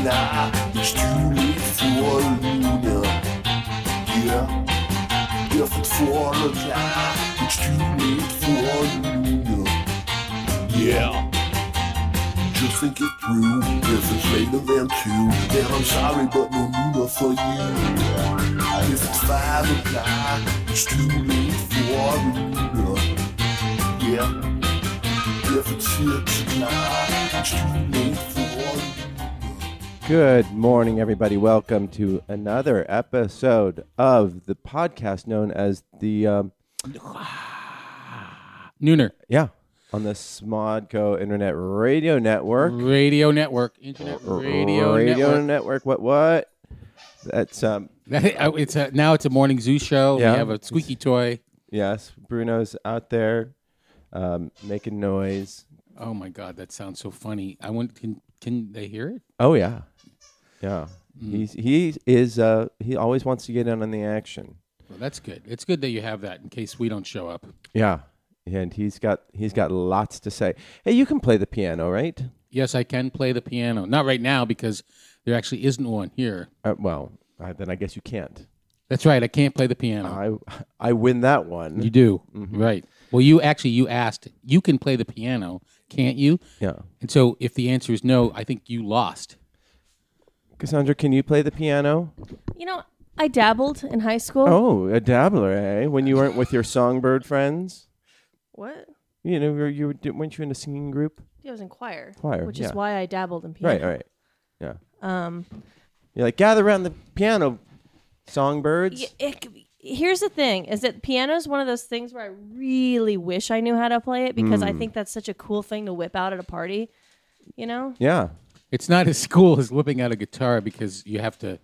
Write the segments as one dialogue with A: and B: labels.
A: klar Ich tue mich vor Lune Ja, ja von vorne klar Ich tue mich vor Lune Yeah Just think it through If it's later than two Then I'm sorry but no Luna for you If it's five o'clock It's too late for Luna Yeah if it's six o'clock, it's too late for
B: Good morning, everybody. Welcome to another episode of the podcast known as the um,
C: Nooner
B: yeah on the Smodco Internet Radio Network.
C: Radio Network, Internet Radio,
B: Radio
C: Network.
B: Network. What? What? That's um.
C: it's a, now it's a morning zoo show.
B: Yeah.
C: We have a squeaky toy.
B: Yes, Bruno's out there um, making noise.
C: Oh my god, that sounds so funny. I want can can they hear it?
B: Oh yeah, yeah.
C: Mm-hmm.
B: He's he is uh he always wants to get in on the action.
C: Well, that's good. It's good that you have that in case we don't show up.
B: Yeah, and he's got he's got lots to say. Hey, you can play the piano, right?
C: Yes, I can play the piano. Not right now because there actually isn't one here.
B: Uh, well, uh, then I guess you can't.
C: That's right. I can't play the piano.
B: I Mm-hmm. I win that one.
C: you do. Right. Well, you actually you asked, you can play the piano, can't you?
B: yeah,
C: And so if the answer is no, I think you lost.
B: Cassandra, can you play the piano?
D: You know, I dabbled in high school.
B: Oh, a dabbler, eh? When you weren't with your songbird friends,
D: What?
B: you know, you were, you were, weren't you in a singing group?
D: Yeah, I was in choir.
B: Choir,
D: Which
B: yeah.
D: is why I dabbled in piano.
B: Right, right, yeah. Um, you're like gather around the piano, songbirds.
D: Y- it c- here's the thing is that piano is one of those things where I really wish I knew how to play it because
B: Hmm.
D: I think that's such a cool thing to whip out at a party. You know?
B: yeah.
C: It's not as cool as whipping out a guitar because you have to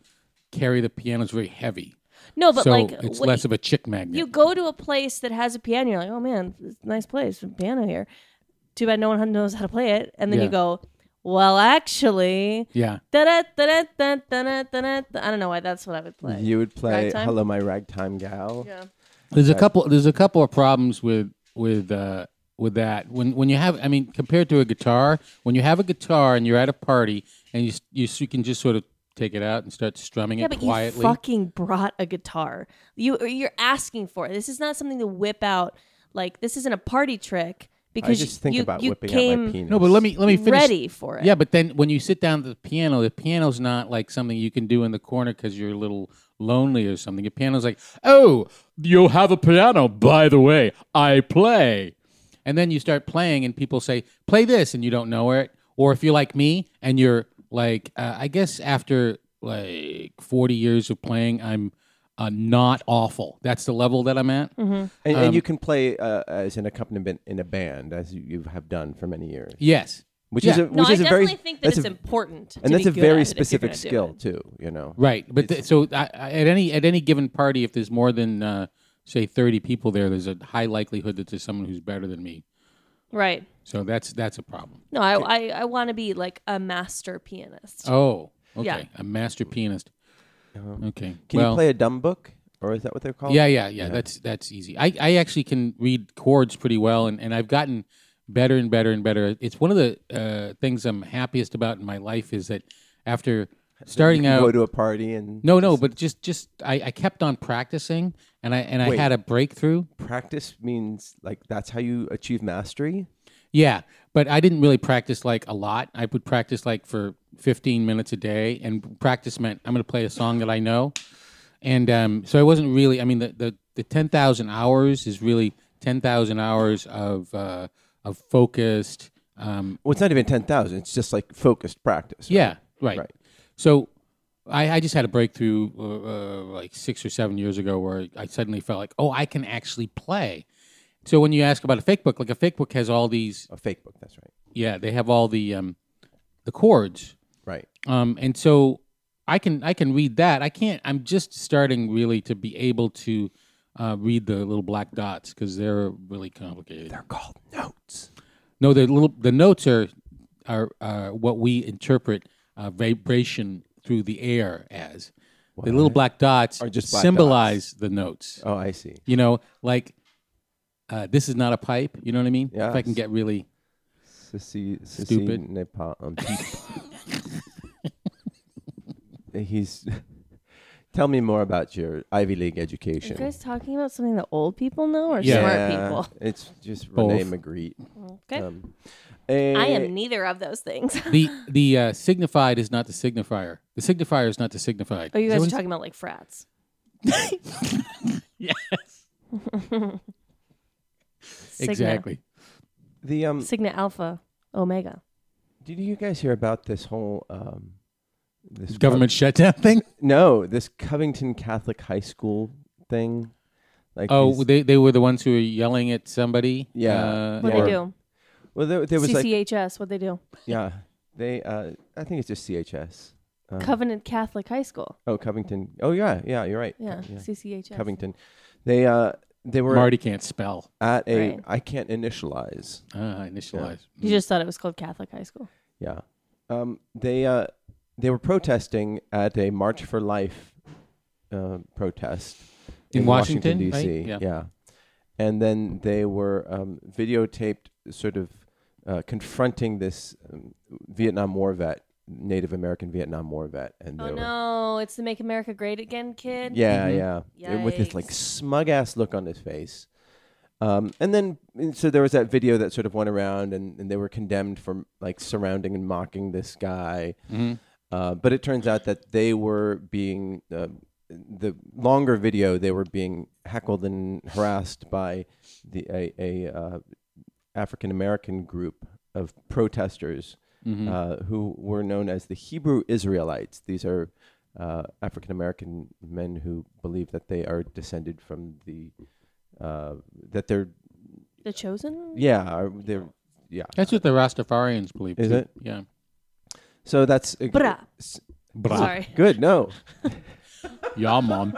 C: carry the piano. It's very heavy.
D: No, but
C: so
D: like
C: it's
D: what-
C: less of a chick magnet.
D: you go to a place that has a piano, you're like, oh man, it's a nice place, a piano here. Too bad no one knows how to play it. And then
C: Yeah.
D: you go, well, actually,
C: yeah.
D: da-da, da-da, da-da, da-da, da-da. I don't know why that's what I would play.
B: You would play
D: Ragtime?
B: "Hello, My Ragtime Gal."
D: yeah.
C: There's a couple there's a couple of problems with with uh with that. When when you have I mean compared to a guitar, when you have a guitar and you're at a party and you s- you, s- you can just sort of take it out and start strumming
D: Yeah,
C: it
D: but
C: quietly.
D: you fucking brought a guitar. You you're asking for it. This is not something to whip out. Like this isn't a party trick
B: I
D: because
B: just think
D: you,
B: about
D: you
B: whipping out
D: came
B: my penis.
C: no, but let me let me finish
D: ready for it.
C: Yeah, but then when you sit down to the piano, the piano's not like something you can do in the corner because you're a little lonely or something. The piano's like, oh, you have a piano, by the way, I play. And then you start playing, and people say, play this, and you don't know it. Or if you're like me and you're like, uh, I guess after like 40 years of playing, I'm uh, not awful. That's the level that I'm at.
D: Mm-hmm.
B: And, and you can play uh, as an accompaniment in a band, as you, you have done for many years,
C: Yes.
B: which
C: Yeah.
B: is a,
D: No,
B: which
D: I
B: is a
D: definitely
B: very
D: think that
B: that's
D: it's
B: a,
D: important. to
B: and that's
D: be
B: a
D: good
B: very
D: at it if you're
B: specific
D: gonna do
B: skill
D: it.
B: too. You know,
C: Right, but th- so I, I, at any at any given party, if there's more than uh, say thirty people there, there's a high likelihood that there's someone who's better than me.
D: Right.
C: So that's that's a problem.
D: No, I I, I want to be like a master pianist.
C: Oh, okay,
D: Yeah.
C: a master pianist. Okay,
B: Uh-huh. Can
C: well,
B: you play a dumb book, or is that what they're called?
C: yeah, yeah, yeah, That's that's easy. I, I actually can read chords pretty well, and, and I've gotten better and better and better. It's one of the uh, things I'm happiest about in my life is that after starting out,
B: Go to a party and
C: no, no, but just just I, I kept on practicing, and I and
B: Wait.
C: I had a breakthrough.
B: practice means like that's how you achieve mastery.
C: Yeah, but I didn't really practice like a lot. I would practice like for 15 minutes a day, and practice meant I'm going to play a song that I know. And um, so I wasn't really. I mean, the the, the 10,000 hours is really 10,000 hours of uh, of focused. Um,
B: Well, it's not even ten thousand. It's just like focused practice.
C: yeah, right.
B: Right.
C: So I, I just had a breakthrough uh, uh, like six or seven years ago where I suddenly felt like, oh, I can actually play. So when you ask about a fake book, like a fake book has all these
B: a fake book. That's right.
C: yeah they have all the um the chords
B: Right.
C: um and so i can i can read that i can't i'm just starting really to be able to uh, read the little black dots because they're really complicated
B: They're called notes.
C: no the little the notes are are, are what we interpret uh, vibration through the air as the little black dots
B: Are just black
C: symbolize the notes
B: Oh, I see.
C: you know like uh, this is not a pipe you know what i mean if i can
B: Yes.
C: get really
B: Sissy, sissy
C: Stupid.
B: Nepal. Um, peep. he's. tell me more about your Ivy League
D: Are you
B: education.
D: guys talking about something that old people know or
B: yeah,
D: smart
B: it's just
C: Both.
B: Renee Magritte.
D: people? Okay.
B: Um,
D: I
B: eh,
D: am neither of those things.
C: the the uh, signified is not the signifier. The signifier is not the signified.
D: Oh, you
C: Is that
D: guys
C: what
D: are
C: it's-
D: talking about like frats.
C: Yes,
D: Sigma.
C: exactly.
B: the um.
D: Sigma Alpha Omega.
B: Did you guys hear about this whole um? This co-
C: Government shutdown thing.
B: no, this Covington Catholic High School thing. Like
C: Oh,
B: these-
C: they, they were the ones who were yelling at somebody.
B: Yeah.
C: uh,
D: What
B: Yeah.
D: would
C: or-
D: they do?
B: well, there, there was like
D: CCHS. What they do?
B: yeah, they uh, I think it's just CHS. Um,
D: Covenant Catholic High School.
B: oh, Covington. Oh yeah, yeah, you're right.
D: Yeah. CCHS.
B: Covington. They uh they were
C: Marty can't spell.
B: at a
D: Right.
B: I can't initialize.
C: Ah, initialize.
D: You just thought it was called Catholic High School.
B: Yeah. Um they uh they were protesting at a March for Life uh, protest
C: In Washington,
B: D.C.
C: right? Yeah.
B: Yeah. And then they were um, videotaped sort of uh, confronting this um, Vietnam War vet, Native American Vietnam War vet and
D: Oh
B: they were
D: no! It's the Make America Great Again kid.
B: Yeah,
C: Mm-hmm.
B: yeah.
D: Mhm.
B: With this like
D: Yikes.
B: smug ass look on his face. Um, and then, and so there was that video that sort of went around, and, and they were condemned for like surrounding and mocking this guy.
C: Mhm.
B: Uh, but it turns out that they were being uh, the longer video. They were being heckled and harassed by the a, a uh, African American group of protesters
C: Mhm.
B: uh, who were known as the Hebrew Israelites. These are uh, African American men who believe that they are descended from the uh, that they're
D: The Chosen.
B: yeah are- they're yeah.
C: That's what the Rastafarians believe.
B: Is
C: too.
B: it?
C: Yeah.
B: So that's a,
D: Bra.
B: s-
D: Sorry.
B: good. No,
C: Yeah, mom.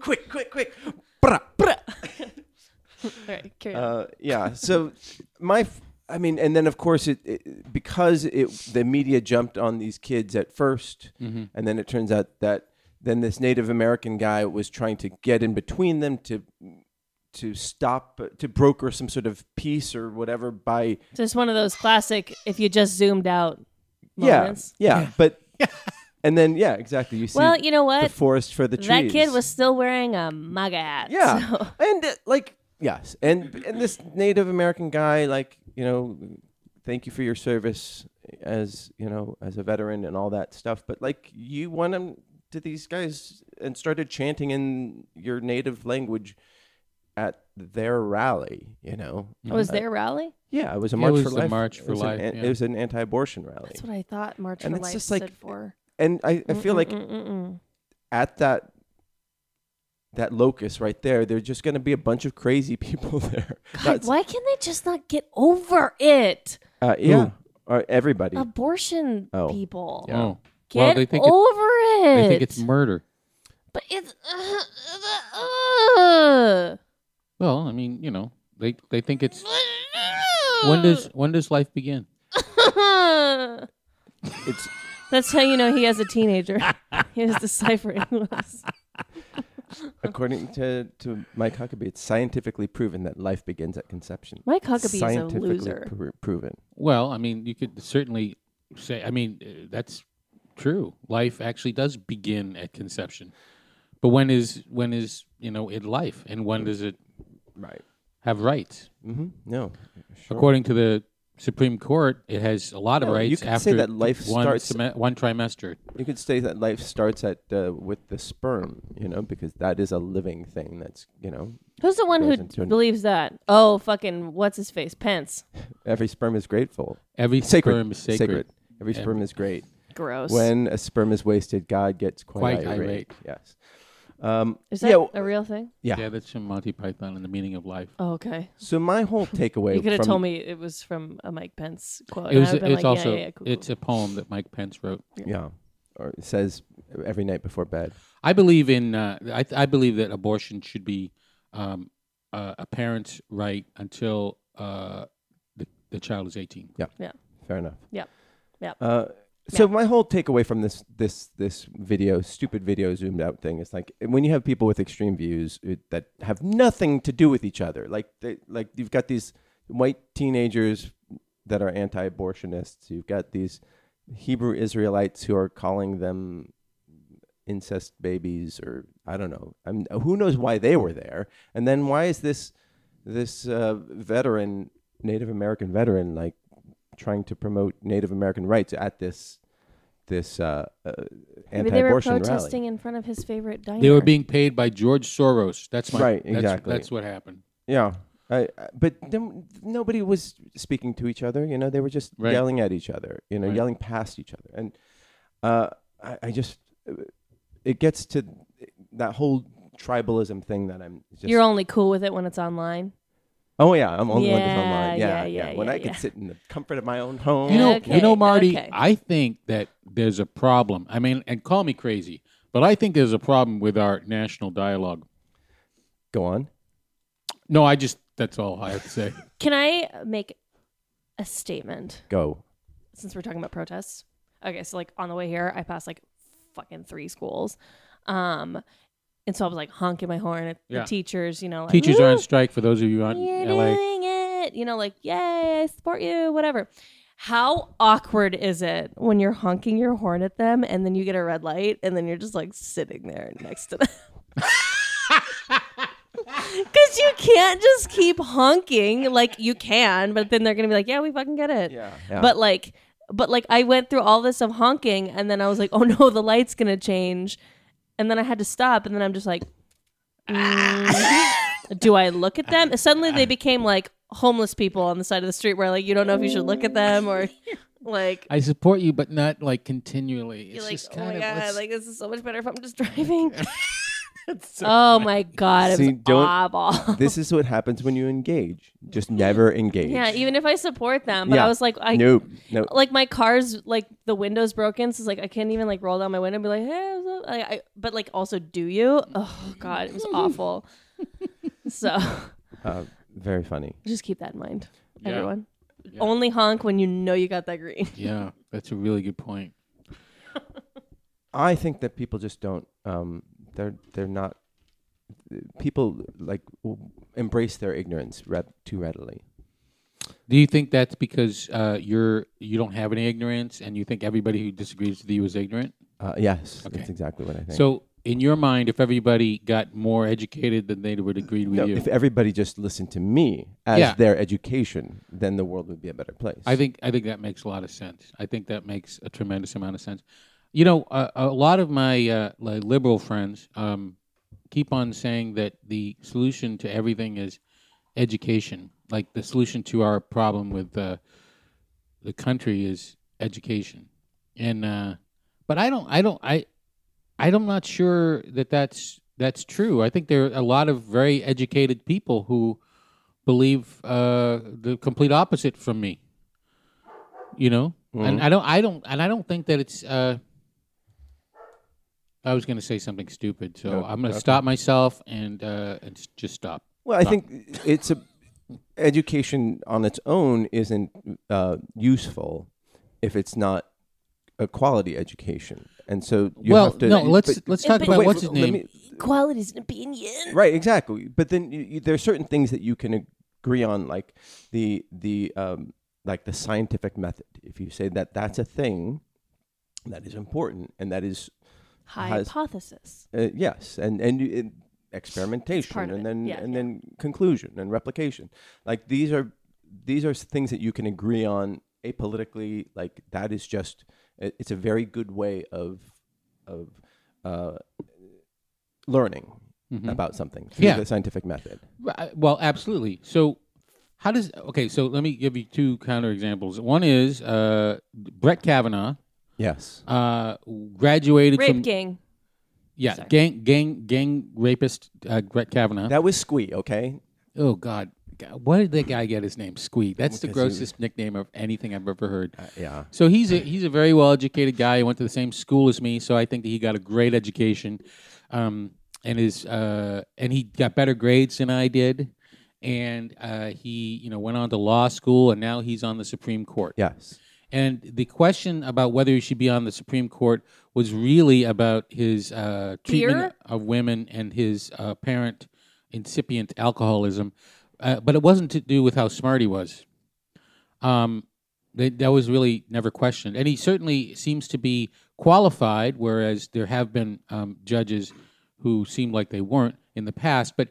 B: quick, quick, quick. Bra, bra.
D: All right, carry on.
B: Uh, yeah. So my, f- I mean, and then of course it, it because it the media jumped on these kids at 1st
D: Mm-hmm.
B: and then it turns out that then this Native American guy was trying to get in between them to to stop to broker some sort of peace or whatever by
D: Just one of those classic. If you just zoomed out. Moments.
B: yeah yeah but and then yeah exactly you see
D: Well, you know
B: the
D: what?
B: forest for the trees
D: That kid was still wearing a MAGA hat.
B: Yeah,
D: so-
B: and uh, like yes, and and this Native American guy, like you know, thank you for your service as you know as a veteran and all that stuff. But like you went him to these guys and started chanting in your native language at their rally. You know,
D: Was there rally?
B: yeah, it was a
C: It
B: march
C: was
B: for
C: a
B: life.
C: march for
B: it was an
C: life,
B: an-
C: yeah.
B: It was an anti-abortion rally,
D: That's what I thought March
B: And
D: for
B: it's
D: Life
B: just like-
D: stood for.
B: and I, I feel like
D: Mm-mm-mm-mm.
B: at that that locus right there, there's just going to be a bunch of crazy people there.
D: God, why can they just not get over it?
B: Uh, yeah, or everybody.
D: Um, Abortion
B: Oh.
D: people.
B: Yeah.
C: Oh.
D: Get
C: Well, they think it-
D: over it.
C: They think it's murder.
D: but it's. Uh,
C: Well, I mean, you know, they they think it's when does when does life begin?
D: does.
B: It's
D: That's how you know he has a teenager. he was deciphering this.
B: according to to Mike Huckabee, it's scientifically proven that life begins at conception.
D: Mike Huckabee is a
B: scientifically
D: loser.
B: pro- proven.
C: Well, I mean, you could certainly say. I mean, uh, that's true. Life actually does begin at conception, but when is when is you know it life, and when does it
B: Right.
C: have rights?
B: Mm-hmm. No. Sure.
C: According to the Supreme Court, it has a lot of
B: No, you
C: rights.
B: could say
C: after
B: that life
C: one
B: starts-
C: seme- one trimester.
B: you could say that life starts at uh, with the sperm, you know, because that is a living thing. That's you know,
D: Who's the one
B: Goes
D: who
B: into an-
D: believes that? Oh, fucking, what's his face? Pence.
B: every sperm is grateful.
C: Every
B: Sacred.
C: sperm is sacred.
B: Every sperm is great.
D: Gross.
B: When a sperm is wasted, God gets quite,
C: Quite
B: irate.
C: irate.
B: Yes. Um,
D: is
B: yeah,
D: that
B: w-
D: a real thing?
B: yeah.
C: Yeah, that's from Monty Python and the meaning of life.
D: Oh, okay.
B: So my whole takeaway.
D: You could have
B: from-
D: told me it was from a Mike Pence quote.
C: It
D: and I
C: was.
D: would've
C: It's
D: been like, yeah,
C: also.
D: yeah, yeah, cool,
C: It's a poem that Mike Pence wrote.
B: Yeah. Or it says every night before bed.
C: I believe in. Uh, I, I believe that abortion should be um, uh, a parent's right until uh, the, the child is eighteen.
B: Fair enough.
D: Yep. Yep.
B: Uh, so my whole takeaway from this this this video, stupid video zoomed out thing, is like when you have people with extreme views it, that have nothing to do with each other, like they, like you've got these white teenagers that are anti-abortionists, you've got these Hebrew Israelites who are calling them incest babies, or I don't know. I mean, who knows why they were there? And then why is this this uh, veteran, Native American veteran, like trying to promote Native American rights at this this uh, uh,
D: Maybe they were
B: anti-abortion
D: protesting
B: rally?
D: in front of his favorite diner.
C: They were being paid by George Soros. That's my
B: Right,
C: that's-
B: exactly.
C: That's, what happened.
B: Yeah. I, I- but then nobody was speaking to each other. You know, they were just
C: Right.
B: yelling at each other. You know,
C: Right.
B: yelling past each other. And uh, I, I just, uh, it gets to that whole tribalism thing that I'm just.
D: You're only cool with it when it's online.
B: oh yeah, I'm only one that's
D: Yeah,
B: online. Yeah,
D: yeah,
B: yeah.
D: yeah,
B: when
D: yeah,
B: I could
D: yeah.
B: sit in the comfort of my own home.
C: You know,
D: Okay,
C: you know, Marty.
D: okay.
C: I think that there's a problem. I mean, and call me crazy, but I think there's a problem with our national dialogue.
B: go on.
C: No, I just that's all I have to say.
D: Can I make a statement
B: Go.
D: since we're talking about protests? Okay, so like on the way here, I passed like fucking three schools. Um, and so I was like honking my horn at
C: Yeah.
D: the teachers, you know, like,
C: Teachers are
D: "Woo!"
C: on strike. For those of you out
D: You're
C: in LA,
D: doing it. You know, like, yay, I support you, whatever. How awkward is it when you're honking your horn at them and then you get a red light and then you're just like sitting there next to them? Because you can't just keep honking like you can, but then they're going to be like, yeah, we fucking get it.
B: Yeah. yeah.
D: But like, but like, I went through all this of honking and then I was like, oh no, the light's going to change. And then I had to stop and then I'm just like, "Mm, do I look at them? Suddenly they became like homeless people on the side of the street where like you don't know if you should look at them or like
C: I support you, but not like continually. It's
D: you're like
C: just
D: oh my
C: kind
D: god
C: of let's-
D: like this is so much better if I'm just driving.
C: so
D: oh my god, it
B: See,
D: was
B: don't-
D: awful.
B: this is what happens when you engage. Just never engage.
D: yeah, even if I support them, but
B: Yeah.
D: I was like I
B: nope. No.
D: like my car's like the window's broken, so it's like I can't even like roll down my window and be like hey, what's up? I, I, but like also do you? Oh god, it was awful. so
B: Uh, very funny.
D: just keep that in mind,
C: Yeah.
D: everyone. Only honk when you know you got that green.
C: yeah, that's a really good point.
B: I think that people just don't. Um, they're they're not. People like w- embrace their ignorance re- too readily.
C: Do you think that's because uh, you're you don't have any ignorance, and you think everybody who disagrees with you is ignorant?
B: Uh, yes,
C: Okay.
B: that's exactly what I think.
C: So, in your mind, if everybody got more educated, then they would agree with
B: No,
C: you.
B: if everybody just listened to me as
C: Yeah.
B: their education, then the world would be a better place.
C: I think I think that makes a lot of sense. I think that makes a tremendous amount of sense. You know, a, a lot of my uh, li- liberal friends um, keep on saying that the solution to everything is education. Like the solution to our problem with uh, the country is education, and uh, but I don't, I don't, I, I'm not sure that that's that's true. I think there are a lot of very educated people who believe uh, the complete opposite from me. You know,
B: Mm-hmm.
C: and I don't, I don't, and I don't think that it's. Uh, I was going to say something stupid, so I'm going to stop myself and uh, and s- just stop.
B: Well, I think it's a education on its own isn't uh, useful if it's not a quality education, and so you
C: well,
B: have to. eh,
C: no, let's
B: but-
C: let's talk
D: but-
C: about
B: wait,
C: what's his
B: let
C: name.
B: me-
D: Equality's an opinion.
B: right exactly but then you, you, there are certain things that you can agree on like the the um, like the scientific method if you say that that's a thing that is important and that is Has-
D: Hypothesis.
B: uh, yes and and, you, and experimentation
D: part of
B: and
D: it.
B: then
D: Yeah,
B: and
D: yeah.
B: then conclusion and replication like these are these are things that you can agree on apolitically like that is just it- it's a very good way of of uh, learning about something through
C: Yeah.
B: the scientific method
C: Right, Well, absolutely. So, how does okay? So let me give you two counterexamples. One is uh, Brett Kavanaugh
B: Yes.
C: uh, graduated
D: Rape
C: from
D: gang.
C: yeah gang gang gang rapist uh, Brett Kavanaugh.
B: That was Squee, okay?
C: oh God, God, why did that guy get his name? Squeak. That's the
B: Because he was- Uh,
C: grossest nickname of anything I've ever heard.
B: Yeah.
C: So he's a he's a very well educated guy. He went to the same school as me, so I think that he got a great education, um, and his uh, and he got better grades than I did, and uh, he you know went on to law school, and now he's on the Supreme Court.
B: Yes.
C: And the question about whether he should be on the Supreme Court was really about his uh, treatment
D: Beer?
C: of women and his uh, apparent incipient alcoholism, uh, but it wasn't to do with how smart he was. Um, They, that was really never questioned, and he certainly seems to be qualified. Whereas there have been um, judges who seemed like they weren't in the past. But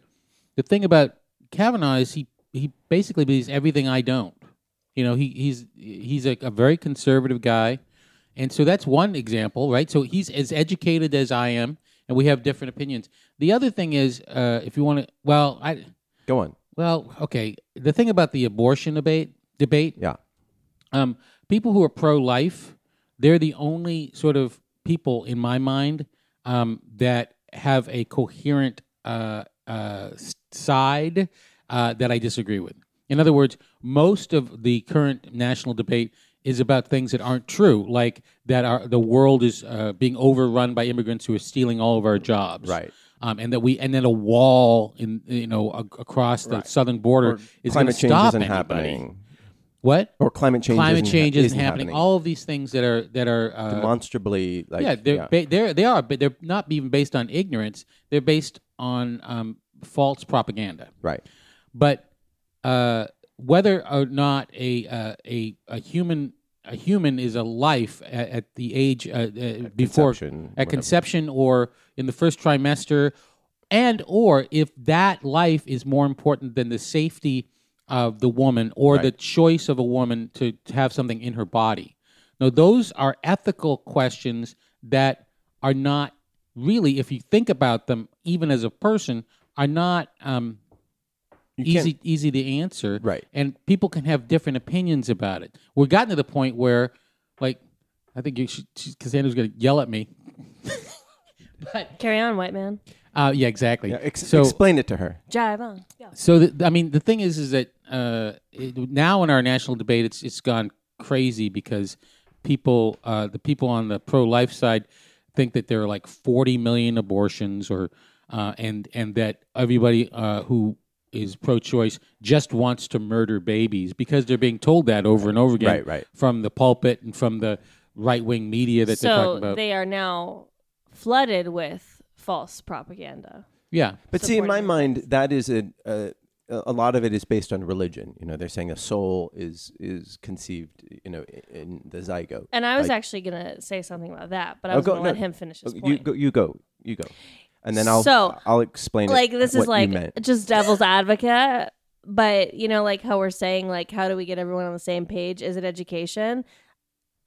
C: the thing about Kavanaugh is he he basically believes everything I don't. You know, he he's he's a, a very conservative guy, and so that's one example, right? So he's as educated as I am, and we have different opinions. The other thing is, uh, if you want to, well, I.
B: Go on.
C: Well, okay. The thing about the abortion debate debate,
B: Yeah.
C: um, people who are pro-life, they're the only sort of people in my mind um, that have a coherent uh, uh, s- side uh, that I disagree with. In other words, most of the current national debate is about things that aren't true, like that our, the world is uh, being overrun by immigrants who are stealing all of our jobs,
B: Right.
C: Um, and that we and then a wall in you know a, across the southern border is going to
B: climate change
C: stop
B: isn't
C: anybody.
B: happening.
C: What?
B: Or climate change.
C: climate
B: isn't,
C: change
B: isn't,
C: isn't happening. All of these things that are that are uh,
B: demonstrably like
C: yeah, they're Ba- they're they are, but they're not even based on ignorance. They're based on um, false propaganda.
B: right.
C: But uh, whether or not a uh, a a human a human is a life at, at the age uh, uh, before
B: conception,
C: at
B: whatever.
C: conception or in the first trimester, and or if that life is more important than the safety of the woman or the choice of a woman to, to have something in her body. Now, those are ethical questions that are not really, if you think about them, even as a person, are not um, easy easy to answer.
B: Right.
C: And people can have different opinions about it. We've gotten to the point where, like, I think you should, she- Cassandra's going to yell at me.
D: Carry on, white man.
C: Uh, yeah, exactly.
B: Yeah, ex-
C: so,
B: explain it to her.
D: Jive on. Yeah.
C: so the, I mean, the thing is, is that uh, it, now in our national debate, it's it's gone crazy because people, uh, the people on the pro-life side, think that there are like 40 million abortions, or uh, and and that everybody uh, who is pro-choice just wants to murder babies because they're being told that over and over again
B: Right, right.
C: from the pulpit and from the right-wing media that they're talking
D: So
C: about.
D: they are now flooded with false propaganda.
C: yeah,
B: But see, in my
D: supporting it.
B: mind, that is a, a a lot of it is based on religion. You know, they're saying a soul is is conceived. You know, i- in the zygote.
D: And I was
B: Like-
D: actually gonna say something about that, but I
B: Oh,
D: was
B: go-
D: gonna
B: no.
D: let him finish his
B: you
D: point.
B: go, you go, you go, and then I'll
D: So,
B: I'll explain. it,
D: like this
B: what
D: is
B: you
D: like
B: meant.
D: just devil's advocate but you know like how we're saying like how do we get everyone on the same page is it education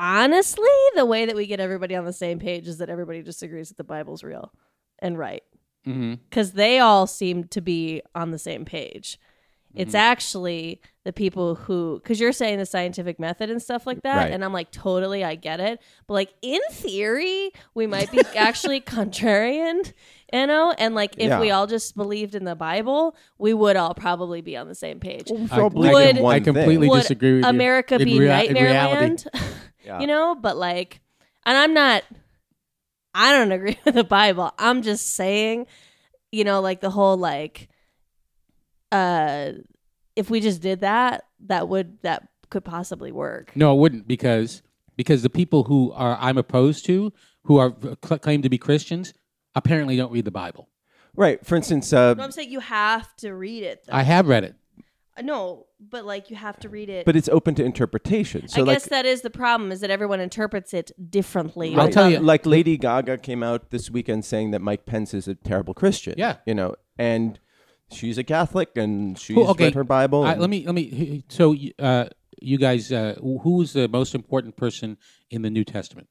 D: honestly the way that we get everybody on the same page is that everybody just agrees that the bible's real and right
C: Mhm.
D: because they all seem to be on the same page
C: Mm-hmm.
D: it's actually the people who because you're saying the scientific method and stuff like that
B: Right.
D: and i'm like totally i get it but like in theory we might be actually contrarian you know and like if
B: Yeah.
D: we all just believed in the bible we would all probably be on the same page
B: Well, we
C: I,
B: all believe
D: would-
B: in one
C: I completely
D: Would
C: disagree with you.
D: america
C: In
D: be
C: rea- in
D: nightmare
C: reality.
D: land
B: thing. Yeah.
D: you know but like and i'm not i don't agree with the bible i'm just saying you know like the whole like uh if we just did that that would that could possibly work
C: No, it wouldn't because because the people who are I'm opposed to who are cl- claim to be Christians apparently don't read the Bible.
B: right. For instance, uh,
D: no i'm saying you have to read it though. Uh,
C: I have read it.
D: no but like you have to read it
B: but it's open to interpretation. So
D: i
B: like,
D: guess that is the problem is that everyone interprets it differently
C: I'll tell you.
B: Like Lady Gaga came out this weekend saying that Mike Pence is a terrible Christian.
C: Yeah.
B: You know, and she's a Catholic and she's
C: Who- okay,
B: read her Bible.
C: I,
B: and-
C: let me let me. So uh, you guys, uh, who is the most important person in the New Testament?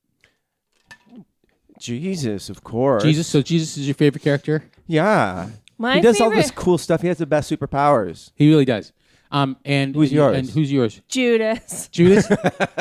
B: Jesus, of course.
C: Jesus. So Jesus is your favorite character.
B: Yeah.
D: My
B: he does all
D: favorite-
B: this cool stuff. He has the best superpowers.
C: He really does. Um, and
B: Who's yours?
C: And who's yours?
D: judas
C: Judas.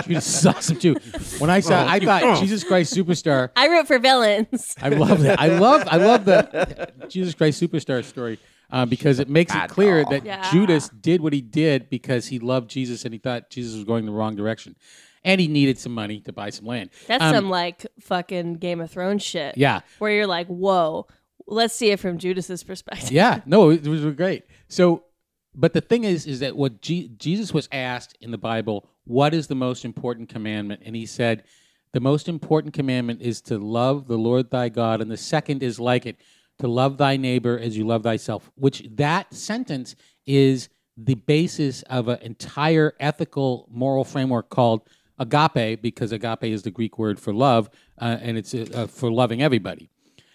C: Judas sucks him too. When I saw,
B: Oh.
C: I thought Jesus Christ superstar.
D: i root for villains
C: I love that. I love I love the Jesus Christ superstar story uh, because it makes it clear that
D: Yeah.
C: Judas did what he did because he loved Jesus and he thought Jesus was going the wrong direction, and he needed some money to buy some land.
D: that's
C: Um,
D: some like fucking game of thrones shit
C: yeah,
D: where you're like, whoa, let's see it from Judas's perspective.
C: yeah. No, it was great. So, but the thing is, is that what Je- Jesus was asked in the Bible, what is the most important commandment, and he said. The most important commandment is to love the Lord thy God, and the second is like it, to love thy neighbor as you love thyself. Which that sentence is the basis of an entire ethical moral framework called agape, because agape is the Greek word for love, uh, and it's uh, for loving everybody.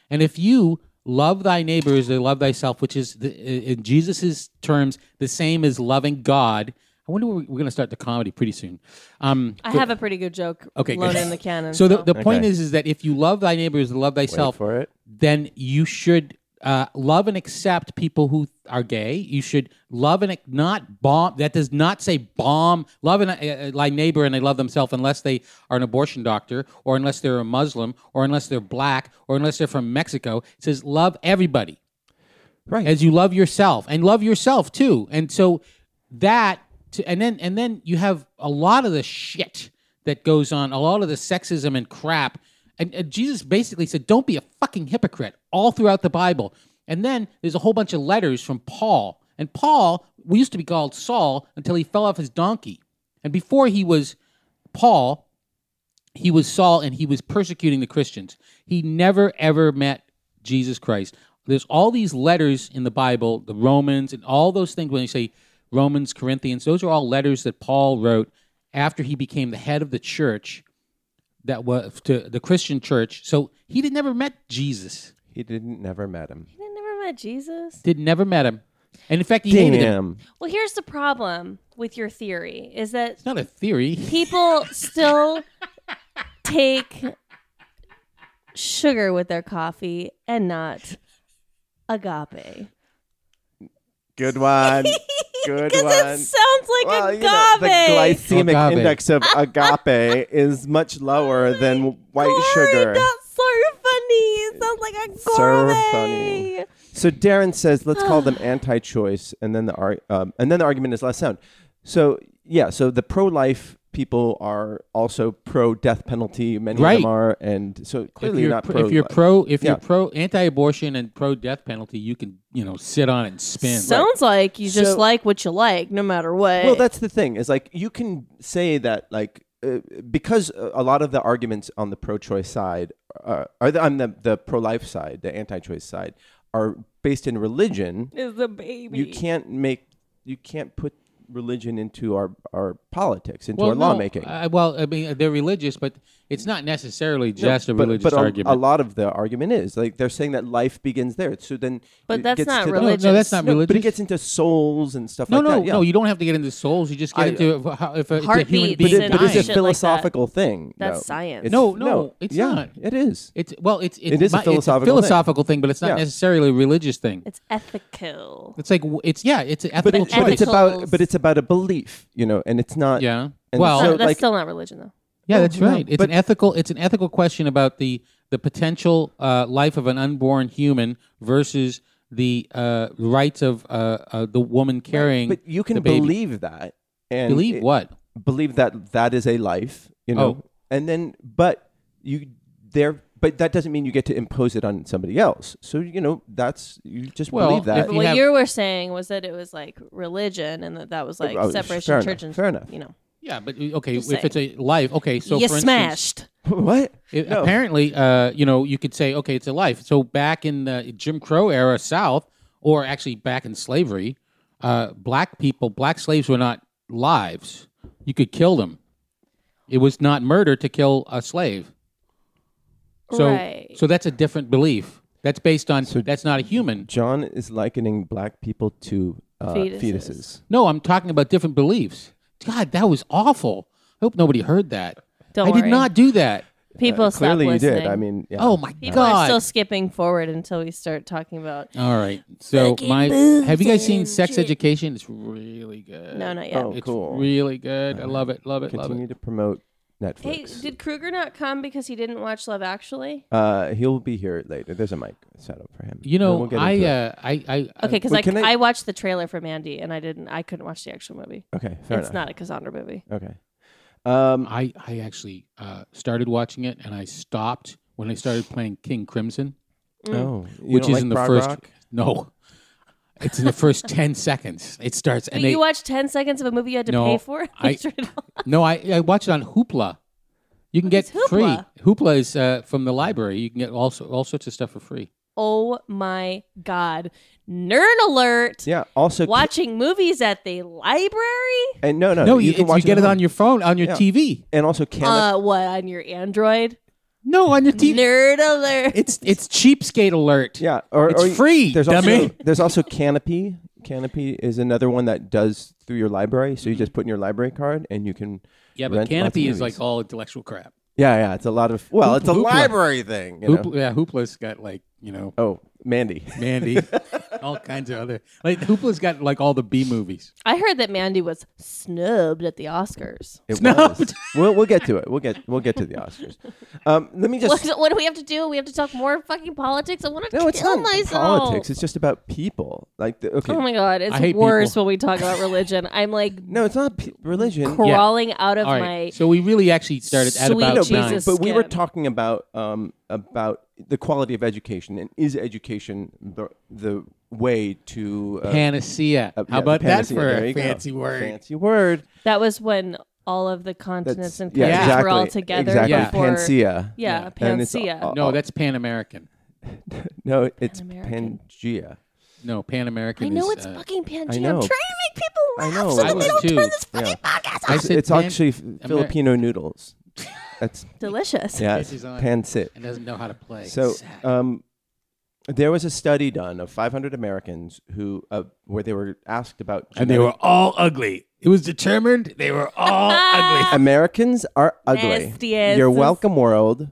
C: And if you love thy neighbor as they love thyself, which is the, in Jesus' terms the same as loving God. I wonder where we- we're going to start the comedy pretty soon. Um,
D: I have a pretty good joke
C: Okay, good.
D: loaded in the cannon.
C: so the, the point
B: Okay.
C: is, is that if you love thy neighbor as you love
B: Wait
C: thyself,
B: for it.
C: then you should uh, love and accept people who are gay. You should love and ac- not bomb. That does not say bomb. Love and uh, uh, thy neighbor and they love themselves unless they are an abortion doctor or unless they're a Muslim or unless they're black or unless they're from Mexico. It says love everybody
B: Right.
C: as you love yourself and love yourself too and so that to, and then and then you have a lot of the shit that goes on a lot of the sexism and crap and, and jesus basically said don't be a fucking hypocrite all throughout the bible and then there's a whole bunch of letters from paul and paul we used to be called saul until he fell off his donkey and before he was paul he was Saul and he was persecuting the Christians. He never ever met Jesus Christ. There's all these letters in the Bible, the Romans and all those things when you say Romans, Corinthians, those are all letters that Paul wrote after he became the head of the church that was to the Christian church. So he did never met Jesus.
B: He didn't never met him.
D: I never met Jesus.
C: Did never met him. And in fact he hated him.
B: Damn.
D: Well, here's the problem with your theory is that
C: It's not a theory.
D: people still take sugar with their coffee and not agape.
B: Good one. Good
D: Because
B: one.
D: it sounds like
B: Well, you
D: agape.
B: know, the glycemic
C: Agave.
B: index of agape is much lower than white
D: Corey,
B: sugar.
D: That's so funny. It sounds like a
B: So funny. So Darren says, let's call them anti-choice, and then the ar- um, and then the argument is less sound. So yeah, so the pro-life people are also pro-death penalty. Many of
C: Right.
B: them are, and so clearly
C: if you're
B: not
C: pro,
B: pro.
C: if you're pro if
B: Yeah.
C: you're pro anti-abortion and pro death penalty, you can you know sit on it and spin.
D: Sounds like you just
B: So-
D: like what you like, no matter what.
B: Well, that's the thing is like you can say that like uh, because uh, a lot of the arguments on the pro-choice side uh, are the, on the the pro-life side, the anti-choice side, are based in religion.
D: is the baby.
B: You can't make you can't put religion into our our politics into our
C: no,
B: lawmaking.
C: I- well, I mean uh, they're religious, but it's not necessarily
B: No,
C: just a
B: but-
C: religious
B: but a,
C: argument.
B: A lot of the argument is like they're saying that life begins there. So then,
D: But
B: it
D: that's
B: gets to
D: not
B: the-
C: no, no,
D: religious.
C: that's not
B: No,
C: religious.
B: but it gets into souls and stuff
C: no,
B: like
C: no,
B: that. yeah.
C: no. You don't have to get into souls. You just get
B: I-
C: into how, if a, it's a human
D: Heartbeats
B: but,
C: being
B: it,
D: and
B: but
D: all
C: dying.
B: it's a
D: shit like that.
B: philosophical thing.
D: That's
B: no.
D: science.
B: It's-
C: No, no, it's
B: yeah,
C: not.
B: It is.
C: It's well, it's, it's
B: It is a
C: mi- it's
B: philosophical thing.
C: philosophical thing. but it's not
B: Yeah.
C: necessarily a religious thing.
D: It's ethical.
C: It's like w- it's yeah, it's an
B: But,
C: ethical
B: it, but
C: choice.
B: it's
D: ethical.
B: about but it's about a belief, you know, and it's not.
C: yeah.
B: and
C: well,
D: It's not-
B: so,
D: that's
B: like-
D: still not religion, though.
C: Yeah, that's right. It's
B: but-
C: an ethical. It's an ethical question about the the potential uh, life of an unborn human versus the uh, rights of uh, uh, the woman carrying.
B: But you
C: the
B: can
C: baby.
B: believe that and
C: Believe
B: it-
C: what?
B: Believe that that is a life, you know,
C: Oh.
B: and then but you there. But that doesn't mean you get to impose it on somebody else. So you know that's you just
C: Well,
B: believe that.
C: if-
D: But
C: You
D: what
C: have-
D: you were saying was that it was like religion, and that that was like
B: Oh,
D: separation
B: fair
D: of church
B: enough,
D: and
B: fair enough.
D: You know,
C: Yeah, but uh, okay, if
D: Just
C: it's a life, okay, so
D: you
C: for instance,
D: smashed.
B: What?
C: it- apparently, uh, you know, you could say, okay, it's a life. So back in the Jim Crow era, South, or actually back in slavery, uh, black people, black slaves were not lives. You could kill them. It was not murder to kill a slave. So,
D: Right.
C: so that's a different belief. That's based on that's not a human.
B: John is likening black people to uh,
D: Fetuses.
B: fetuses.
C: No, I'm talking about different beliefs. God, that was awful. I hope nobody heard that.
D: Don't
C: I did
D: worry.
C: not do that.
D: People
B: Uh,
D: stop
B: Clearly, you
D: listening.
B: did. I mean, yeah.
C: Oh my
D: people are
C: God.
D: still skipping forward until we start talking about.
C: All right. So
D: Fucking
C: my
D: boobs
C: have you guys seen
D: and
C: Sex
D: shit.
C: Education? It's really good.
D: No, not yet.
B: Oh,
C: It's
B: cool.
C: really good. I love it. Love it. Love
B: continue to
C: it.
B: promote Netflix.
D: Hey, did Kruger not come because he didn't watch Love Actually?
B: uh, he'll be here later. There's a mic set up for him.
C: You know,
B: And we'll get
C: I,
B: into it.
C: uh, I I I
D: Okay, because
B: wait,
D: I,
B: can I-
D: I watched the trailer for Mandy and I didn't. I couldn't watch the actual movie.
C: uh,
B: okay, fair
D: it's
B: enough.
D: not a Cassandra movie.
B: okay. Um,
C: I I actually uh, started watching it and I stopped when I started playing King Crimson,
D: Mm.
B: oh, you
C: which
B: don't
C: is
B: like
C: in the
B: prog
C: first
B: rock?
C: no, it's in the first ten seconds. It starts
D: But
C: and they
D: you watched ten seconds of a movie you had to
C: No,
D: pay for.
C: I- no I I watched it on Hoopla. You can get
D: What's
C: free.
D: Hoopla?
C: Hoopla is uh, from the library. You can get all so- all sorts of stuff for free.
D: oh my Oh god! nerd alert.
B: Yeah. Also,
D: Watching movies at the library?
B: and no, no,
E: No, you,
B: Uh, can
E: it's-
B: watch
E: you get it
B: at
E: on
B: home.
E: your phone, on your
B: Yeah.
E: TV.
B: and also Cami-
D: Uh, what on your Android?
E: No, on your TV.
D: Nerd alert.
E: It's it's cheapskate alert.
B: yeah, or,
E: It's
B: or you-
E: free,
B: There's
E: dummy.
B: also there's also Canopy. Canopy is another one that does through your library, so you just put in your library card and you can.
C: Yeah, but
B: rent lots of
C: Canopy is
B: movies.
C: like all intellectual crap.
B: Yeah, yeah, it's a lot of well, it's a
C: Hoopla.
B: library thing. You know?
C: Hoopla, yeah, Hoopla's got like you know
B: Oh, Mandy.
C: Mandy, all kinds of other like Hoopla's got like all the B movies.
D: I heard that Mandy was snubbed at the Oscars.
B: It was. We'll we'll get to it. We'll get we'll get to the Oscars. Um, let me
D: What,
B: just.
D: what do we have to do? We have to talk more fucking politics. I want to
B: No, it's
D: kill
B: not
D: myself.
B: politics. It's just about people. Like the, okay.
D: Oh my god, it's
C: I hate
D: worse
C: people.
D: when we talk about religion. I'm like
B: no, it's not pe- religion.
D: crawling out of
C: All
D: my
C: right, so we really actually started at
D: Sweet
C: about
B: No, but-
C: nine.
D: Jesus.
B: but we were
D: skin.
B: talking about um, about the quality of education and is education the, the way to uh,
C: Panacea.
B: uh,
C: How
B: yeah,
C: about
B: panacea.
C: that for
B: There
C: a
B: you go.
C: fancy word?
B: Fancy word.
D: That was when all of the continents
B: That's
D: and
B: yeah,
D: countries
B: exactly.
D: were all together
B: Exactly.
C: Yeah.
D: before
B: Panacea.
D: Yeah,
B: Yeah. And it's
D: Panacea.
B: all-
C: No, that's Pan American.
B: No, it's
D: Pan-American.
B: Pangea.
C: No, Pan American.
D: I know
C: is,
D: it's
C: uh,
D: fucking Pangea.
B: I
D: I'm
B: know.
D: trying to make people
B: I
D: laugh
B: know,
D: so
B: I
D: that they
B: was
D: don't
C: too.
D: turn this
B: Yeah.
D: fucking podcast
C: I
D: off.
B: It's,
C: said
B: it's
C: pan-
B: actually f- Filipino noodles. That's
D: Delicious.
B: yeah,
C: This
B: it's
C: is on-
B: pancit.
C: and doesn't know how to play.
B: So,
C: Sad.
B: um, there was a study done of 500 Americans who uh, where they were asked about
C: and they
B: genetic-
C: were all ugly. It was determined they were all ugly.
B: Americans are ugly.
D: Nastiest.
B: You're welcome, world.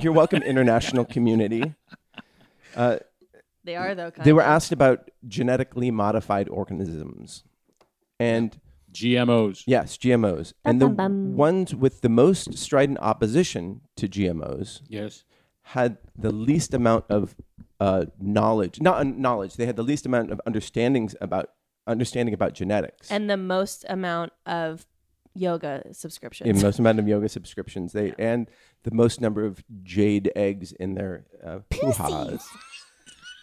B: You're welcome, international community.
D: They are though. Kind
B: They were asked about genetically modified organisms, and
C: GMOs.
B: yes, GMOs, and the
D: Bum, bum, bum.
B: ones with the most strident opposition to GMOs
C: Yes.
B: had the least amount of uh, knowledge. Not uh, knowledge. They had the least amount of understandings about understanding about genetics.
D: and the most amount of yoga subscriptions.
B: in most amount of yoga subscriptions. They and the most number of jade eggs in their uh, hoo-has.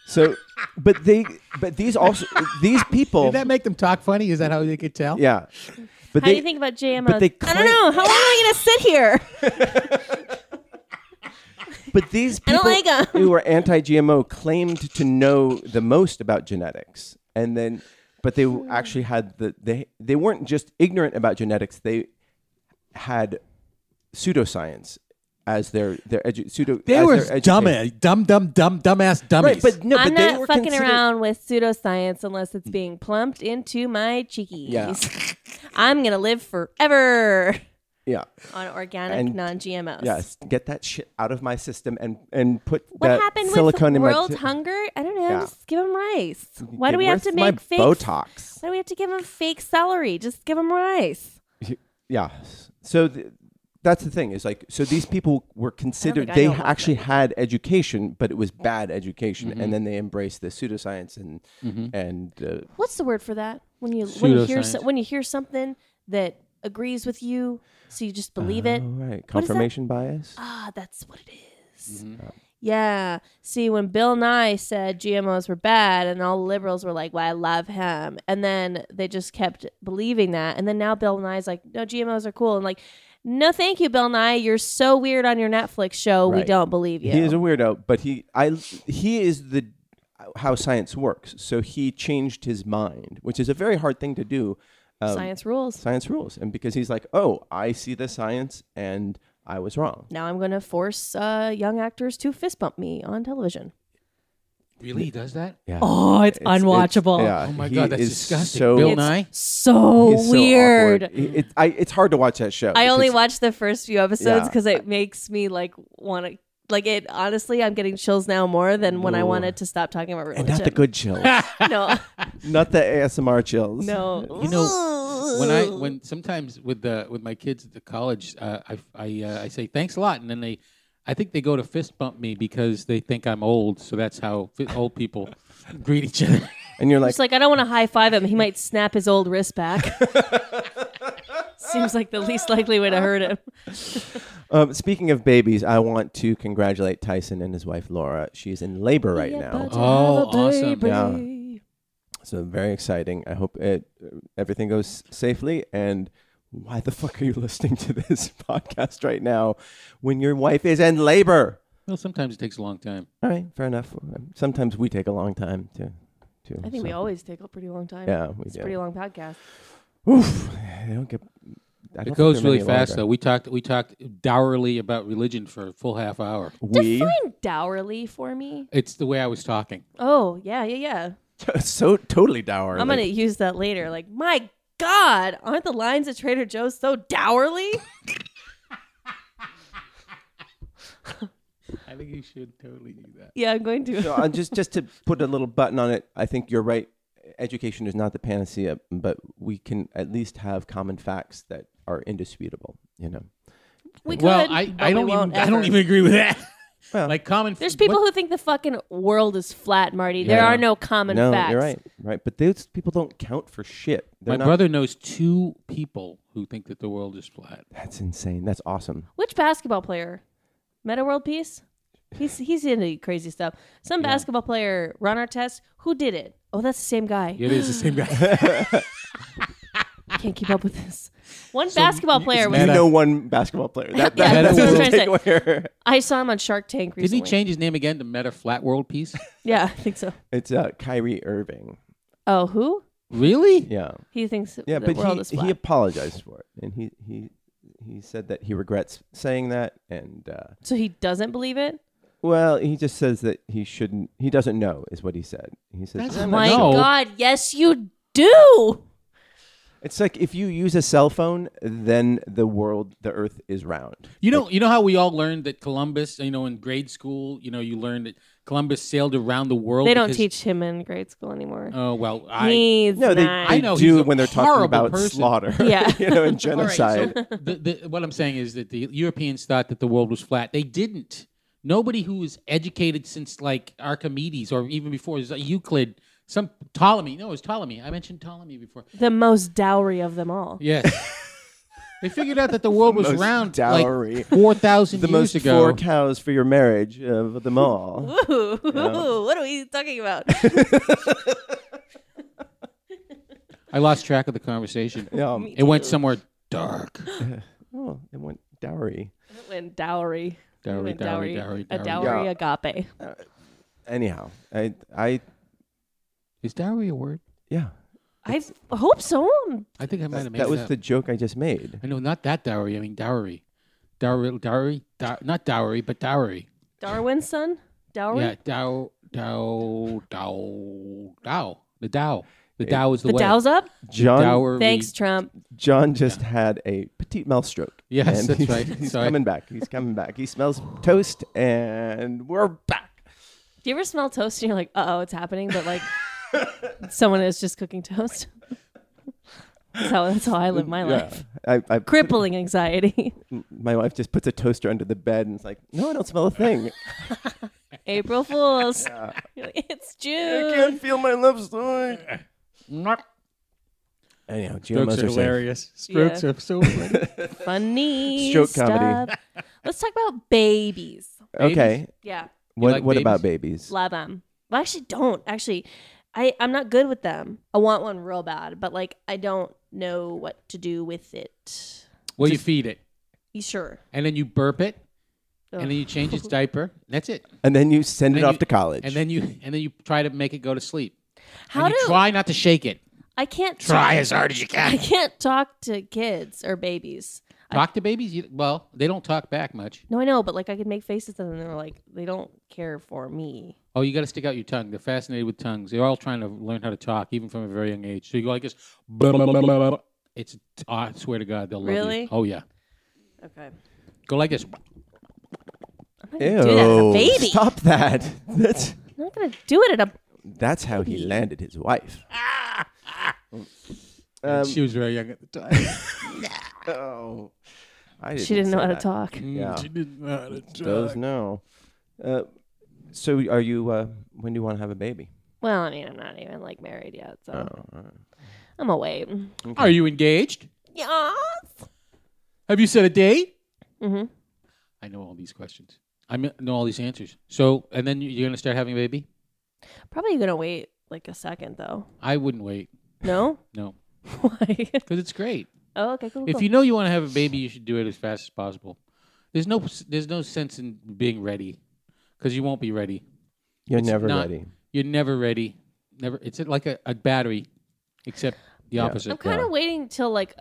B: So, but they, but these also these people,
E: Did that make them talk funny? Is that how they could tell?
B: yeah. But
D: How
B: they,
D: do you think about JMOs?
B: but they
D: I
B: claim-
D: don't know. How long am I going to sit here?
B: but these
D: I don't
B: people
D: like 'em.
B: who were anti-GMO claimed to know the most about genetics, and then, but they actually had the they they weren't just ignorant about genetics; they had pseudoscience as their their edu- pseudo.
E: They
B: as
E: were
B: their
E: dumb, eh?
B: education.
E: dumb, dumb, dumb, dumbass
B: Right,
E: dummies.
B: but no,
D: I'm
B: but they
D: not
B: were
D: fucking
B: considered-
D: around with pseudoscience unless it's being plumped into my cheekies.
B: Yeah.
D: I'm going to live forever
B: Yeah.
D: on organic,
B: And-
D: non-GMOs.
B: Yes, get that shit out of my system and and put
D: What
B: that
D: happened
B: silicone
D: with
B: in my
D: world
B: t-
D: hunger? I don't know.
B: Yeah.
D: Just give them rice. Why do
B: Yeah,
D: we have to
B: where's my
D: make fake?
B: Botox?
D: Why do we have to give them fake celery? Just give them rice.
B: Yeah. So th- that's the thing is like so these people were considered
D: think I
B: they
D: know about
B: actually had education but it was bad education
D: Mm-hmm.
B: and then they embraced the pseudoscience and and uh,
D: What's the word for that? When you when you hear so,
C: Pseudoscience.
D: when you hear something that agrees with you, so you just believe it.
B: all right
D: What is that?
B: confirmation bias.
D: Ah, that's what it is. Yeah. See, when Bill Nye said GMOs were bad, and all the liberals were like, "Well, I love him," and then they just kept believing that, and then now Bill Nye's like, "No, GMOs are cool," and like, "No, thank you, Bill Nye. You're so weird on your Netflix show. We
B: Right.
D: don't believe you."
B: He is a weirdo, but he I he is the how science works. So he changed his mind, which is a very hard thing to do. Um,
D: Science rules.
B: science rules and because he's like oh i see the science and i was wrong
D: now I'm going to force uh, young actors to fist bump me on television.
C: Really does that?
B: yeah
D: Oh, it's, unwatchable.
B: yeah,
C: Oh my
B: he
C: god, that's
B: is
C: disgusting.
B: so,
C: Bill
B: he's
C: Nye.
D: So
B: so
D: weird.
B: awkward. He- it- I- it's hard to watch that show
D: I only
B: because-
D: watch the first few episodes
B: Yeah.
D: because it makes me like want to. Like it, honestly, I'm getting chills now more than when I
B: Ooh.
D: wanted to stop talking about
B: and
D: religion.
B: not the good chills
D: no,
B: not the asmr chills
D: no.
C: You know, when I when sometimes with the with my kids at the college, uh, I I, uh, I say thanks a lot, and then they, I think they go to fist bump me because they think I'm old, so that's how fi- old people greet each other.
B: and you're like
D: It's like I don't want to high five him. He might snap his old wrist back. Seems like the least likely way to hurt him.
B: um, speaking of babies i want to congratulate tyson and his wife laura she's in labor right now
C: Oh, awesome.
B: Yeah. so very exciting i hope it everything goes safely and why the fuck are you listening to this podcast right now when your wife is in labor
C: well, sometimes it takes a long time.
B: All right, fair enough. Sometimes we take a long time to too.
D: I think we
B: so-
D: always take a pretty long time.
B: Yeah, we
D: It's
B: do.
D: a pretty long podcast.
B: Oof, I don't get. I don't
C: It
B: think there
C: goes
B: are
C: really
B: many
C: fast though.
B: longer.
C: We talked we talked dourly about religion for a full half hour.
B: We
D: Define dourly for me.
C: It's the way I was talking.
D: Oh, yeah, yeah, yeah.
B: so totally dour.
D: I'm going to use that later. Like, my God, aren't the lines at Trader Joe's so dourly?
C: I think you should totally do that.
D: yeah, I'm going to.
B: so uh, just just to put a little button on it, I think you're right. Education is not the panacea, but we can at least have common facts that are indisputable. You know,
D: We could.
C: Well, I,
D: but
C: I
D: we
C: don't even
D: won't
C: I don't
D: ever.
C: even agree with that.
B: Well,
C: like common
D: There's people
C: what-
D: who think the fucking world is flat, Marty. There
C: Yeah.
D: are no common
B: no,
D: facts.
B: you're right, right. But those people don't count for shit. They're
C: My
B: not-
C: brother knows two people who think that the world is flat.
B: That's insane. That's awesome.
D: Which basketball player? Meta World Peace? He's he's into crazy stuff. Some basketball player, Ron Artest, who did it? Oh, that's the same guy.
C: It is the same guy.
D: I can't keep up with this. One basketball player was
B: You know one basketball player. That,
D: Yeah,
B: that,
D: that's
B: that's
D: what I'm
B: the
D: trying
B: takeaway.
D: I saw him on Shark Tank
C: Didn't
D: recently.
C: he change his name again to Meta Flat World Peace?
D: Yeah, I think so.
B: It's uh, Kyrie Irving.
D: Oh, who?
C: really?
B: Yeah,
D: He thinks
B: yeah.
D: the
B: but
D: world
B: he
D: is flat.
B: he apologized for it, and he he he said that he regrets saying that, and uh,
D: so he doesn't believe it?
B: well, he just says that he shouldn't. He doesn't know, is what he said. He says
C: That's
B: "I'm not
D: My
B: sure."
C: No. Oh,
D: God, yes, you do.
B: It's like if you use a cell phone, then the world, the Earth is round.
C: You know, you know how we all learned that Columbus, you know, in grade school, you know, you learned that Columbus sailed around the world.
D: They don't
C: because-
D: teach him in grade school anymore.
C: Oh well, I.
D: He's
B: No, they,
D: not.
B: they
C: I know he's
B: do
C: a
B: when they're talking
C: horrible
B: about
C: person.
B: slaughter,
D: Yeah.
B: you know, and
C: All right,
B: genocide.
C: so the, the, what I'm saying is that the Europeans thought that the world was flat. They didn't. Nobody who was educated since like Archimedes or even before is Euclid, some Ptolemy. No, it was Ptolemy. I mentioned Ptolemy before.
D: the most dowry of them all.
C: Yes. they figured out that the world was
B: most
C: round
B: dowry.
C: like four thousand
B: the most
C: years ago.
B: four cows for your marriage of them all.
D: Ooh, what are we talking about?
C: I lost track of the conversation.
B: Um,
C: It went somewhere dark.
B: oh, it went dowry.
D: and dowry.
C: Dowry,
D: Went
C: dowry, dowry,
D: A
C: dowry.
D: dowry
B: Yeah.
D: agape.
B: Anyhow, I, I,
C: Is dowry a word?
B: yeah,
D: I hope so.
C: I think I might have made
B: that was
C: it up.
B: the joke I just made.
C: I know, not that dowry. I mean dowry, dowry, dowry, dow- not dowry, but dowry.
D: Darwin's son? Dowry?
C: Yeah, dow, dow, dow, dow. The dow. The dow is the,
D: the
C: way.
D: dow's up?
B: John,
C: Dowry.
D: Thanks, Trump.
B: John just had a petite mouth stroke.
C: Yes,
B: and
C: that's
B: he's,
C: right.
B: He's
C: Sorry.
B: coming back. He's coming back. He smells toast, and we're back.
D: Do you ever smell toast and you're like, uh oh, it's happening? But like, someone is just cooking toast. that's, how, that's how I live my life.
B: I, I,
D: Crippling anxiety.
B: my wife just puts a toaster under the bed and it's like, no, I don't smell a thing.
D: April Fools. You're like, it's
B: I
D: June.
B: can't feel my left side. Anyhow, GMOs are, safe.
D: Strokes Yeah.
E: are so funny.
D: Funny.
B: Stroke comedy.
D: stuff. Let's talk about babies.
B: Okay,
D: Yeah.
B: what
C: like
B: what
C: babies?
B: about babies?
D: love them. Well, I actually don't. Actually, I I'm not good with them. I want one real bad, but like I don't know what to do with it.
C: Well, you feed it,
D: You sure?
C: and then you burp it, and
D: Ugh.
C: then you change its diaper. That's it.
B: And then you send it
C: then
B: off
C: you-
B: to college.
C: And then you and then you try to make it go to sleep.
D: How
C: and
D: do
C: you try not to shake it.
D: I can't
C: Try
D: talk-
C: as hard as you
D: I
C: can.
D: can't talk to kids or babies.
C: Talk to babies. You, well, they don't talk back much.
D: No, I know, but like I could make faces at them, and they're like they don't care for me.
C: Oh, you got to stick out your tongue. They're fascinated with tongues. They're all trying to learn how to talk, even from a very young age. So you go like this. blah, blah, blah, blah, blah. It's. oh, I swear to God, they'll love you.
D: Really?
C: Oh yeah.
D: Okay, I'm
C: Go like this.
D: not gonna do that at a
B: Ew,
D: baby.
B: Stop that. That's
D: I'm not gonna do it at a.
B: that's how he landed his wife. Um,
C: she was very young at the time.
B: oh, I didn't
D: Ah. She didn't know
B: say
D: how to
B: that.
D: talk.
C: Mm.
B: Yeah.
C: She didn't know how to talk.
B: Those no. Uh, so are you? Uh, when do you want to have a baby?
D: Well, I mean, I'm not even like married yet, so
C: Oh,
D: I'm gonna wait.
C: Are you engaged?
D: Yes.
C: Have you set a date?
D: Mhm.
C: I know all these questions. I kn- know all these answers. So, and then you- you're gonna start having a baby?
D: Probably gonna wait like a second though.
C: I wouldn't wait.
D: No?
C: No,
D: Why?
C: because it's great.
D: oh, okay, cool.
C: If you know you want to have a baby, you should do it as fast as possible. There's no there's no sense in being ready, because you won't be ready.
B: You're
C: It's
B: never
C: not-
B: ready.
C: You're never ready. Never. It's like a, a battery, except the opposite.
D: I'm kind of waiting till like,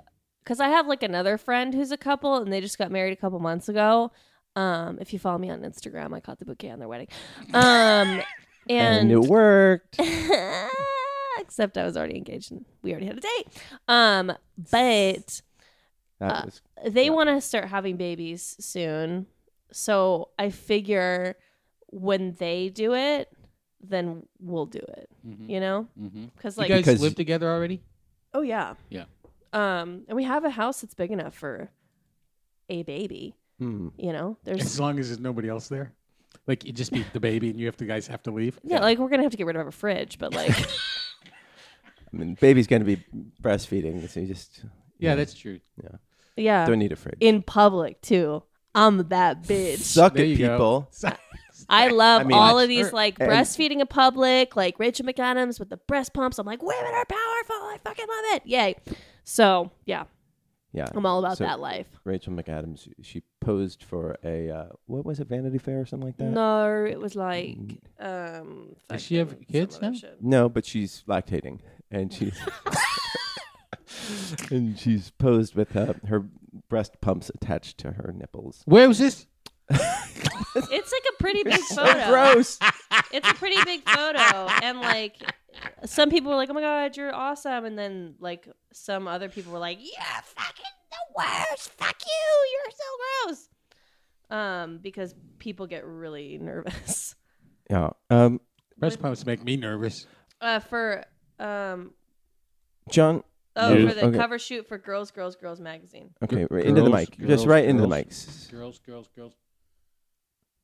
D: because I have like another friend who's a couple and they just got married a couple months ago. Um, if you follow me on Instagram, I caught the bouquet on their wedding. Um,
B: And,
D: and Uh,
B: it worked.
D: except I was already engaged and we already had a date. Um, but
B: That was
D: they want to start having babies soon. So I figure when they do it, then we'll do it, you know?
C: hmm
D: Because
C: You
D: like,
C: guys
B: Mm-hmm. Because-
C: live together already?
D: oh yeah.
C: Yeah.
D: Um, and we have a house that's big enough for a baby,
B: hmm.
D: you know?
E: As
D: There's,
E: long as there's nobody else there. Like you just be the baby and you have to guys have to leave.
D: yeah, like we're going to have to get rid of our fridge, but like,
B: I mean, baby's going to be breastfeeding, so you just
C: Yeah, that's true.
D: yeah,
B: don't need a fridge.
D: in public too. I'm that bitch.
B: Suck
C: There
B: it,
C: you go.
B: people.
D: I love
B: I mean,
D: all of
B: like,
D: these
C: er-
D: like
B: and-
D: breastfeeding in public, like Rachel McAdams with the breast pumps. I'm like, women are powerful. I fucking love it. Yay. So yeah,
B: Yeah.
D: I'm all about
B: So-
D: that life.
B: Rachel McAdams, she posed for a, uh, what was it, Vanity Fair or something like that?
D: No, it was like um
C: Does she have
D: fucking
C: kids
D: some other
C: now?
D: shit.
B: No, but she's lactating, and she's and she's posed with uh, her breast pumps attached to her nipples.
C: Where was this?
D: It's like a pretty big photo.
B: Oh, Gross.
D: It's a pretty big photo. And like some people were like, Oh my god, you're awesome and then like some other people were like, Yeah, fucking the worst. Fuck you, you're so gross. Um, because people get really nervous.
B: yeah. Um,
E: Breast pumps make me nervous.
D: Uh, for um,
B: John.
D: oh,
C: Yeah.
D: for the
B: Okay.
D: cover shoot for Girls, Girls, Girls magazine.
B: Okay,
C: Gir-
B: right into the
C: girls,
B: mic. Just
C: girls,
B: right into the
C: girls.
B: mics.
C: Girls, girls, girls.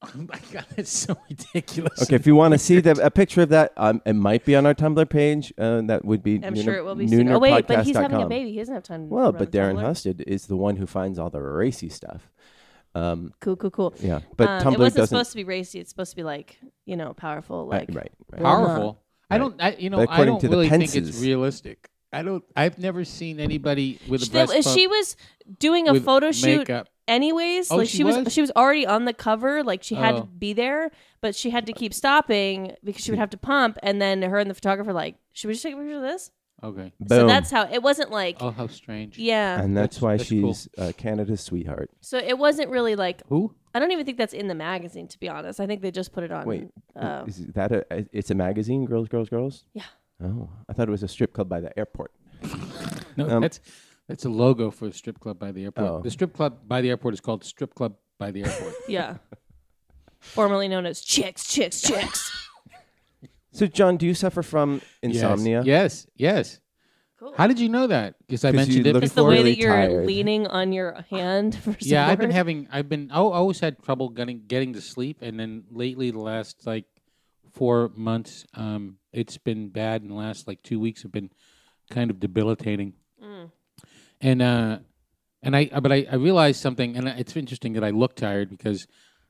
E: Oh my god, that's so ridiculous.
B: Okay, if you want to see the, a picture of that, um, it might be on our Tumblr page. Uh, that would be.
D: I'm
B: Nooner-
D: sure it will be soon. Oh wait, but he's having a
B: noonerpodcast.com.
D: baby. He doesn't have time. to
B: Well,
D: run
B: but
D: a
B: Darren
D: Tumblr.
B: Husted is the one who finds all the racy stuff. Um,
D: Cool, cool, cool.
B: yeah, but
D: um,
B: Tumblr
D: it wasn't
B: doesn't.
D: supposed to be racy. It's supposed to be like you know powerful,
B: Right,
D: like
B: right, right.
D: Well,
C: Powerful. I don't. I, you know,
B: But
C: I
B: according
C: don't
B: to the
C: really think it's
B: Pences-
C: realistic. I don't. I've never seen anybody with a
D: She,
C: breast pump
D: she was doing a
C: with
D: photo shoot
C: makeup.
D: anyways.
C: Oh,
D: like
C: she
D: she, was,
C: was?
D: she was already on the cover. Like she had
C: Oh.
D: to be there, but she had to keep stopping because she would have to pump. And then her and the photographer like, should we just take a picture of this?
C: Okay.
B: Boom.
D: So that's uh, how it wasn't like
C: Oh, how strange.
D: yeah.
B: and that's,
C: That's-
B: why
C: that's cool.
B: she's uh, Canada's sweetheart.
D: So it wasn't really like
C: Who?
D: I don't even think that's in the magazine, to be honest. I think they just put it on.
B: Wait,
D: um,
B: is that a? i- It's a magazine, Girls, Girls, Girls.
D: Yeah.
B: Oh, I thought it was a strip club by the airport.
C: No,
B: Um,
C: that's that's a logo for a strip club by the airport.
B: Oh.
C: The strip club by the airport is called strip club by the airport.
D: yeah. Formerly known as chicks, chicks, chicks.
B: So, John, do you suffer from insomnia?
C: Yes. Yes.
D: Cool.
C: How did you know that? Because I
B: 'Cause you
C: mentioned it
B: look
D: It's the
C: before.
D: way
B: really
D: that you're
B: tired.
D: leaning on your hand for support.
C: yeah, I've been having. I've been. I always had trouble getting getting to sleep, and then lately, the last like four months, um, it's been bad. And the last like two weeks have been kind of debilitating. And uh, and I uh, but I, I realized something, and uh, it's interesting that I look tired because,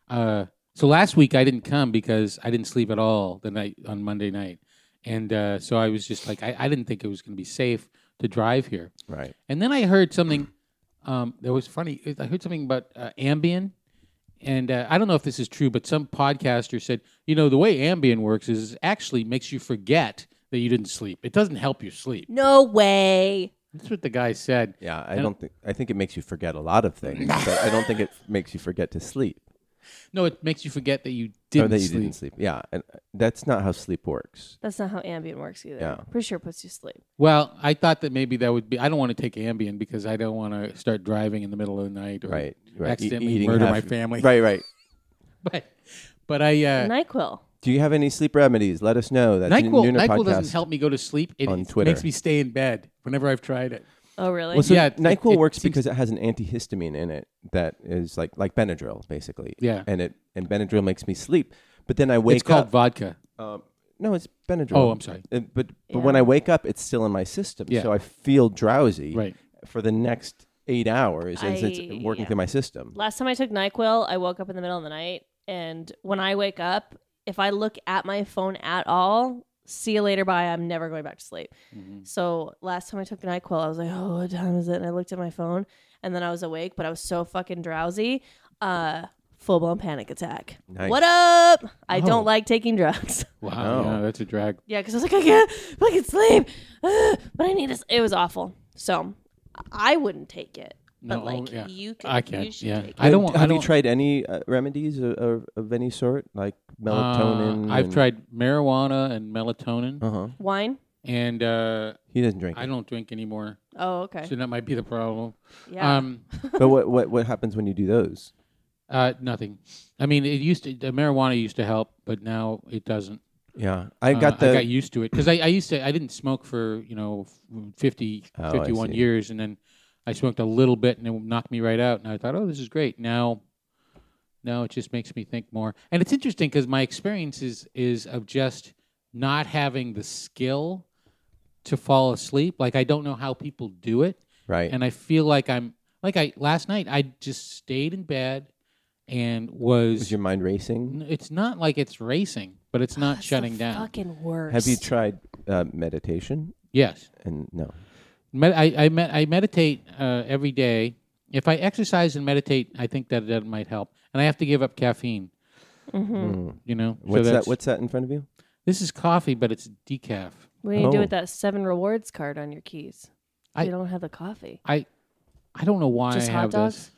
C: uh, so last week I didn't come because I didn't sleep at all the night on Monday night, and uh, so I was just like I, I didn't think it was going to be safe to drive here.
B: Right.
C: And then I heard something um, that was funny. I heard something about uh, Ambien. And uh, I don't know if this is true, but some podcaster said, you know, the way Ambien works is it actually makes you forget that you didn't sleep. It doesn't help you sleep.
D: No way.
C: That's what the guy said.
B: Yeah, I
C: And-
B: don't think. I think it makes you forget a lot of things, but I don't think it makes you forget to sleep
C: No, it makes you forget that you
B: or
C: didn't
B: that you
C: sleep.
B: didn't sleep. Yeah, and uh, that's not how sleep works.
D: That's not how Ambien works either.
B: Yeah.
D: Pretty sure it puts you to sleep.
C: Well, I thought that maybe that would be. I don't want to take Ambien because I don't want to start driving in the middle of the night or
B: Right. right. E-
C: accidentally
B: eating
C: murder
B: half-
C: my family.
B: Right. Right.
C: But, but I. Uh,
D: NyQuil.
B: Do you have any sleep remedies? Let us know. That's
C: NyQuil,
B: Nooner Podcast.
C: NyQuil doesn't help me go to sleep. It,
B: on
C: it
B: Twitter.
C: makes me stay in bed whenever I've tried it.
D: Oh, really?
B: Well, so
C: Yeah, it-
B: Nyquil
C: it
B: works
C: seems-
B: because it has an antihistamine in it that is like like Benadryl, basically.
C: Yeah.
B: And it and Benadryl makes me sleep, but then I wake
C: it's called
B: up.
C: vodka.
B: um, no, it's Benadryl.
C: Oh, I'm sorry.
B: Uh, but but when I wake up, it's still in my system,
C: Yeah.
B: so I feel drowsy
C: Right.
B: for the next eight hours as
D: I-
B: it's working
D: yeah.
B: through my system.
D: Last time I took NyQuil, I woke up in the middle of the night. And when I wake up, if I look at my phone at all, see you later, bye. I'm never going back to sleep.
C: Mm-hmm.
D: So last time I took NyQuil, I was like, oh, what time is it? And I looked at my phone and then I was awake, but I was so fucking drowsy. Uh, full blown panic attack.
B: Nice.
D: What up? I
C: Oh.
D: don't like taking drugs.
C: Wow,
B: Oh.
C: yeah, that's a drag.
D: yeah, because I was like, I can't fucking sleep, Ugh, but I need this. It was awful. So I wouldn't take it, but
C: No, oh,
D: like
C: yeah.
D: you, can,
C: I
D: You
C: can't.
D: should
C: Yeah,
D: take it.
C: I don't.
B: Have
C: I don't,
B: you tried any uh, remedies of, of, of any sort, like melatonin?
C: Uh, I've tried marijuana and melatonin,
B: Uh huh.
D: Wine?
C: and uh,
B: He doesn't drink.
C: I
B: it.
C: don't drink anymore,
D: Oh, okay.
C: so that might be the problem.
D: Yeah.
C: Um,
B: but what, what what happens when you do those?
C: uh, nothing. I mean, it used to. The marijuana used to help, but now it doesn't.
B: Yeah, I
C: Uh,
B: got the.
C: I got used to it because I, I used to. I didn't smoke for you know f- 50,
B: Oh, I
C: 51
B: see.
C: years, and then I smoked a little bit, and it knocked me right out. And I thought, oh, this is great. Now, now it just makes me think more. And it's interesting because my experience is is of just not having the skill to fall asleep. Like I don't know how people do it
B: right.
C: and I feel like I'm like I last night I just stayed in bed and was,
B: Is your mind racing?
C: n- it's not like it's racing, but it's not
D: Oh, That's the
C: shutting down.
D: Fucking worst.
B: Have you tried uh, meditation?
C: Yes.
B: And no.
C: Med- I I, med- I meditate uh, every day. If I exercise and meditate, I think that that might help. And I have to give up caffeine,
D: Mhm.
C: you know. So
B: Hmm. What's that?
C: that's-
B: What's that in front of you?
C: this is coffee, but it's decaf.
D: What do you do
B: Oh.
D: with that seven rewards card on your keys?
C: I-
D: you don't have the coffee.
C: I I don't know why
D: Just
C: I
D: hot
C: have
D: dogs?
C: this.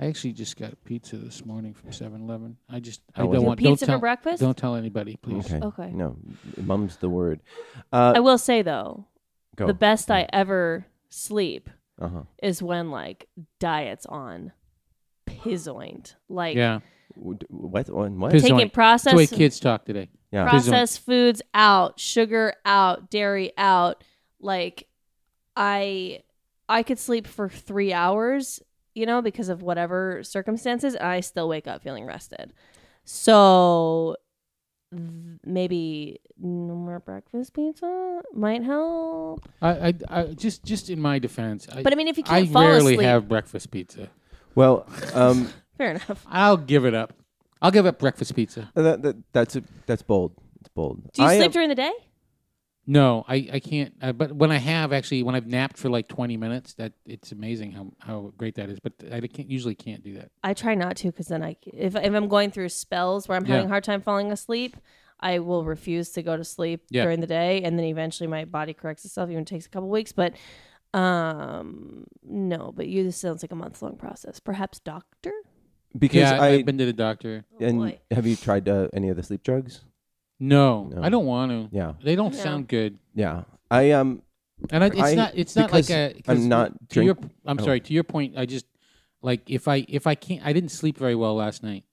C: I actually just got pizza this morning from 7-Eleven. I just I
B: How Oh, was
C: don't
B: it?
C: want
D: Pizza
C: don't
D: for
C: tell
D: breakfast?
C: don't tell anybody, please.
B: Okay.
D: Okay.
B: No, mum's the word. Uh,
D: I will say though,
B: go.
D: the best I ever sleep
B: Uh huh.
D: is when like diets on pizzoint. Like
C: Yeah.
B: What on what?
C: Piz-
D: taking
C: Pizzoint.
D: processed
C: That's the way kids talk today.
B: Yeah.
C: Pizzoint.
D: processed foods out, sugar out, dairy out. Like I I could sleep for 3 hours, you know, because of whatever circumstances, and I still wake up feeling rested. So th- maybe no more breakfast pizza might help.
C: I, I, I just, just in my defense, I,
D: But I mean if you
C: I
D: can't fall
C: rarely
D: asleep,
C: have breakfast pizza.
B: Well, um,
D: fair enough.
C: I'll give it up. I'll give up breakfast pizza.
B: that, that, that's a, that's bold. It's bold.
D: Do you
B: I
D: sleep
B: am-
D: during the day?
C: No, I, I can't. Uh, but when I have actually, when I've napped for like twenty minutes, that it's amazing how, how great that is. But I can't, usually can't do that.
D: I try not to because then I if if I'm going through spells where I'm
C: Yeah.
D: having a hard time falling asleep, I will refuse to go to sleep
C: Yeah.
D: during the day, and then eventually my body corrects itself. Even takes a couple weeks, but um no. But you this sounds like a month long process. Perhaps doctor.
B: because
C: Yeah, I,
B: I
C: have been to the doctor.
D: Oh,
B: and
D: boy.
B: have you tried uh, any of the sleep drugs?
C: No,
B: No.
C: I don't want to.
B: Yeah.
C: They don't
D: No.
C: sound good.
B: Yeah. I um
C: And I, it's
B: I-
C: not. It's not like
B: because
C: a. 'cause
B: I'm not
C: To your,
B: drink.
C: I'm
B: oh.
C: sorry. To your point, I just like if I if I can't. I didn't sleep very well last night.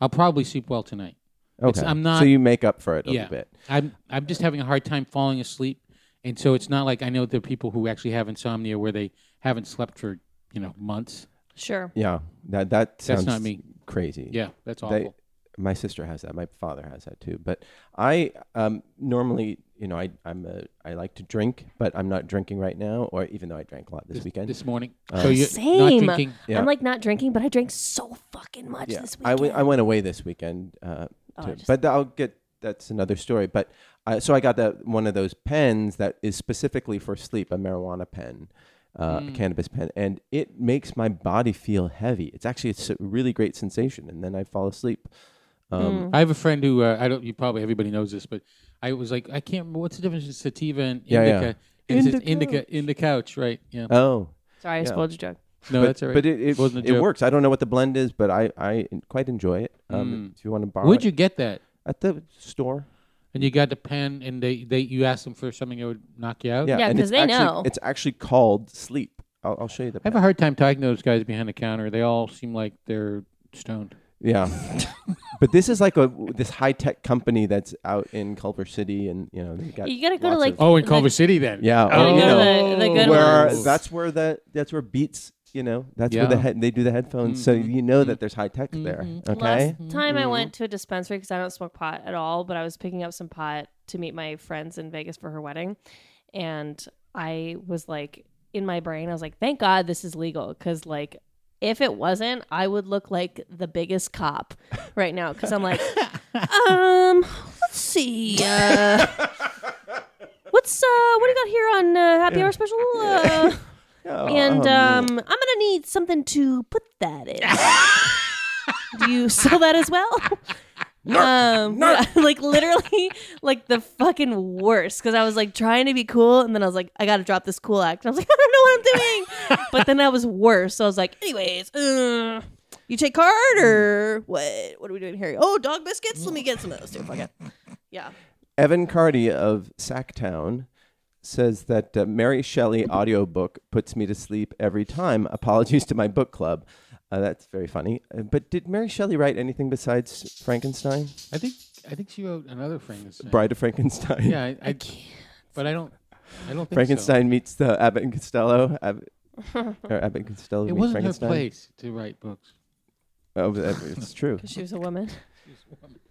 C: I'll probably sleep well tonight.
B: Okay.
C: I'm not-
B: So you make up for it a
C: Yeah.
B: little bit.
C: I'm I'm just having a hard time falling asleep, and so it's not like I know there are people who actually have insomnia where they haven't slept for you know months.
D: Sure.
B: Yeah. That that sounds
C: That's not me.
B: crazy.
C: Yeah, that's awful.
B: They- my sister has that. My father has that too. But I um, normally, you know, I I'm a, I like to drink, but I'm not drinking right now. Or even though I drank a lot this, weekend. Uh,
C: this morning, so you're
D: Same.
C: not drinking.
B: Yeah.
D: I'm like not drinking, but I drank so fucking much
B: yeah,
D: this weekend.
B: I went- I went away this weekend. Uh,
D: Oh,
B: to-
D: I just-
B: but I'll get that's another story. But uh, so I got that one of those pens that is specifically for sleep, a marijuana pen, uh,
D: Mm.
B: a cannabis pen, and it makes my body feel heavy. It's actually it's a really great sensation, and then I fall asleep.
D: Mm.
B: Um,
C: I have a friend who uh, I don't. You probably everybody knows this, but I was like, I can't remember what's the difference between sativa and
B: Yeah,
C: indica.
B: yeah.
C: And it says
B: Indica.
C: indica in the couch, right? Yeah.
B: Oh,
D: Sorry, I
B: yeah.
D: spoiled your joke.
C: no,
B: but,
C: that's all right.
B: But it, it,
C: Wasn't a
B: it
C: joke.
B: works. I don't know what the blend is, but I, I quite enjoy it. Um, If you want to borrow
C: Where'd
B: it
C: Mm. you get that?
B: at the store.
C: And you got the pen, and they, they you asked them for something that would knock you out.
B: Yeah,
D: Yeah,
B: and
D: 'cause
B: it's
D: they
B: actually,
D: know.
B: It's actually called Sleep. I'll, I'll show you the
C: I have
B: pen.
C: a hard time talking to those guys behind the counter. They all seem like they're stoned.
B: yeah. but this is like a this high tech company that's out in Culver City and you know they got
D: You gotta go to,
B: lots
D: like,
B: of-
C: Oh, in
D: Like-
C: Culver City then.
B: Yeah,
C: Oh,
B: or,
D: You
B: you
D: go
B: know,
D: to the, the good
B: where
D: ones.
B: that's where the that's where Beats you know that's where
C: Yeah. Mm-hmm.
B: the head they do the headphones so you know
D: Mm-hmm.
B: that there's high tech there okay
D: Last time I went to a dispensary because I don't smoke pot at all, but I was picking up some pot to meet my friends in Vegas for her wedding. And I was like, in my brain, I was like, thank God this is legal. Because, like, if it wasn't, I would look like the biggest cop right now. Because I'm like, um, let's see. Uh, what's, uh, what do you got here on uh, Happy Hour Special? Uh,
B: Yeah,
D: and
B: um,
D: um, I'm gonna need something to put that in. Do you sell that as well? um, like literally, like the fucking worst. Because I was like trying to be cool, and then I was like, I gotta drop this cool act. And I was like, I don't know what I'm doing. but then I was worse. So I was like, anyways, uh, you take card or what? What are we doing here? Oh, dog biscuits. Let me get some of those too. Fuck it. Yeah.
B: Evan Cardy of Sacktown says that uh, Mary Shelley audiobook puts me to sleep every time. Apologies to my book club. Uh, that's very funny. Uh, but did Mary Shelley write anything besides Frankenstein?
C: I think I think she wrote another Frankenstein.
B: Bride of Frankenstein.
C: Yeah, I, I can't. But I don't. I don't think
B: Frankenstein meets the Abbott and Costello. Abbott, or Abbott and Costello
C: So. It
B: meet
C: wasn't her
B: Frankenstein.
C: place to write books.
B: Oh, that- it's true.
D: Because she was a woman.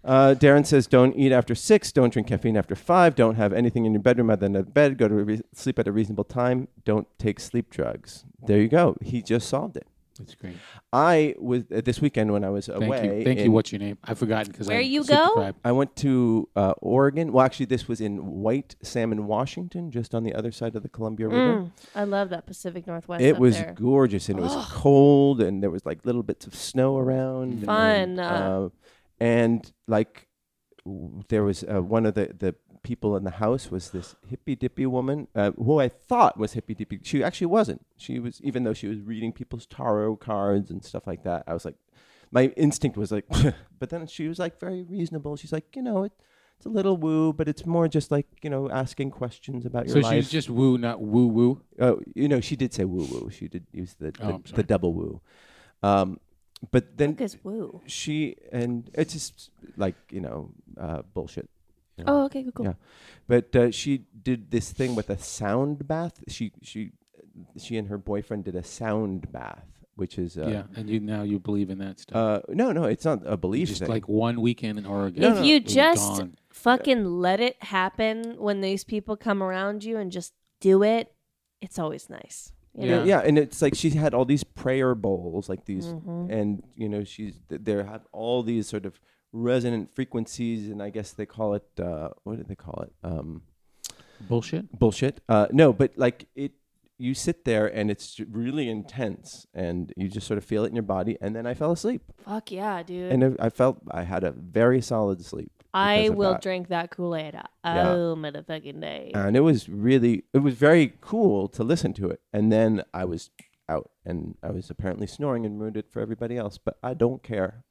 B: Uh, Darren says, "Don't eat after six. Don't drink caffeine after five. Don't have anything in your bedroom other than a bed. Go to re- sleep at a reasonable time. Don't take sleep drugs." There you go. He just solved it.
C: That's great.
B: I was uh, this weekend when I was
C: Thank
B: away.
C: you. Thank you.
B: in-
C: What's your name? I've forgotten because
D: Where
C: I
D: you go?
C: subscribe.
B: I went to uh, Oregon. Well, actually, this was in White Salmon, Washington, just on the other side of the Columbia
D: Mm.
B: River.
D: I love that Pacific Northwest.
B: Mm-hmm. It
D: up
B: was
D: there.
B: gorgeous, and it was cold, and there was like little bits of snow around.
D: Fun.
B: and, uh, and like w- there was uh, one of the the people in the house was this hippy dippy woman uh, who I thought was hippy dippy. She actually wasn't. She was even though she was reading people's tarot cards and stuff like that. I was like, my instinct was like, but then she was like very reasonable. She's like, you know, it, it's a little woo, but it's more just like you know asking questions about your
C: So
B: life.
C: she's just woo, not woo woo.
B: Oh, you know, she did say woo woo. She did use the
C: Oh,
B: the,
C: I'm sorry.
B: the double woo. Um, but then
D: Because woo.
B: she and it's just like you know uh, bullshit.
D: Oh, okay, cool. cool.
B: Yeah, but uh, she did this thing with a sound bath. She she she and her boyfriend did a sound bath, which is uh,
C: yeah, and you now you believe in that stuff.
B: Uh, no, no, it's not a belief
C: just
B: thing.
C: like one weekend in Oregon.
D: if you
C: it was
D: just
C: gone.
D: fucking let it happen when these people come around you and just do it, it's always nice. You
B: yeah.
D: know?
B: yeah, and it's like she had all these prayer bowls, like these,
D: Mm-hmm.
B: and you know she's th- there have all these sort of resonant frequencies, and I guess they call it uh, what do they call it? Um,
C: bullshit.
B: bullshit. Uh, no, but like it, you sit there and it's j- really intense, and you just sort of feel it in your body, and then I fell asleep,
D: Fuck yeah, dude.
B: and I, I felt I had a very solid sleep.
D: I
B: because of
D: will
B: that.
D: drink that Kool Aid.
B: Yeah.
D: Oh, motherfucking day.
B: and it was really it was very cool to listen to it and then i was out and i was apparently snoring and ruined it for everybody else but i don't care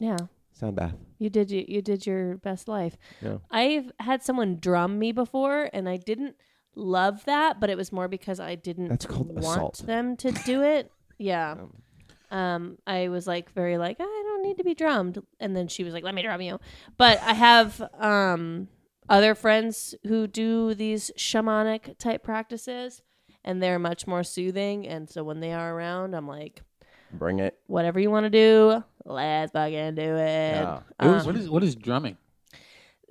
D: yeah.
B: sound bath
D: You did you, you did your best life.
B: Yeah.
D: I've had someone drum me before and I didn't love that, but it was more because I didn't
B: That's called
D: want
B: assault.
D: them to do it. Yeah. Um I was like very like, I don't need to be drummed and then she was like, Let me drum you. But I have um other friends who do these shamanic type practices and they're much more soothing and so when they are around I'm like,
B: bring it
D: Whatever you want to do, let's fucking do it.
B: Yeah.
C: It
D: Um,
C: was- what is what is drumming?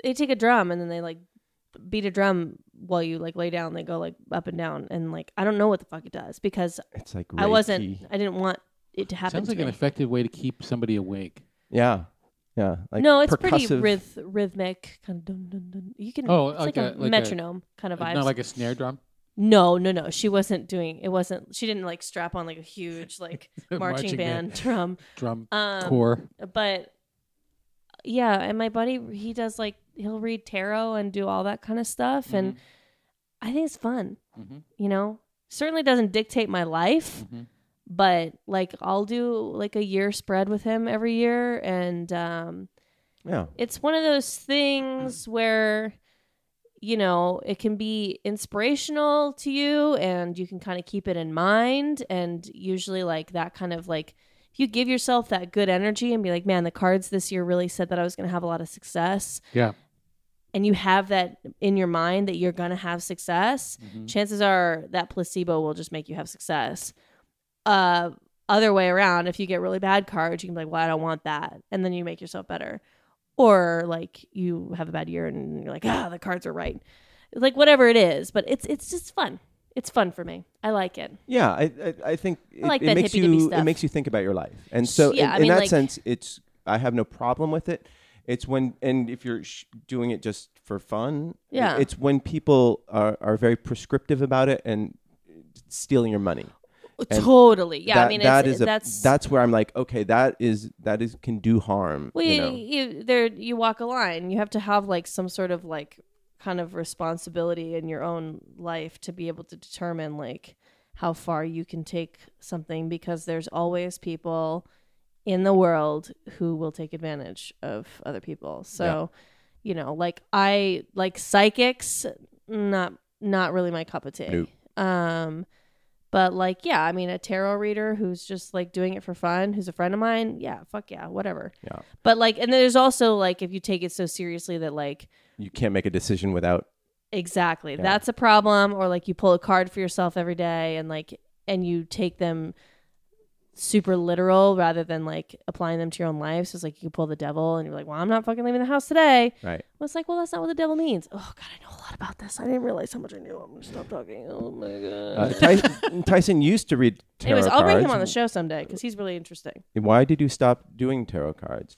D: they take a drum and then they like beat a drum while you like lay down. They go like up and down and like I don't know what the fuck it does because
B: it's like
D: I wasn't.
B: Reiki.
D: I didn't want it to happen.
C: Sounds
D: to
C: like an
D: me.
C: effective way to keep somebody awake.
B: yeah yeah like
D: no, it's pretty
B: percussive-
D: rhyth- rhythmic kind of dun, dun, dun. you can
C: Oh,
D: it's
C: like
D: like,
C: a-
D: a,
C: like a-
D: metronome kind of vibes.
C: Not like a snare drum.
D: no, no, no. She wasn't doing it wasn't she didn't like strap on like a huge like marching,
C: Marching
D: band
C: band.
D: drum.
C: Drum
D: Um
C: core.
D: but yeah and my buddy he does like he'll read tarot and do all that kind of stuff and
C: Mm-hmm.
D: i think it's fun
C: Mhm.
D: you know certainly doesn't dictate my life
C: Mhm.
D: but like i'll do like a year spread with him every year and um
B: yeah
D: it's one of those things where you know it can be inspirational to you and you can kind of keep it in mind and usually like that kind of like if you give yourself that good energy and be like man the cards this year really said that i was going to have a lot of success
C: Yeah.
D: and you have that in your mind that you're going to have success
C: Mm-hmm.
D: chances are that placebo will just make you have success uh other way around if you get really bad cards you can be like well i don't want that and then you make yourself better or like you have a bad year and you're like ah the cards are right like whatever it is but it's it's just fun it's fun for me i like it
B: yeah i i, I think it,
D: like
B: it
D: that
B: makes
D: hippy-dippy
B: you
D: stuff.
B: it makes you think about your life and so
D: Yeah,
B: in,
D: I
B: in
D: mean,
B: that
D: like-
B: sense it's i have no problem with it it's when and if you're sh- doing it just for fun
D: Yeah.
B: it's when people are, are very prescriptive about it and stealing your money And
D: totally. Yeah, I mean,
B: that
D: it's,
B: is a-
D: that's
B: that's where I'm like, okay, that is that is can do harm.
D: Well,
B: you
D: you,
B: know?
D: you there you walk a line. You have to have like some sort of like kind of responsibility in your own life to be able to determine like how far you can take something because there's always people in the world who will take advantage of other people. So, you know, like I like psychics not not really my cup of tea.
B: Nope.
D: Um but like yeah, I mean a tarot reader who's just like doing it for fun, who's a friend of mine, yeah, fuck yeah, whatever.
B: Yeah.
D: But like and there's also like if you take it so seriously that like
B: you can't make a decision without
D: exactly, that's a problem or like you pull a card for yourself every day and like and you take them super literal rather than like applying them to your own life. So it's like you pull the devil and you're like, "Well, I'm not fucking leaving the house today."
B: right.
D: Well, it's like, well, that's not what the devil means. Oh God, I know a lot about this. I didn't realize how much I knew. I'm gonna stop talking. Oh my
B: Uh,
D: God.
B: Tyson, Tyson used to read tarot
D: Anyways, I'll bring him
B: cards.
D: on the show someday because he's really interesting.
B: Why did you stop doing tarot cards?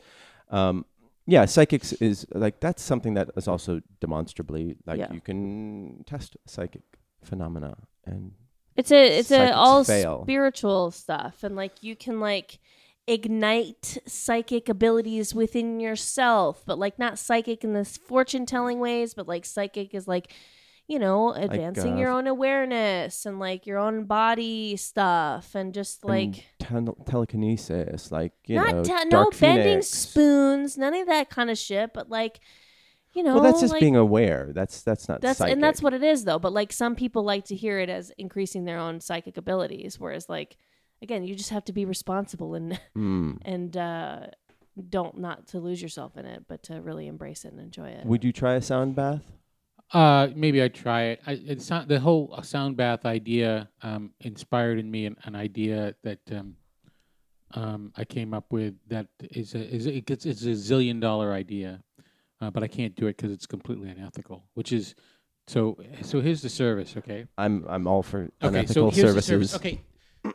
B: Um, yeah, psychics is like that's something that is also demonstrably like
D: Yeah.
B: you can test psychic phenomena and
D: It's a it's
B: Psychics
D: a all
B: fail.
D: spiritual stuff, and like you can like ignite psychic abilities within yourself, but like not psychic in this fortune telling ways, but like psychic is like you know advancing
B: uh,
D: your own awareness and like your own body stuff and just like.
B: and tel- telekinesis, like you
D: not
B: know,
D: te-
B: Dark
D: no bending
B: Phoenix.
D: spoons, none of that kind of shit. But like, you know,
B: Well, that's just
D: like,
B: being aware. That's that's not
D: that's
B: psychic.
D: and that's what it is though. But like, some people like to hear it as increasing their own psychic abilities, whereas like, again, you just have to be responsible and
B: Mm.
D: and uh, don't not to lose yourself in it, but to really embrace it and enjoy it.
B: Would you try a sound bath?
C: Uh, maybe I try it. I, it's not the whole uh, sound bath idea um, inspired in me an, an idea that um, um, I came up with that is a is a, it's, it's a zillion dollar idea, uh, but I can't do it because it's completely unethical. Which is so so. Here's the service, okay?
B: I'm I'm all for
C: Okay,
B: unethical
C: so here's the
B: services.
C: service. Okay,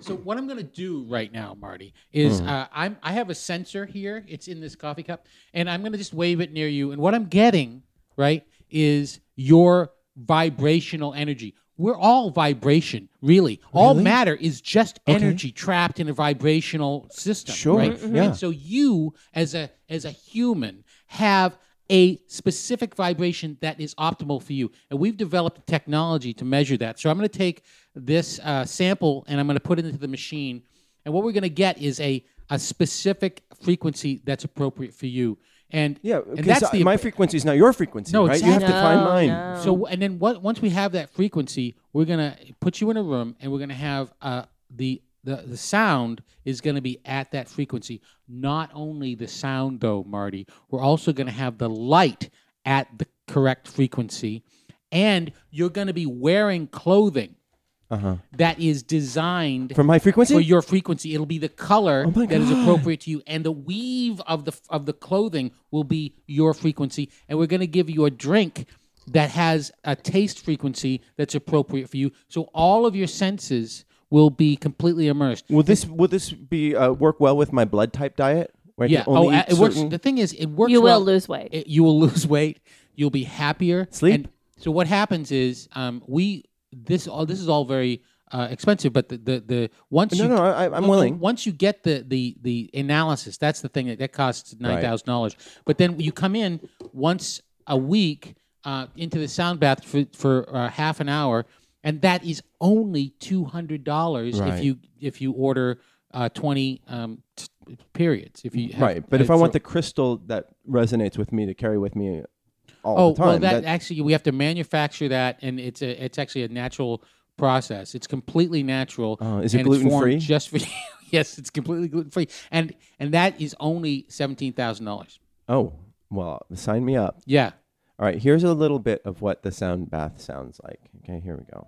C: so what I'm gonna do right now, Marty,
B: Hmm.
C: is uh, I'm I have a sensor here. It's in this coffee cup, and I'm gonna just wave it near you. And what I'm getting right is your vibrational energy. We're all vibration, really. All matter is just energy trapped in a vibrational system.
B: Sure,
C: Right?
B: mhm. yeah.
C: And so you, as a as a human, have a specific vibration that is optimal for you. And we've developed technology to measure that. So I'm going to take this uh, sample and I'm going to put it into the machine. And what we're going to get is a, a specific frequency that's appropriate for you. And
B: Yeah,
C: and
B: because
C: that's the
B: my frequency is not your frequency,
C: No,
B: right? You have to
D: exactly.
B: find
D: No,
B: mine.
D: no.
C: so and then what, once we have that frequency, we're gonna put you in a room and we're gonna have uh, the the the sound is gonna be at that frequency. Not only the sound though, Marty, we're also gonna have the light at the correct frequency, and you're gonna be wearing clothing that is designed
B: For my frequency? Oh
C: for your frequency. It'll be the color
B: my
C: that is
B: God.
C: appropriate to you, and the weave of the of the clothing will be your frequency. And we're going to give you a drink that has a taste frequency that's appropriate for you. So all of your senses will be completely immersed.
B: Will this will this be uh, work well with my blood type diet? Where I
C: Yeah.
B: can
C: Oh,
B: only
C: uh,
B: eat
C: it works.
B: certain-
C: The thing is, it works.
D: you
C: well-
D: will lose weight.
C: it- you will lose weight. You'll be happier.
B: Sleep.
C: And so what happens is, um, we this all this is all very uh, expensive, but the the, the once
B: No,
C: you oh,
B: no, I- I'm willing.
C: Once you get the the the analysis, that's the thing that that costs nine thousand dollars. But then you come in once a week uh, into the sound bath for for uh, half an hour, and that is only two hundred dollars if
B: Right.
C: you if you order uh, twenty um, t- periods. If you have,
B: right, but if
C: uh,
B: I
C: so-
B: want the crystal that resonates with me to carry with me all
C: oh
B: the time,
C: well, that,
B: that-
C: actually we have to manufacture that, and it's a it's actually a natural process. It's completely natural.
B: Oh, is it
C: and it's formed
B: gluten-free?
C: Just for you. yes, it's completely gluten free, and and that is only seventeen thousand dollars.
B: oh well, sign me up.
C: Yeah.
B: All right, here's a little bit of what the sound bath sounds like. Okay, here we go.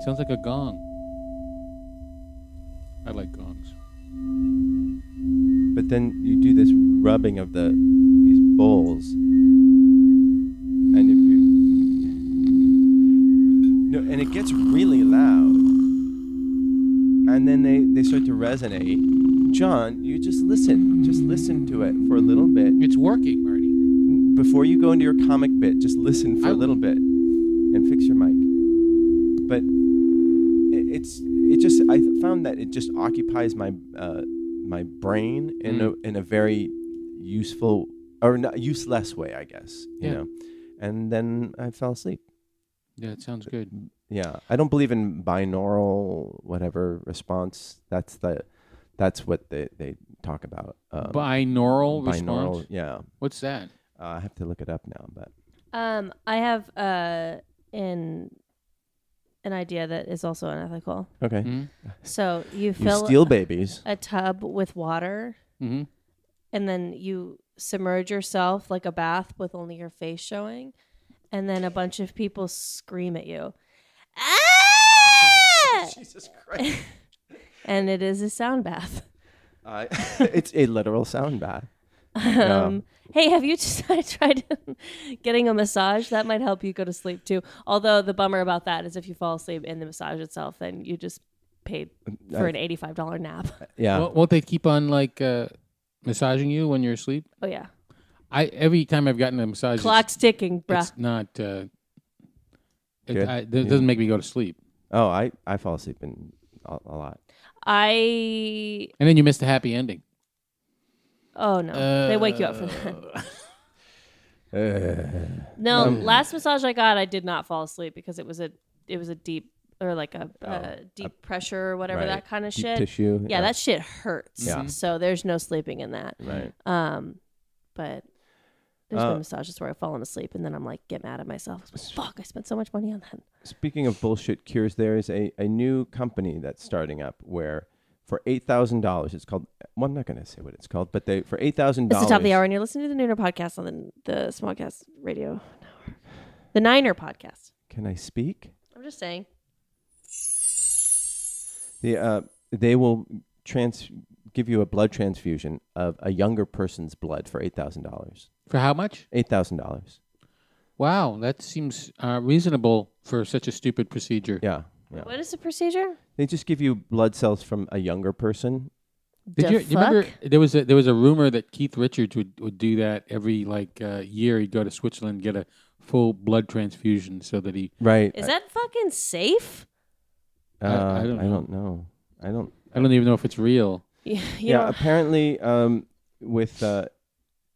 C: Sounds like a gong. I like gongs.
B: But then you do this rubbing of the these bowls, and if you no, and it gets really loud, and then they they start to resonate. John, you just listen, just listen to it for a little bit
C: It's working, Marty.
B: before you go into your comic bit. Just listen for
C: I
B: a
C: will.
B: little bit and fix your mic. But it's it just I found that it just occupies my uh, my brain in
C: Mm.
B: a in a very useful or not useless way, I guess. You
C: Yeah.
B: know, and then I fell asleep.
C: Yeah, it sounds good.
B: Yeah, I don't believe in binaural whatever response. That's the that's what they they talk about. Um,
C: Binaural, response.
B: yeah.
C: What's that?
B: Uh, I have to look it up now, but
D: Um, I have uh an an idea that is also unethical.
B: okay.
C: Mm. Hmm?
D: So you
B: You
D: fill
B: steal babies.
D: a tub with water,
C: Mm-hmm.
D: and then you submerge yourself like a bath with only your face showing, and then a bunch of people scream at you. Ah!
B: Jesus Christ.
D: and it is a sound bath.
B: Uh, it's a literal sound bath. Yeah.
D: Um, Hey, have you just tried getting a massage? That might help you go to sleep too. Although the bummer about that is if you fall asleep in the massage itself, then you just paid
C: Uh,
D: for an eighty-five dollar nap.
B: Yeah.
C: won't they keep on like uh, massaging you when you're asleep?
D: Oh yeah,
C: I every time I've gotten a massage, it's-
D: clock's ticking, bruh.
C: it's, not. Uh,
B: Good.
C: it, I, it doesn't make me go to sleep.
B: oh, I, I fall asleep in a, a lot.
D: I
C: And then you miss the happy ending.
D: oh no, they wake you up for that.
B: Uh,
D: no,
B: um,
D: last massage I got, I did not fall asleep because it was a it was a deep or like a, uh deep pressure or whatever
B: Oh, right.
D: that kind of
B: Deep
D: shit.
B: tissue.
D: Yeah, that shit hurts.
B: Yeah.
D: So there's no sleeping in that.
B: right.
D: Um, but there's
B: Uh,
D: been massages where I've fallen asleep and then I'm like, get mad at myself. It's like, Fuck, I spent so much money on that.
B: Speaking of bullshit cures, there is a, a new company that's starting up where for eight thousand dollars, it's called. Well, I'm not going to say what it's called, but they for eight thousand
D: It's
B: dollars.
D: the top of the hour, and you're listening to the Nooner podcast on the, the Smallcast Radio Network. The Niner podcast.
B: Can I speak?
D: I'm just saying.
B: The uh, they will trans give you a blood transfusion of a younger person's blood for eight thousand dollars.
C: For how much?
B: Eight thousand dollars.
C: Wow, that seems uh, reasonable for such a stupid procedure.
B: Yeah. Yeah.
D: What is the procedure?
B: They just give you blood cells from a younger person.
C: Did
D: The
C: you, you remember
D: fuck?
C: there was a, there was a rumor that Keith Richards would, would do that every like uh, year? He'd go to Switzerland get a full blood transfusion so that he.
B: Right.
D: Is that fucking safe?
B: I,
C: I- I
B: don't
C: don't
B: Uh, I don't know. I don't.
C: I don't even know if it's real.
D: Yeah, you
B: yeah.
D: know,
B: Apparently, um, with uh,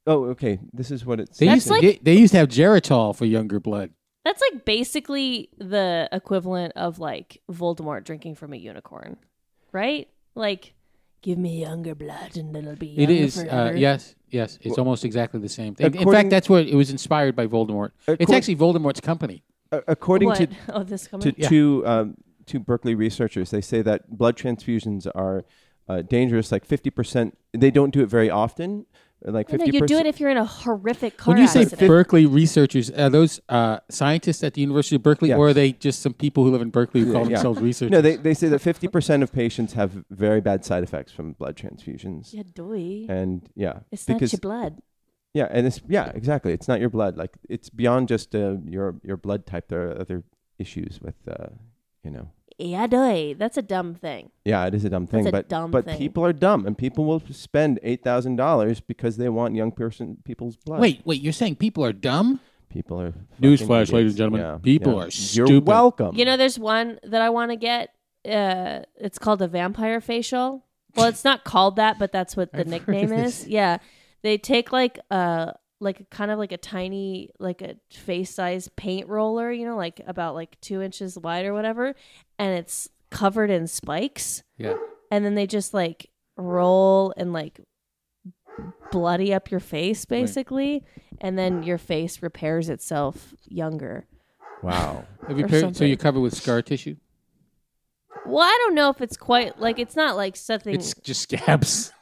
B: oh, okay. This is what it's.
C: They
D: That's
C: used,
D: like-
C: to, they, they used to have Geritol for younger blood.
D: that's like basically the equivalent of like Voldemort drinking from a unicorn, right? Like, give me younger blood and it'll be
C: It
D: younger
C: is. Uh,
D: forever.
C: yes, yes. It's almost exactly the same thing. In
B: According-
C: fact, that's what it was inspired by Voldemort. it's
B: According-
C: actually Voldemort's company.
B: A- according
D: What?
B: to
D: oh, this coming.
B: to two um, two Berkeley researchers. They say that blood transfusions are uh, dangerous. Like fifty percent, they don't do it very often. uh, Like
D: No,
B: fifty
D: you
B: percent.
D: do it if you're in a horrific car
C: When you say
D: accident.
C: Berkeley researchers, are those uh, scientists at the University of Berkeley,
B: Yes.
C: or are they just some people who live in Berkeley who call
B: yeah.
C: themselves researchers?
B: no, they, they say that fifty percent of patients have very bad side effects from blood transfusions.
D: yeah, doy.
B: And yeah,
D: It's
B: because
D: not your blood.
B: yeah, and it's yeah, exactly. It's not your blood. Like it's beyond just uh, your your blood type. There are other issues with uh, you know
D: Yeah, doy. That's a dumb thing.
B: Yeah, it is a dumb thing,
D: a
B: but
D: dumb
B: but
D: thing.
B: people are dumb, and people will spend eight thousand dollars because they want young person people's blood.
C: Wait, wait. You're saying people are dumb?
B: people are fucking
C: Newsflash, ladies and
B: idiots.
C: gentlemen, people are
B: You're
C: stupid.
B: welcome.
D: You know, there's one that I want to get. Uh, it's called a vampire facial. Well, it's not called that, but that's what the nickname is. Yeah, they take like a like a kind of like a tiny like a face size paint roller, you know, like about like two inches wide or whatever, and it's covered in spikes.
C: Yeah.
D: and then they just like roll and like bloody up your face basically and then your face repairs itself younger
B: wow.
C: Have you
D: Or
C: par- so
D: something. Mm.
C: you're covered with scar tissue.
D: well i don't know if it's quite like it's not like something
C: It's just scabs.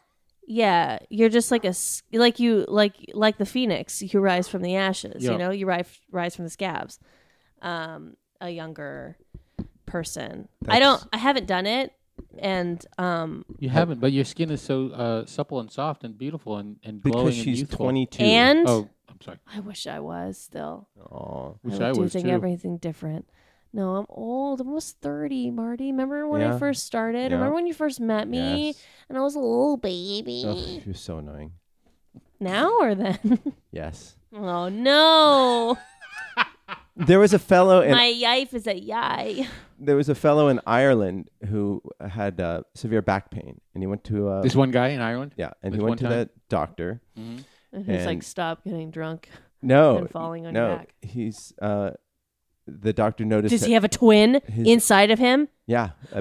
D: yeah you're just like a s- like you like like the phoenix you rise from the ashes
C: Yeah.
D: you know you rise rise from the scabs um a younger person i
B: That's-
D: don't i haven't done it and um
C: You haven't, but your skin is so uh, supple and soft and beautiful and, and glowing
B: Because
C: and
B: she's
C: youthful.
B: twenty-two.
D: and
C: Oh, I'm sorry.
D: i wish i was still
B: Aw.
C: Which
D: I
C: I
D: do
C: was
D: think
C: too.
D: everything different. No, I'm old. I'm almost 30, Marty. Remember when
B: Yeah.
D: I first started?
B: Yeah.
D: Remember when you first met me?
B: Yes.
D: And I was a little baby.
B: Ugh, you're so annoying.
D: Now or then?
B: Yes.
D: oh, no.
B: There was a fellow, and
D: My yife is a yai.
B: there was a fellow in Ireland who had uh, severe back pain, and he went to uh,
C: This one guy in Ireland. Mm-hmm.
B: yeah, and he
C: this one
B: went to
C: time?
B: the doctor.
D: And he's like,
B: And-
D: stop getting drunk.
B: No,
D: And falling on your
B: no,
D: back.
B: he's uh, the doctor noticed.
D: Does
B: that-
D: he have a twin
B: his-
D: inside of him?
B: Yeah, uh,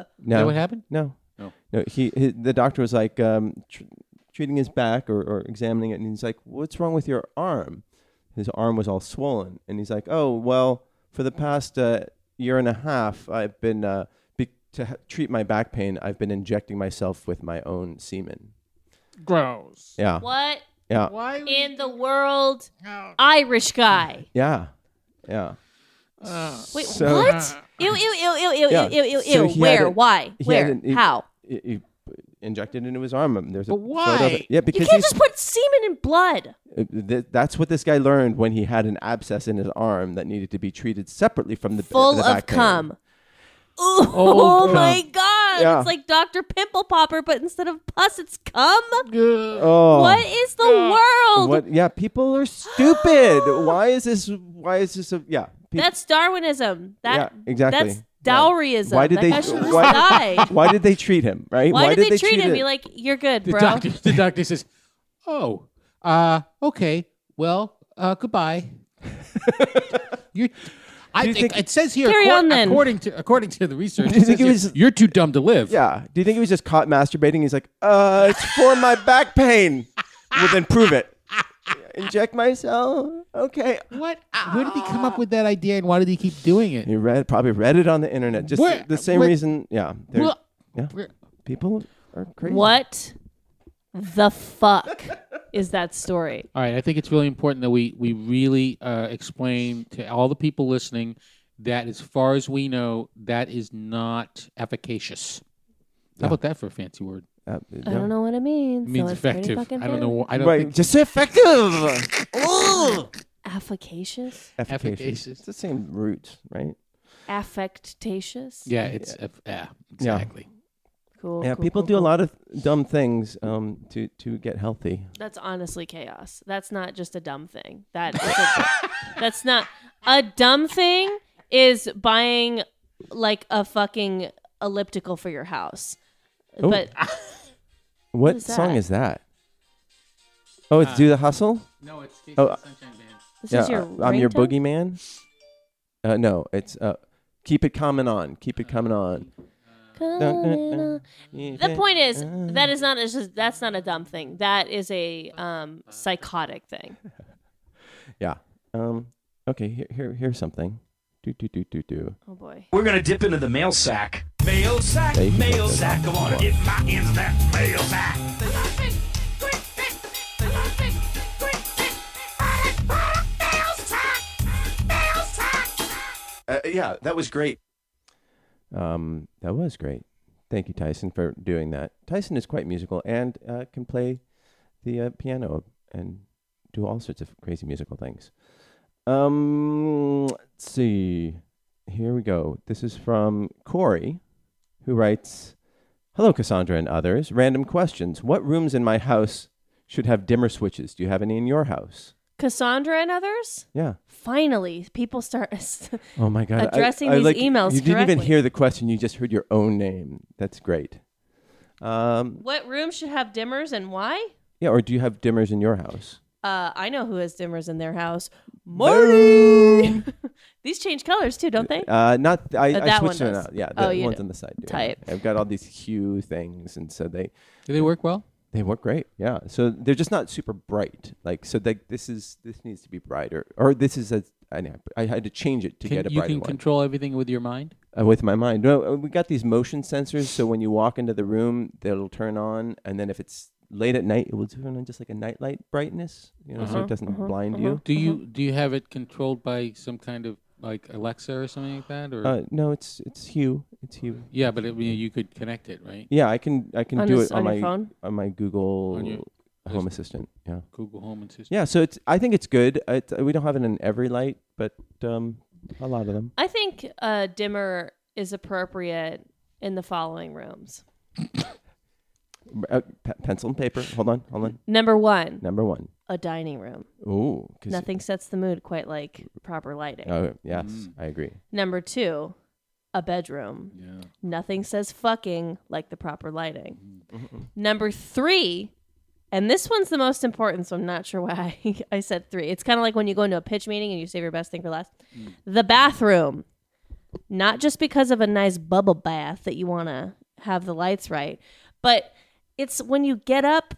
C: Is that
B: no,
C: what happened?
B: no,
C: No.
B: no. He, he the doctor was like um, tr- treating his back or, or examining it, and he's like, "What's wrong with your arm?" His arm was all swollen, and he's like, "Oh, well, for the past uh, year and a half, I've been uh, be- to ha- treat my back pain. I've been injecting myself with my own semen."
E: Gross.
B: Yeah,
D: What
B: yeah,
E: Why?
D: in the world? Irish guy.
B: yeah, yeah.
C: Uh,
D: Wait,
B: So-
D: what? Ew, ew, ew, ew, ew,
B: Yeah.
D: ew, ew, ew,
B: So he
D: ew.
B: had
D: Where?
B: a-
D: Why?
B: he had
D: Where?
B: an- he-
D: How?
B: he, he injected into his arm. Um, There's a
E: But
B: photo of it.
E: why?
B: Yeah,
D: You
B: because
D: can't
B: he's, uh,
D: just put semen in blood.
B: th- that's what this guy learned when he had an abscess in his arm that needed to be treated separately from the
D: Full
B: the
D: of
B: back
D: cum.
B: Pain.
D: Ooh, oh
E: cum.
D: my god!
B: Yeah.
D: It's like Doctor Pimple Popper, but instead of pus, it's cum.
B: Oh,
D: What is the world?
B: What? Yeah, people are stupid. why is this? Why is this? A, yeah, pe-
D: That's Darwinism. That
B: Yeah, exactly.
D: That's
B: Yeah.
D: dowryism.
B: Why did
D: that
B: they-
D: Guy should just
B: why-
D: die.
B: why did they treat him? Right?
D: Why, did, they, treat him?
B: it-
D: Be like, you're good,
E: The
D: bro.
E: doctor, the doctor says, "Oh, uh, okay. Well, uh, goodbye." you, I
B: Do you
E: think,
B: think-
E: it says here.
D: Carry
E: accor-
D: on then.
E: According to according to the research,
B: Do you
E: it
B: think
E: says
B: it
E: here,
B: was-
E: you're too dumb to live.
B: yeah. Do you think he was just caught masturbating? He's like, uh, it's for my back pain. Well, then prove it. Inject myself. Okay.
E: What? Where did he come up with that idea, and why did he keep doing it?
B: He read probably read it on the internet. Just
E: Where-
B: the same
E: where-
B: reason. Yeah, they're-
E: Well,
B: yeah.
E: where-
B: People are crazy.
D: What the fuck is that story?
C: All right, I think it's really important that we we really uh, explain to all the people listening that, as far as we know, that is not efficacious. How about that for a fancy word?
B: Uh,
D: I don't know what it means.
C: It means
D: so it's pretty
C: effective.
D: fucking
C: I don't know.
D: bad.
C: wh- I don't
B: Right,
C: think
B: just effective.
D: Efficacious?
B: Efficacious.
C: Efficacious.
B: It's the same root, right?
D: Affectatious?
C: Yeah, it's eff- yeah, exactly.
D: Cool.
B: yeah,
D: cool,
B: people
D: cool,
B: do
D: cool.
B: a lot of dumb things um, to to get healthy.
D: That's honestly chaos. That's not just a dumb thing. That is a, that's not a dumb thing is buying like a fucking elliptical for your house.
B: Oh.
D: But
B: What,
D: is
B: song
D: that? Uh,
B: is that? Oh, it's Do the Hustle.
C: No, it's Casey
B: Oh,
C: Sunshine Band.
D: this
B: yeah,
D: is your
B: I- I'm your
D: ringtone?
B: boogeyman. Uh, no, it's uh, Keep It Coming On. Keep It Coming On. Dun, dun,
D: Coming
B: dun. Uh.
D: on. The point is that is not it's just, that's not a dumb thing. That is a um, psychotic thing.
B: Yeah. Um. Okay. Here, here, here's something. Do do do do do.
D: Oh boy.
F: We're gonna dip into the mail sack. Mail sack,
B: Hey,
F: mail
B: that's-
F: sack. Come on,
B: come on.
F: get my hands in that mail sack. Uh, yeah, that was great.
B: Um. That was great. Thank you, Tyson, for doing that. Tyson is quite musical and uh, can play the uh, piano and do all sorts of crazy musical things. Um. Let's see. Here we go. This is from Corey, who writes, "Hello, Cassandra and others. Random questions. What rooms in my house should have dimmer switches? Do you have any in your house?
D: Cassandra and others.
B: Yeah."
D: Finally, people start.
B: Oh my god! I-
D: addressing
B: I
D: these
B: like-
D: emails
B: You didn't even
D: correctly.
B: hear the question; you just heard your own name. That's great. Um,
D: what room should have dimmers and why?
B: yeah, or do you have dimmers in your house?
D: Uh, I know who has dimmers in their house.
B: Marty.
D: These change colors too, don't they?
B: Uh, not I, I
D: that one
B: switched them
D: does.
B: out. Yeah, the
D: Oh, you
B: ones
D: do.
B: on the side. do.
D: Type.
B: I've got all these hue things, and so they
C: Do they work well?
B: they work great. Yeah, so they're just not super bright. Like so, like this is this needs to be brighter, or this is a. I know I had to change it to
C: Can-
B: get a
C: you
B: brighter
C: can
B: one.
C: control everything with your mind.
B: uh, with my mind. No, uh, we got these motion sensors, so when you walk into the room, they'll turn on, and then if it's late at night, it will turn on just like a nightlight brightness, you know, so
D: Uh-huh,
B: it doesn't blind you.
C: Do you do you have it controlled by some kind of like Alexa or something like that? Or
B: Uh, no, it's it's Hue. It's Hue.
C: yeah, but it, you could connect it, right?
B: Yeah, I can I can
D: On
B: do
D: this-
B: it on,
D: on your
B: my
D: phone?
B: on my Google
C: On your-
B: Home Assistant. Yeah,
C: Google Home and System.
B: yeah. So it's I think it's good. It's, we don't have it in every light, but um, a lot of them.
D: I think uh, dimmer is appropriate in the following rooms.
B: Uh, pe- pencil and paper. Hold on, hold on.
D: Number one,
B: Number one.
D: a dining room.
B: Ooh, 'cause-
D: Nothing sets the mood quite like proper lighting.
B: Oh, yes,
C: Mm.
B: I agree.
D: Number two, a bedroom.
C: Yeah.
D: Nothing says fucking like the proper lighting. Number three, and this one's the most important, so I'm not sure why I said three. It's kind of like when you go into a pitch meeting and you save your best thing for last.
B: Mm.
D: The bathroom. Not just because of a nice bubble bath that you want to have the lights right, but it's when you get up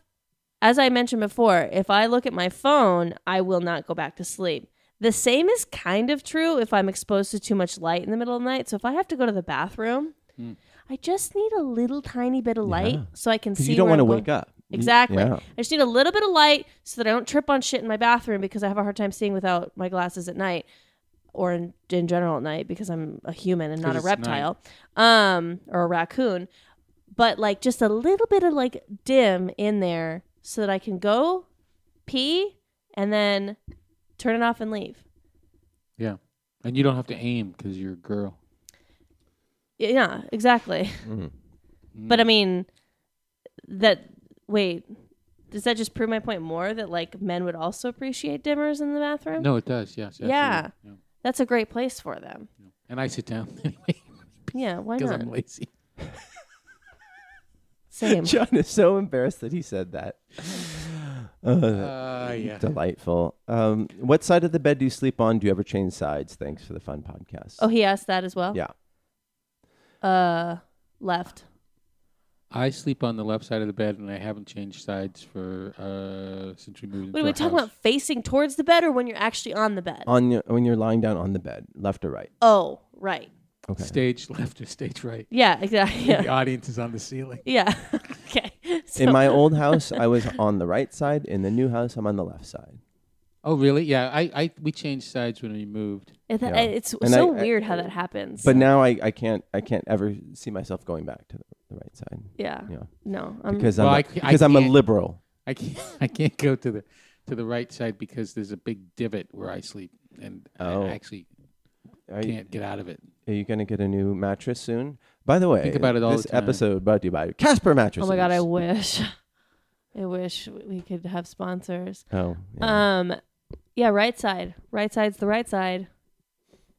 D: as I mentioned before, if I look at my phone, I will not go back to sleep. The same is kind of true if I'm exposed to too much light in the middle of the night. So if I have to go to the bathroom,
B: Hmm.
D: I just need a little tiny bit of light so I can see.
B: Because you don't
D: want to
B: wake up.
C: Mm,
B: You-
D: Exactly.
B: Yeah.
D: I just need a little bit of light so that I don't trip on shit in my bathroom because I have a hard time seeing without my glasses at night or in, in general at night because I'm a human and not a
C: it's night.
D: reptile um, or a raccoon. But like just a little bit of like dim in there so that I can go pee and then turn it off and leave.
C: Yeah. And you don't have to aim because you're a girl.
D: Yeah, exactly.
B: Mhm.
D: But
C: Mm.
D: I mean, that wait, does that just prove my point more that like men would also appreciate dimmers in the bathroom?
C: No, it does. Yes. absolutely.
D: Yeah.
C: yeah.
D: That's a great place for them.
C: And I sit down anyway
D: Yeah, why
C: because
D: not?
C: I'm lazy.
D: Same.
B: John is so embarrassed that he said that. Uh,
C: Uh, yeah.
B: delightful. Um, what side of the bed do you sleep on? Do you ever change sides? Thanks for the fun podcast.
D: Oh, he asked that as well.
B: Yeah.
D: Uh, left.
C: I sleep on the left side of the bed, and I haven't changed sides for uh, since we moved. into
D: What are we
C: our
D: talking
C: house.
D: about? Facing towards the bed or when you're actually on the bed?
B: On your, when you're lying down on the bed, left or right?
D: oh, right.
B: Okay.
C: Stage left or stage right?
D: Yeah, exactly.
C: The
D: Yeah.
C: audience is on the ceiling.
D: yeah. okay. So,
B: In my old house, I was on the right side. In the new house, I'm on the left side.
C: Oh, really? Yeah. I, I we changed sides when we moved.
D: it-
B: yeah.
D: it's
B: And
D: so
B: I- I-
D: weird how that happens.
B: But now I, I can't I can't ever see myself going back to the, the right side.
D: yeah.
B: Yeah.
D: No, I'm
B: Because
C: Well,
B: I'm
C: I
B: a,
C: c- I
B: because I'm a
C: can't-
B: liberal.
C: I can't I can't go to the to the right side because there's a big divot where I sleep, and
B: Oh.
C: I actually
B: Are you,
C: can't get out of it.
B: are you going to get a new mattress soon? By the way,
C: Think about it all
B: this
C: the time.
B: episode brought to you by Casper Mattresses.
D: Oh my god, I wish. I wish we could have sponsors.
B: Oh, yeah.
D: Um yeah, right side. Right side's the right side.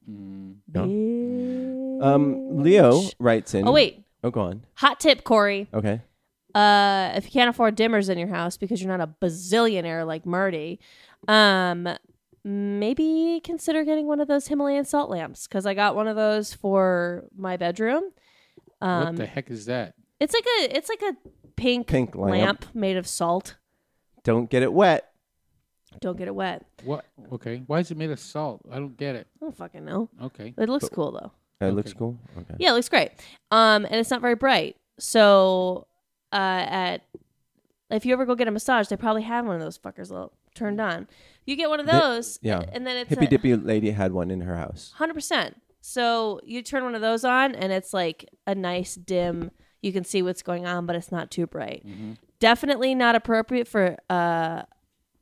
B: Mm. Yeah. um, Leo
D: Bitch.
B: writes in.
D: Oh wait.
B: Oh, go on.
D: Hot tip, Corey.
B: Okay.
D: Uh, if you can't afford dimmers in your house because you're not a bazillionaire like Marty, um, maybe consider getting one of those Himalayan salt lamps because I got one of those for my bedroom.
C: what
D: Um,
C: the heck is that?
D: it's like a it's like a pink,
B: Pink lamp.
D: lamp made of salt.
B: Don't get it wet.
D: Don't get it wet.
C: What? Okay. Why is it made of salt? I don't get it.
D: I don't fucking know.
C: Okay.
D: It
B: Oh.
D: looks cool though.
B: That looks
C: Okay.
B: cool. Okay.
D: Yeah, it looks great. Um, and it's not very bright. So, uh, at if you ever go get a massage, they probably have one of those fuckers little turned on. You get one of
B: They-
D: those,
B: yeah.
D: and then it's
B: Hippy
D: a-
B: dippy lady had one in her house.
D: Hundred percent. So you turn one of those on, and it's like a nice dim. You can see what's going on, but it's not too bright.
B: Mm-hmm.
D: Definitely not appropriate for uh,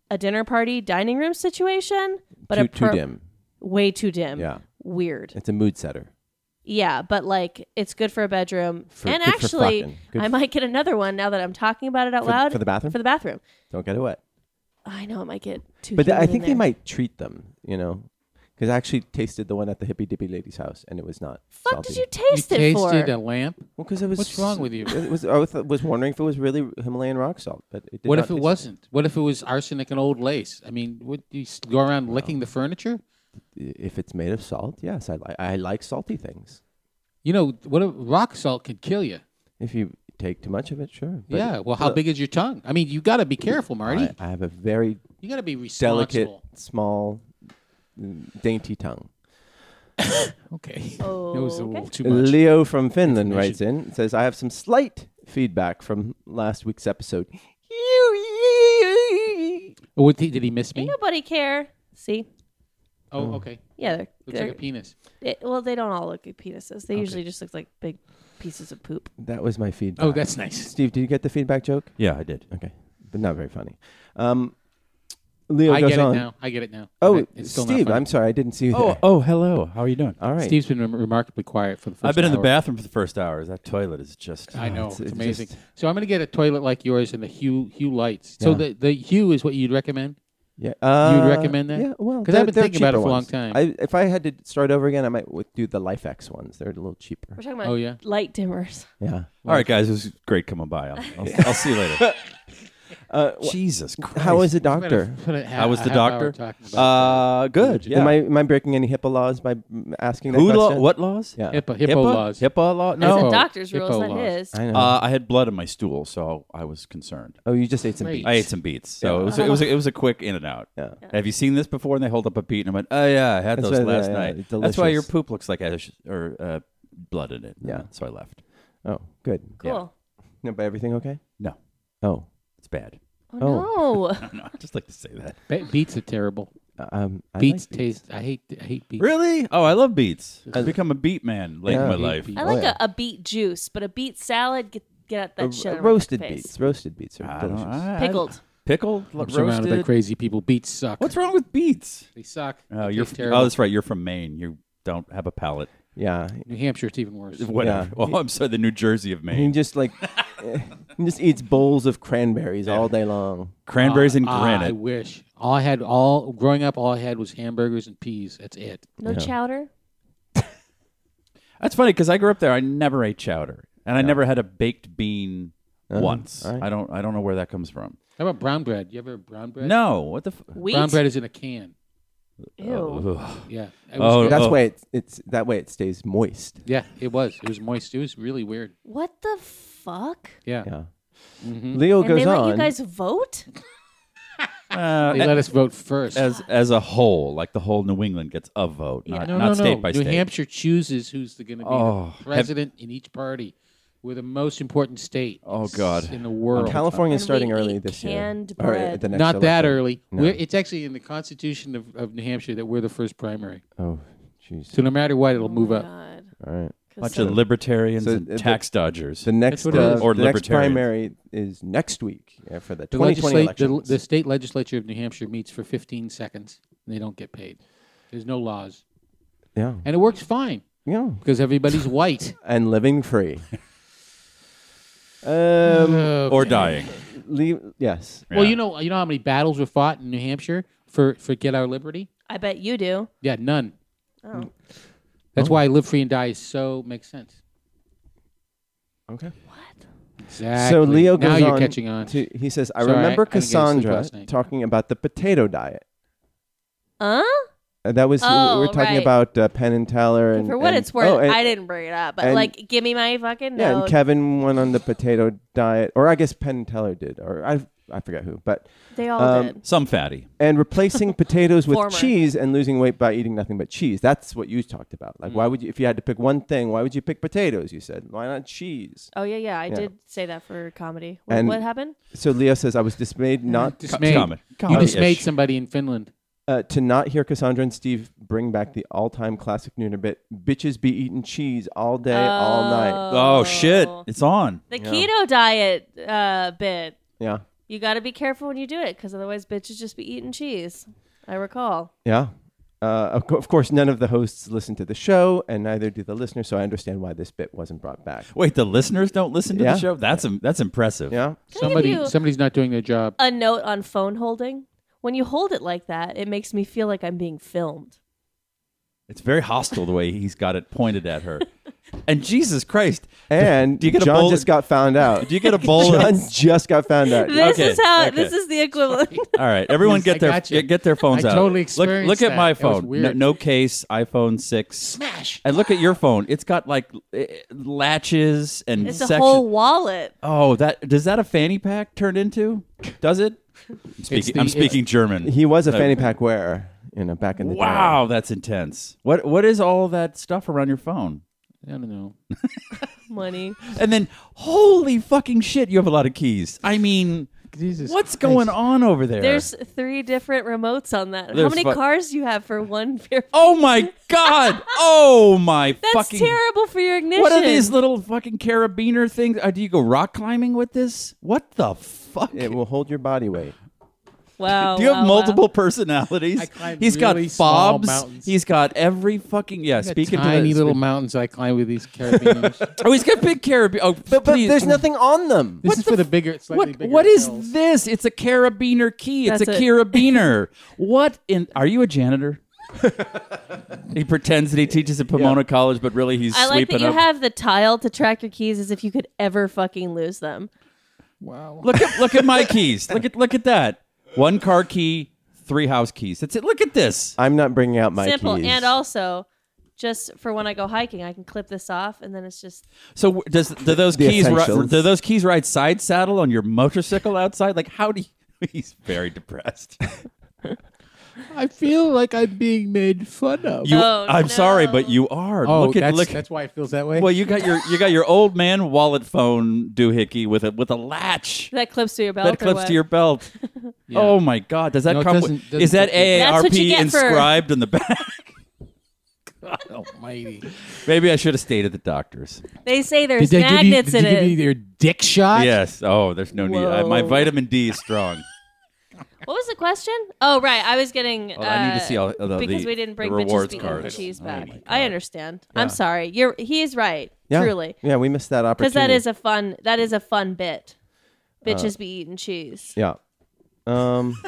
D: a dinner party, dining room situation. But
B: too, too
D: appro-
B: dim.
D: way too dim.
B: Yeah.
D: weird.
B: It's a mood setter.
D: Yeah, but like it's good for a bedroom.
B: For-
D: and
B: good for
D: actually,
B: fucking. Good
D: I
B: f-
D: might get another one now that I'm talking about it out
B: For-
D: loud
B: for the bathroom?
D: For the bathroom,
B: Don't get it wet.
D: I know it might get too.
B: But th- I
D: humid in
B: think they
D: there.
B: might treat them, you know, because I actually tasted the one at the hippy dippy lady's house, and it was not.
D: Fuck!
B: salty.
D: Did you taste
C: you
D: it for?
C: tasted a lamp.
B: Well, because it was.
C: What's wrong with you?
B: It was I was, was wondering if it was really Himalayan rock salt, but it did
C: What
B: not
C: if it
B: taste-
C: wasn't? What if it was arsenic and old lace? I mean, would you s- go around licking the furniture?
B: If it's made of salt, yes, I like I like salty things.
C: You know, what if rock salt could kill you?
B: If you take too much of it, sure. but
C: yeah. Well, how big is your tongue? I mean, you got to be careful, Marty.
B: I, I have a very
C: you got to be
B: delicate,
C: responsible.
B: small, mm, dainty tongue.
C: Okay. That was a little too much.
B: Leo from Finland writes in says, "I have some slight feedback from last week's episode."
C: Oh, what, did he miss me?
D: Nobody care. See,
C: Oh, okay.
D: yeah, they're,
C: Looks
D: they're-
C: like a penis.
D: It, well, they don't all look like penises. They usually just look like big pieces of poop.
B: That was my feedback.
C: Oh, that's nice.
B: Steve. Did you get the feedback joke?
G: Yeah, I did.
B: Okay, but not very funny. Um, Leo
C: I
B: goes
C: get
B: on.
C: it now. I get it now.
B: Oh,
C: But it's still not
B: Steve,
C: funny.
B: I'm sorry, I didn't see you.
G: Oh,
B: there.
G: oh, hello. How are you doing?
B: all right.
C: Steve's been rem- remarkably quiet for the first
G: I've been in the
C: hour.
G: bathroom for the first hour. That toilet is just.
C: I know. It's,
B: it's
C: amazing.
B: just-
C: so I'm going to get a toilet like yours and the hue hue lights. So
B: Yeah.
C: the, the hue is what you'd recommend?
B: Yeah, uh,
H: recommend that?
B: Yeah, well,
H: 'Cause I've
B: they're-
H: been
B: they're
H: thinking about it
B: cheaper
H: for a long
B: ones.
H: time.
B: I, if I had to start over again, I might w- do the LifeX ones. They're a little cheaper.
D: We're talking about
H: Oh, yeah.
D: light dimmers.
B: Yeah.
G: All right, guys, it was great coming by. I'll, I'll, I'll see you later.
B: Uh, wh-
G: Jesus Christ.
B: how is the doctor?
G: How was the doctor? Uh, good. Yeah.
B: Am I am I breaking any HIPAA laws by mm, asking that
G: Who law?
B: question?
G: What laws?
B: Yeah.
H: hippo, hippo laws.
G: HIPAA law?
D: That's
G: No.
D: a doctor's rules,
H: hippo
D: not
H: laws.
D: his.
B: I know.
G: Uh, I had blood in my stool, so I was concerned.
B: oh, you just ate some beef.
G: I ate some beats, so it was it was a, it was a quick in and out.
B: Yeah.
G: Have you seen this before? And they hold up a beat, and I went, "Oh yeah, I had
B: That's
G: those
B: right,
G: last
B: yeah, yeah,
G: night."
B: yeah,
G: That's why your
B: delicious.
G: poop looks like ash or uh, blood in it.
B: Yeah.
G: so I left.
B: Oh, good.
D: Cool.
B: No, but everything okay?
G: No,
B: Oh,
G: it's bad.
D: Oh, no.
G: I don't know. I just like to say that.
C: Be- beats are terrible.
B: um, I like
C: Beats taste. I hate. I hate beats.
G: Really? Oh, I love beats. I've become a beat man late
B: Yeah.
G: in my
B: Beat-
G: life.
D: I
C: beats.
D: like
B: Oh, yeah.
D: a, a beet juice, but a beet salad, get, get out that
B: Uh,
D: shit. out of my
B: roasted
D: face.
B: beets. Roasted beets are
G: I don't-
B: delicious.
G: I- I-
D: Pickled.
G: pickled, lo-
C: I'm surrounded by
G: roasted.
C: crazy people. Beats suck.
G: What's wrong with beats?
C: They suck.
G: Oh,
C: They
G: you're
C: taste
G: f-
C: terrible.
G: oh, that's right. You're from Maine. You don't have a palate.
B: yeah.
C: New Hampshire, it's even worse.
G: Whatever.
B: Yeah.
G: Oh, I'm sorry. The New Jersey of
B: He
G: Maine.
B: just like he just eats bowls of cranberries all day long.
G: Cranberries and
C: Ah, I
G: granite.
C: wish all I had. All growing up, all I had was hamburgers and peas. That's it.
D: No chowder.
G: That's funny because I grew up there. I never ate chowder, and I never had a baked bean
C: Uh-huh.
G: once.
B: all right.
G: I don't. I don't know where that comes from.
C: How about brown bread? You ever have brown bread?
G: No, what the? F- oh,
D: Wheat.
C: Brown bread is in a can.
B: Oh.
D: Ew.
G: Ugh.
C: Yeah. It was
G: Oh,
C: good.
B: That's
G: oh.
B: why it's, it's that way it stays moist.
C: yeah. It was. It was moist. It was really weird.
D: What the fuck?
C: Yeah.
B: Yeah.
G: Mm-hmm.
B: Leo
D: and
B: goes
D: they let
B: on.
D: you guys vote?
G: Uh,
C: They let us vote first.
G: as as a whole, like the whole New England gets a vote, not,
C: no,
G: not
C: no,
G: state
C: no.
G: by
C: New
G: state.
C: Hampshire chooses who's going to be
G: Oh, have-
C: the president in each party. We're the most important state.
G: Oh,
C: s-
G: God.
C: In the world.
B: California's
D: And
B: starting
D: we
B: early
D: ate
B: this year.
D: canned
B: Or at
D: bread.
B: the next
C: Not that
B: election.
C: early.
B: No.
C: We're, it's actually in the Constitution of, of New Hampshire that we're the first primary.
B: Oh, jeez.
C: So no matter what, it'll move up.
D: Oh God.
B: All right.
G: Bunch of libertarians
B: So,
G: and
B: uh, the-
G: tax dodgers.
B: The next
C: what it
B: uh,
C: is.
G: Or
B: the next
G: libertarians.
B: primary is next week yeah, for the
C: The,
B: 2020
C: legislat- the,
B: elections.
C: the state legislature of New Hampshire meets for 15 seconds. And they don't get paid. There's no laws,
B: yeah.
C: and it works fine
B: Yeah.
C: because everybody's white.
B: And living free. um
G: Uh, or dying.
B: leave, yes.
C: Well,
G: Yeah.
C: you know, you know how many battles were fought in New Hampshire for for get our liberty?
D: I bet you do.
C: Yeah, none.
D: Oh.
C: Mm. That's why live free and die is so makes sense.
B: Okay.
C: Exactly.
B: So Leo goes
C: now you're
B: on
C: catching on.
B: To, he says, "I
C: Sorry, I-
B: remember
C: I didn't get to sleep
B: Cassandra
C: last night."
B: talking about the potato diet.
D: Huh?
B: Uh, that was
D: Oh,
B: we were talking
D: right.
B: about uh, Penn and Teller, and
D: For what
B: and-
D: it's worth,
B: oh, and-
D: I didn't bring it up, but
B: and-
D: like, give me my fucking
B: Yeah,
D: note.
B: and Kevin went on the potato diet, or I guess Penn and Teller did, or I I forget who, but
D: they all
B: um,
D: did.
G: Some fatty.
B: and replacing potatoes with
D: Former.
B: cheese and losing weight by eating nothing but cheese. That's what you talked about. Like,
G: Mm.
B: why would you if you had to pick one thing? Why would you pick potatoes? You said why not cheese?
D: Oh yeah, yeah. I did say that for comedy. What,
B: And-
D: what happened?
B: So Leo says, I was
G: Mm-hmm.
B: dismayed not
C: dismayed.
G: common.
C: You
G: Common-ish.
C: dismayed somebody in Finland.
B: uh, to not hear Cassandra and Steve bring back the all-time classic Nooner bit: "Bitches be eating cheese all day, all night."
G: Oh shit! It's on.
D: The keto diet uh, bit.
B: Yeah,
D: You got to be careful when you do it, because otherwise, bitches just be eating cheese. I recall.
B: yeah. Uh, of, co- of course, none of the hosts listen to the show, and neither do the listeners. So I understand why this bit wasn't brought back.
G: Wait, the listeners don't listen to
B: Yeah.
G: the show. That's im- that's impressive.
B: Yeah,
D: I give
C: Somebody
D: you-
C: somebody's not doing their job.
D: A note on phone holding. When you hold it like that, it makes me feel like I'm being filmed.
G: It's very hostile the way he's got it pointed at her. and Jesus Christ,
B: and
G: do you get a
B: John
G: bowl-
B: just got found out.
G: do you get a bowl?
B: John
G: of,
B: just got found out.
D: This
G: Okay,
D: is how.
G: okay.
D: This is the equivalent.
G: all right, everyone,
C: Yes, I
G: get their
C: gotcha.
G: get, get their phones
C: I
G: out.
C: totally
G: look,
C: experienced
G: look at
C: that.
G: my
C: That was
G: phone. No,
C: weird.
G: no case, iPhone six. Smash. And look at your phone. It's got like eh, latches and
D: It's a
G: section-
D: whole wallet.
G: Oh, that does that a fanny pack turn into? Does it? I'm speaking,
C: the- uh,
G: I'm speaking German.
B: He was a
G: No.
B: fanny pack wearer, you know, back in the day.
G: Wow, that's intense. What what is all that stuff around your phone?
C: I don't know.
D: Money.
G: And then, holy fucking shit, you have a lot of keys. I mean,
C: Jesus
G: what's going on over there?
D: There's three different remotes on that. How
G: There's
D: many
G: fu-
D: cars do you have for one pair?
G: oh my god! Oh my
D: That's
G: fucking!
D: terrible for your ignition.
G: What are these little fucking carabiner things? Uh, do you go rock climbing with this? What the fuck?
B: It will hold your body weight.
D: Wow.
G: Do you
D: wow,
G: have
D: wow.
G: multiple personalities?
C: I climbed
G: He's
C: really
G: got
C: small
G: fobs.
C: mountains.
G: He's got every fucking yeah. Speaking to
C: tiny
G: the-
C: little mountains I climb with these carabiners.
G: Oh, he's got big carabiner. Oh,
B: But, but
G: please.
B: there's nothing on them.
C: This is for the bigger, slightly
G: What
C: bigger.
G: what is
C: cells.
G: this? It's a carabiner key. It's
D: That's it.
G: a carabiner. what in? Are you a janitor? he pretends that he teaches at Pomona College, but really he's
D: I like
G: sweeping
D: that you
G: up.
D: have the tile to track your keys as if you could ever fucking lose them.
G: look at look at my keys. Look at look at that. One car key, three house keys. That's it. Look at this.
B: I'm not bringing out my
D: Simple.
B: keys.
D: And also, just for when I go hiking, I can clip this off and then it's just
G: So w- does do those
B: The
G: keys ri-
B: essentials.
G: do those keys ride side saddle on your motorcycle outside? Like how do you? He's very depressed.
E: I feel like I'm being made fun of.
G: You,
D: Oh,
G: I'm sorry,
D: no.
G: but you are.
C: Oh,
G: look at
C: that's,
G: look.
C: that's why it feels that way.
G: well, you got your you got your old man wallet phone doohickey with a with a latch
D: that clips to your belt.
G: that
D: or
G: clips
D: what?
G: to your belt. Oh my God! Does that
C: No, it
G: come?
C: doesn't-
G: With,
C: doesn't
G: is that
C: fit me.
D: That's what you
G: AARP
D: get for-
G: inscribed in the back?
C: Oh, Almighty.
G: Maybe I should have stayed at the doctor's.
D: They say
E: Did
D: there's
E: they give you,
D: magnets
E: did you
D: in
E: give
D: it.
E: you your dick shot?
G: Yes. Oh, there's no need. I, my
D: Whoa.
G: vitamin D is strong.
D: What was the question? Oh, right. I was getting.
G: Well, I need to
D: uh,
G: see all the
D: because
G: the-
D: we didn't bring
G: the
D: bitches
G: rewards
D: beating
G: cards. Oh
D: cheese back. I understand. I'm sorry. You're. He is right.
B: yeah.
D: Truly,
B: Yeah, we missed that opportunity.
D: because that is a fun. That is a fun bit.
G: Uh,
D: Bitches be eating cheese.
B: yeah. Um,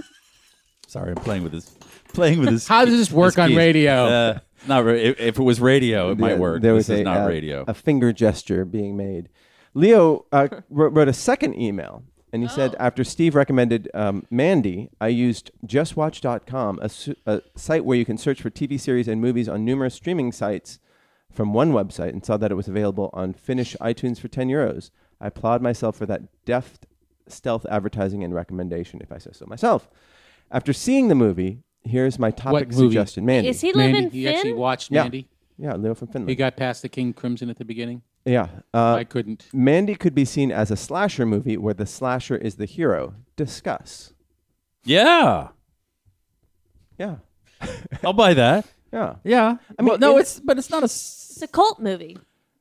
G: Sorry, I'm playing with this. Playing with this.
C: How does this work
G: this
C: on
G: keys.
C: radio?
G: Uh, not re- if, if it was radio, it
B: yeah,
G: might work.
B: There was
G: this is
B: a,
G: not
B: uh,
G: radio.
B: A finger gesture being made. Leo uh, wrote, wrote a second email, and he
D: Oh.
B: said after Steve recommended um, Mandy, I used JustWatch.com, a, su- a site where you can search for TV series and movies on numerous streaming sites from one website, and saw that it was available on Finnish iTunes for ten euros. I applaud myself for that deft stealth advertising and recommendation, if I say so myself. After seeing the movie, here's my topic
C: movie?
B: suggestion. Mandy.
D: Is he
C: Mandy,
D: living
C: you actually
D: Finn?
C: watched
B: Yeah.
C: Mandy.
B: yeah, Leo from Finland.
C: You got past the King Crimson at the beginning.
B: yeah. Uh,
C: I couldn't.
B: Mandy could be seen as a slasher movie where the slasher is the hero. Discuss.
G: yeah,
B: Yeah.
G: I'll buy that.
B: Yeah.
G: Yeah, I mean,
B: Well,
G: no,
B: it-
G: it's but it's not a. s-
D: It's a cult movie.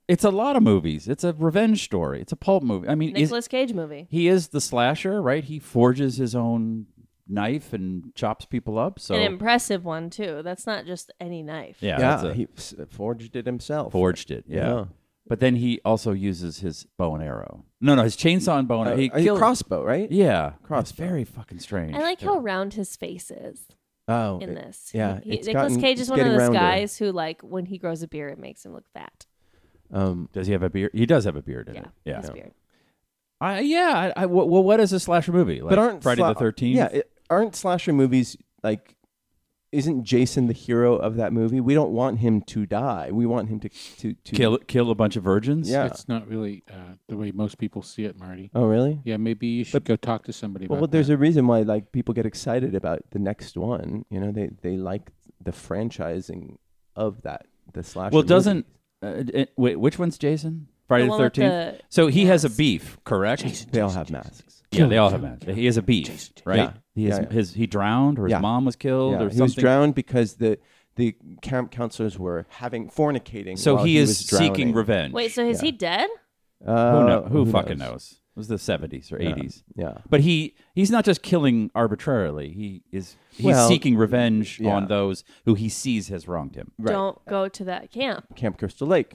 G: It's a lot of movies. It's a revenge story. It's a pulp movie. I mean, is-
D: Nicolas Cage movie.
G: he is the slasher, right? He forges his own knife and chops people up. So
D: An impressive one too. That's not just any knife.
B: Yeah.
G: yeah, that's a-
B: he s- forged it himself.
G: forged it. Yeah.
B: Yeah.
G: But then he also uses his bow and arrow. No, no, his chainsaw and bow and
B: Uh,
G: arrow. He
B: uh,
G: killed-
B: crossbow, right?
G: Yeah, It's
B: Crossbow.
G: very fucking strange.
D: I like how round his face is
B: Oh.
D: in
B: it-
D: this.
B: yeah,
D: He,
B: it's
D: Nicolas
B: gotten-
D: Cage is
B: it's
D: one of
B: getting
D: those
B: rounder.
D: guys who, like, when he grows a beard, it makes him look fat.
B: Um,
G: Does he have a beard? He does have a beard in
D: Yeah,
G: it. Yeah.
D: his beard.
G: I, yeah. I, I, well, what is a slasher movie? Like
B: but aren't
G: Friday
B: sla-
G: the Thirteenth?
B: Yeah. it- aren't slasher movies like? Isn't Jason the hero of that movie? We don't want him to die. We want him to to, to
G: kill kill a bunch of virgins.
B: Yeah.
C: It's not really uh, the way most people see it, Marty.
B: Oh, really?
C: Yeah, maybe you should go talk to somebody about
B: Well, there's a reason why like people get excited about the next one. You know, they they like the franchising of that the slasher.
G: Well,
B: movie.
G: doesn't uh, it, wait? Which one's Jason? Friday
D: The
G: the
D: one with
G: Thirteenth.
D: the
G: So he has a
D: mask.
G: beef, correct?
B: they all have masks?
G: Yeah, they all have that. He has a beef, right?
B: Yeah.
G: He has,
B: Yeah, yeah.
G: his he drowned or his
B: Yeah.
G: mom was killed
B: Yeah,
G: or
B: he was
G: something.
B: drowned because the the camp counselors were having fornicating.
G: so
B: while
G: he, is
B: was
G: seeking
B: drowning.
G: revenge.
D: Wait, so is he dead?
B: Uh,
G: who, know, who, fucking
B: knows?
G: knows? It was the seventies or eighties.
B: Yeah.
G: But he he's not just killing arbitrarily. He is he's
B: Well,
G: seeking revenge
B: yeah.
G: on those who he sees has wronged him.
B: Right.
D: Don't go to that camp.
B: Camp Crystal Lake.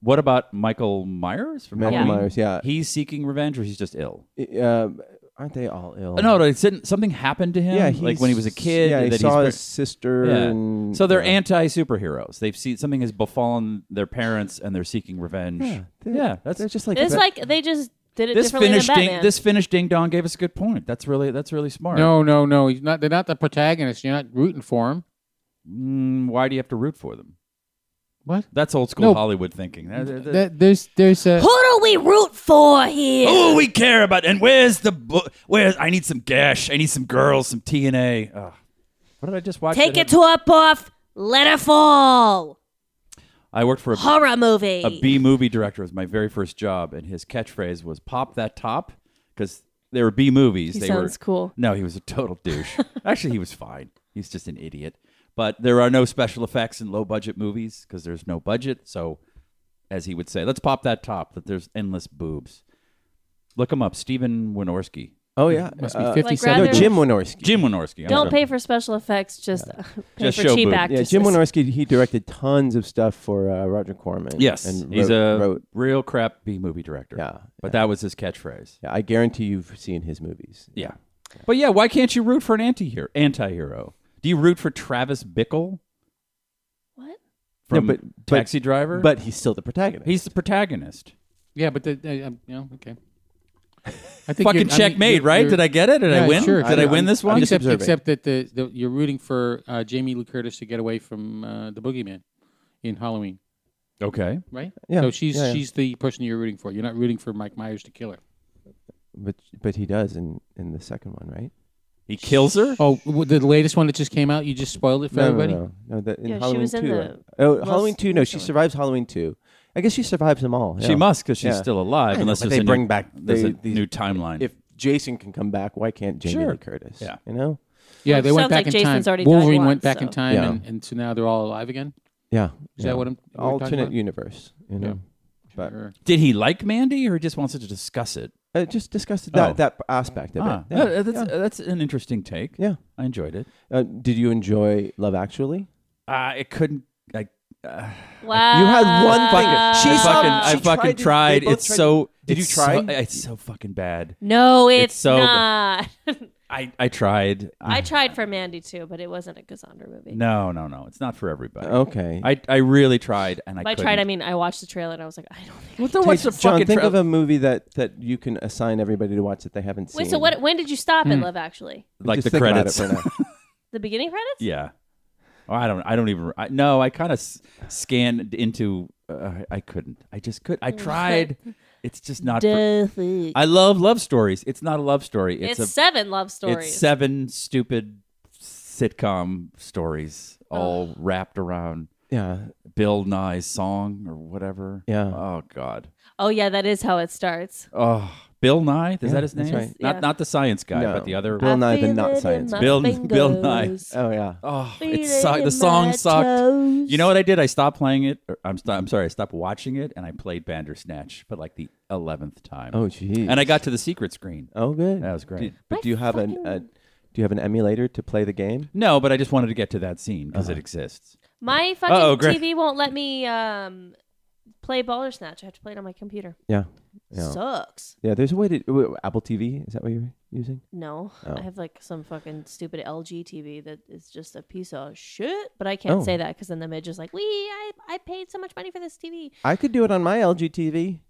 G: What about Michael Myers? From
B: Michael
G: Halloween?
B: Myers, yeah.
G: He's seeking revenge or he's just ill.
B: I- um, aren't they all ill?
G: No, no, it's didn't, something happened to him.
B: Oh, Yeah,
G: like
B: he's-
G: when he was a kid.
B: Yeah, he
G: that
B: saw
G: he's,
B: his sister.
G: Yeah.
B: And,
G: so they're
B: yeah.
G: anti superheroes. They've seen something has befallen their parents and they're seeking revenge. Yeah,
B: They're-
G: that's
B: they're just like
D: It's
B: that-
D: like they just did it
G: this
D: differently than
G: Finnish ding
D: Batman.
G: this Finnish ding dong gave us a good point. That's really that's really smart.
C: No, no, no. He's not. They're not the protagonist. You're not rooting for him.
G: Mm, why do you have to root for them?
C: What?
G: That's old school
C: No.
G: Hollywood thinking. That- that- that-
C: That, there's, there's a.
D: Who do we root for here?
G: Oh, we care about and where's the bo- where's I need some gash, I need some girls, some TNA. Ugh. What did I just watch?
D: Take
G: that
D: it to a buff, let her fall.
G: had- I worked for a
D: Horror movie.
G: a B movie director was my very first job, and his catchphrase was "Pop that top," because they were B movies.
D: He
G: they
D: sounds
G: were,
D: cool.
G: No, he was a total douche. Actually, he was fine. He's just an idiot. But there are no special effects in low budget movies because there's no budget. So, as he would say, let's pop that top. That there's endless boobs. Look him up, Steven Winorski.
B: Oh yeah,
C: Must be
B: Uh,
C: 50
D: Like,
C: something.
B: No,
D: rather-
B: Jim Wynorski.
G: Jim Wynorski. I'm
D: Don't
G: sorry.
D: pay for special effects. Just uh, pay
G: Just
D: for
G: show
D: cheap
G: boob. Yeah,
B: Yeah,
D: actors.
B: Jim Wynorski. He directed tons of stuff for uh, Roger Corman.
G: Yes,
B: and
G: he's
B: wrote-
G: a
B: wrote.
G: real crap B movie director.
B: Yeah,
G: but that was his catchphrase.
B: Yeah, I guarantee you've seen his movies.
G: Yeah. But yeah, why can't you root for an anti-hero? Anti-hero. Do you root for Travis Bickle
D: What?
G: from
B: but- but-
G: Taxi Driver?
B: But he's still the protagonist.
G: he's the protagonist.
C: Yeah, but the, the, um, you know, okay. I think
G: Fucking
C: you're- I mean,
G: checkmate,
C: you're-
G: right?
C: you're-
G: Did I get it? Did I
C: Yeah,
G: win?
C: sure.
G: Did I,
C: I'm-
G: win this one?
B: I'm just
C: except,
B: observing.
C: except that the, the you're rooting for uh, Jamie Lee Curtis to get away from uh, the boogeyman in Halloween,
G: okay.
C: right?
B: Yeah,
C: So she's
B: yeah, yeah.
C: she's the person you're rooting for. You're not rooting for Mike Myers to kill her.
B: but but he does in in the second one, right?
G: He kills her?
C: Oh, w- the latest one that just came out, you just spoiled it for
B: No,
C: everybody.
B: No, no, no. the- in
D: Yeah, she
B: Halloween
D: was in
B: two.
D: the
B: right? oh,
D: Wells-
B: Halloween two. No, she
D: Wells-
B: survives Halloween two. I guess she survives them all.
G: She
B: yeah.
G: must because she's
B: Yeah.
G: still alive
B: know,
G: unless
B: but
G: there's
B: they
G: a new-
B: bring back
G: there's a
B: the- these-
G: new timeline.
B: If Jason can come back, why can't Jamie
G: Sure.
B: Lee Curtis?
G: Yeah.
B: you know.
C: Yeah, they
D: Sounds
C: went back
D: like
C: in
D: Jason's
C: time.
D: already died
C: Wolverine went
D: once,
C: back in
D: so-
C: time,
B: Yeah.
C: and, and so now they're all alive again.
B: Yeah.
C: Is
B: yeah.
C: that what I'm we're talking
B: alternate
C: about?
B: universe? You know. But
C: Sure.
G: Did he like Mandy or he just wants to discuss it?
B: uh, just discussed that
G: Oh.
B: that aspect of
G: Ah,
B: it. Yeah.
G: that- that's, that's an interesting take.
B: Yeah.
G: I enjoyed it.
B: Uh, did you enjoy Love Actually?
G: Uh, it couldn't. I
D: Wow.
B: You had one
G: fucking.
B: Fucking-
G: Ah. I
B: She's
G: fucking,
B: on-
G: I
B: she
G: fucking
B: tried to- they
G: tried.
B: both
G: It's
B: tried-
G: so.
B: Did you
G: it's
B: try?
G: So, it's so fucking bad.
D: No, it's,
G: It's so-
D: not.
G: I I tried.
D: I tried for Mandy too, but it wasn't a Cassandra movie.
G: No, no, no. It's not for everybody.
B: Okay.
G: I I really tried, and I.
D: By
G: couldn't.
D: tried, I mean I watched the trailer and I was like, I don't think.
G: Well, then
B: Wait,
G: what's the
B: John,
G: fucking
B: think
G: tra-
B: of a movie that that you can assign everybody to watch that they haven't seen.
D: Wait, so what? When did you stop in Love Actually?
G: like
B: Just
G: the
B: think about
G: credits?
B: It for now.
D: Hmm. The beginning credits?
G: yeah. Oh, I don't. I don't even. I, no, I kind of s- scanned into. Uh, I couldn't. I just could. I tried. it's just not. For,
D: Duffy.
G: I love love stories. It's not a love story.
D: It's,
G: It's, a
D: seven love stories.
G: It's seven stupid sitcom stories all wrapped around
B: yeah.
G: Bill Nye's song or whatever.
B: Yeah.
G: Oh God.
D: Oh yeah, that is how it starts.
G: Oh, Bill Nye. Is that his
B: that's
G: name?
B: right.
G: Not
D: Yeah.
G: not the science guy,
B: No.
G: but the other.
B: Bill
D: I
B: Nye, the
D: feel
B: not
D: it in
B: science.
D: my
G: Bill- Bill Nye.
D: fingers.
B: Oh yeah.
G: Oh,
D: Feel
G: it sucked.
D: in
G: The song
D: my
G: sucked.
D: toes.
G: You know what I did? I stopped playing it. Or I'm, st- I'm sorry. I stopped watching it, and I played Bandersnatch for like the eleventh time.
B: Oh geez.
G: and I got to the secret screen.
B: Oh good.
G: That was great.
B: Do- but do you have an a, do you have an emulator to play the game?
G: No, but I just wanted to get to that scene because
B: Uh-huh.
G: it exists.
D: My fucking
G: Uh-oh, Gra-
D: TV won't let me um play Bandersnatch. I have to play it on my computer.
B: Yeah. Yeah.
D: Sucks.
B: yeah. There's a way to w- Apple TV. Is that what you're using?
D: No,
B: Oh.
D: I have like some fucking stupid LG TV that is just a piece of shit. But I can't
B: Oh.
D: say that because then the midge is like, "We, I, I paid so much money for this TV."
B: I could do it on my LG TV.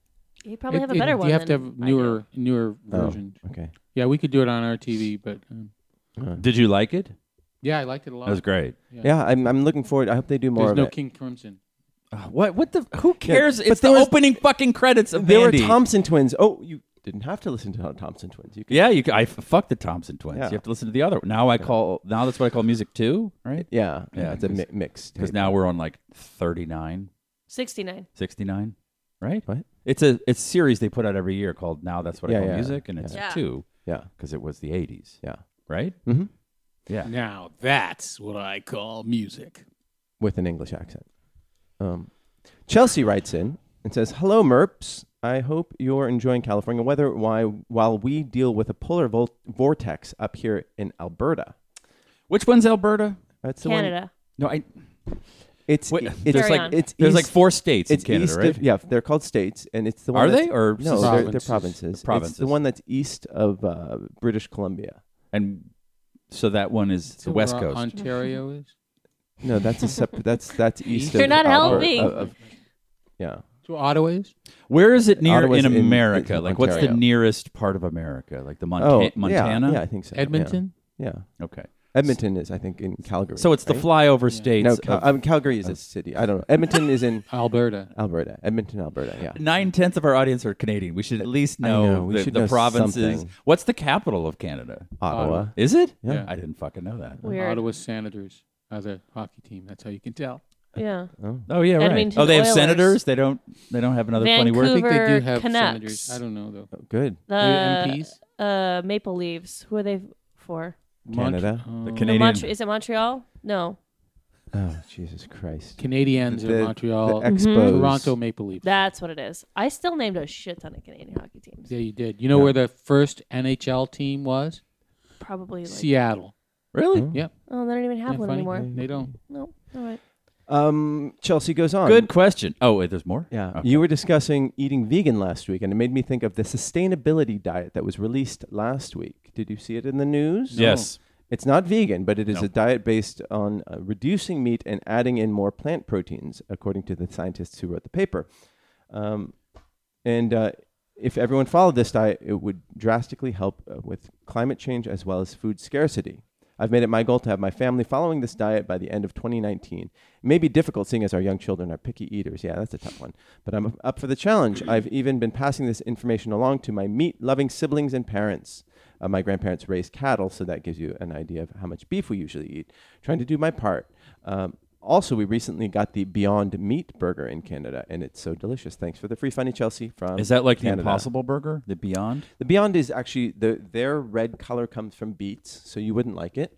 D: You probably
C: It-
D: have a
C: it-
D: better one.
C: You have to
D: than
C: have
D: I do.
C: newer newer
B: Oh.
C: versions.
B: Okay.
C: Yeah, we could do it on our TV, but um,
G: Did you like it?
C: yeah, I liked it a lot.
D: Uh,
G: That was great.
B: Yeah, I'm, I'm looking forward. I hope they do more
C: There's
B: of
C: no
B: it.
C: King Crimson.
G: What? What the? Who cares?
B: but
G: it's the
B: there was-
G: opening fucking credits of
B: there were
G: Mandy.
B: Thompson twins. Oh, you didn't have to listen to the Thompson twins. You could,
G: Yeah, you. c- I f- fuck the Thompson twins.
B: Yeah.
G: You have to listen to the other. one. Now I call. Now that's what I call music too, right?
B: yeah, yeah,
G: Yeah,
B: it's a
G: 'cause-
B: mi- mix.
G: Because
B: tape.
G: now we're on like 39,
D: Sixty-nine.
G: 69, right?
B: What?
G: It's a it's a series they put out every year called Now That's What
B: Yeah,
G: I Call
B: yeah,
G: Music, and it's
D: yeah.
G: two
B: yeah,
G: because it was the 80s,
B: yeah,
G: right?
B: Mhm.
G: Yeah.
C: Now that's what I call music.
B: with an English accent. Um, Chelsea writes in and says, "Hello, Merps. I hope you're enjoying California weather. Why, while we deal with a polar vol- vortex up here in Alberta,
G: Which one's Alberta?
B: that's the one-
D: Canada.
G: No, I.
B: It's
G: Wait,
B: it's
G: there's
D: Carry
G: like
D: on.
B: it's
G: there's
B: east-
G: like four states
B: It's
G: in Canada,
B: east
G: right?
B: Of, yeah, they're called states, and it's the one.
G: Are
B: that's-
G: they? Or
B: no?
G: s-
B: They're, they're
C: provinces?
B: provinces. It's the
G: Provinces.
B: one that's east of uh, British Columbia.
G: and so that one is the West
C: Where
G: Coast.
C: Ontario is.
B: No, that's a separ- that's that's east.
D: You're
B: of,
D: not
B: of-
D: helping.
G: uh,
B: of- of- yeah,
C: That's where Ottawa is.
G: Where is it near
B: Ottawa's
G: in
B: in-
G: America?
B: in
G: like, what's the
B: Ontario.
G: nearest part of America? Like the Monta-
B: oh, yeah,
G: Montana?
B: Yeah, I think so. Yeah.
C: Edmonton.
B: Yeah,
G: Okay.
B: Edmonton is I think in Calgary.
G: So it's the
B: right?
G: flyover states.
B: No, uh, Cal-
G: of-
B: I mean, Calgary is a city. I don't know. Edmonton is in
C: Alberta.
B: Alberta. Edmonton, Alberta. Yeah,
G: Nine tenths of our audience are Canadian. We should at least
B: I
G: know,
B: know, we
G: the,
B: should
G: the
B: know
G: provinces.
B: something.
G: What's the capital of Canada?
B: Ottawa.
G: Is it?
B: Yeah.
G: I didn't fucking know that.
D: Weird.
C: Ottawa Senators as a hockey team. That's how you can tell.
D: yeah.
G: Oh yeah, right.
D: Edmonton
G: oh, they have
D: Oilers.
G: senators. They don't. They don't have another funny
C: I
G: word.
C: think they do
D: Vancouver
C: have
D: Canucks.
C: senators. I don't know though.
B: Oh, good.
D: The
C: Maybe MPs.
D: uh Maple Leaves. Who are they for?
C: Mont-
B: Canada.
C: uh,
G: The
D: No,
G: Canadian.
D: Mont- is it Montreal? No.
B: Oh Jesus Christ.
C: Canadians
B: The-
C: of Montreal.
B: the Expos.
G: Mm-hmm.
C: Toronto Maple Leafs.
D: That's what it is. I still named a shit ton of Canadian hockey teams.
B: games.
C: Yeah, you did. You know where the first NHL team was?
D: Probably like.
C: Seattle.
G: Really?
B: Hmm?
C: Yep.
D: Oh, they don't even have
C: Isn't that
D: one
C: funny?
D: anymore.
C: They don't.
D: No. All right.
B: Um, Chelsea goes on.
G: Good question. Oh, wait, there's more?
B: Yeah.
G: Okay.
B: You were discussing eating vegan last week, and it made me think of the sustainability diet that was released last week. Did you see it in the news?
G: Yes.
B: It's not vegan, but it is a diet based on uh, reducing meat and adding in more plant proteins, according to the scientists who wrote the paper. Um, and uh, if everyone followed this diet, it would drastically help uh, with climate change as well as food scarcity. I've made it my goal to have my family following this diet by the end of 2019. It may be difficult seeing as our young children are picky eaters. Yeah, that's a tough one. But I'm up for the challenge. I've even been passing this information along to my meat loving siblings and parents. Uh, my grandparents raised cattle, so that gives you an idea of how much beef we usually eat. Trying to do my part. Um, also, we recently got the Beyond Meat burger in Canada, and it's so delicious. Thanks for the free funny Chelsea from.
G: Is that like
B: Canada.
G: the Impossible Burger? The Beyond?
B: The Beyond is actually the their red color comes from beets, so you wouldn't like it.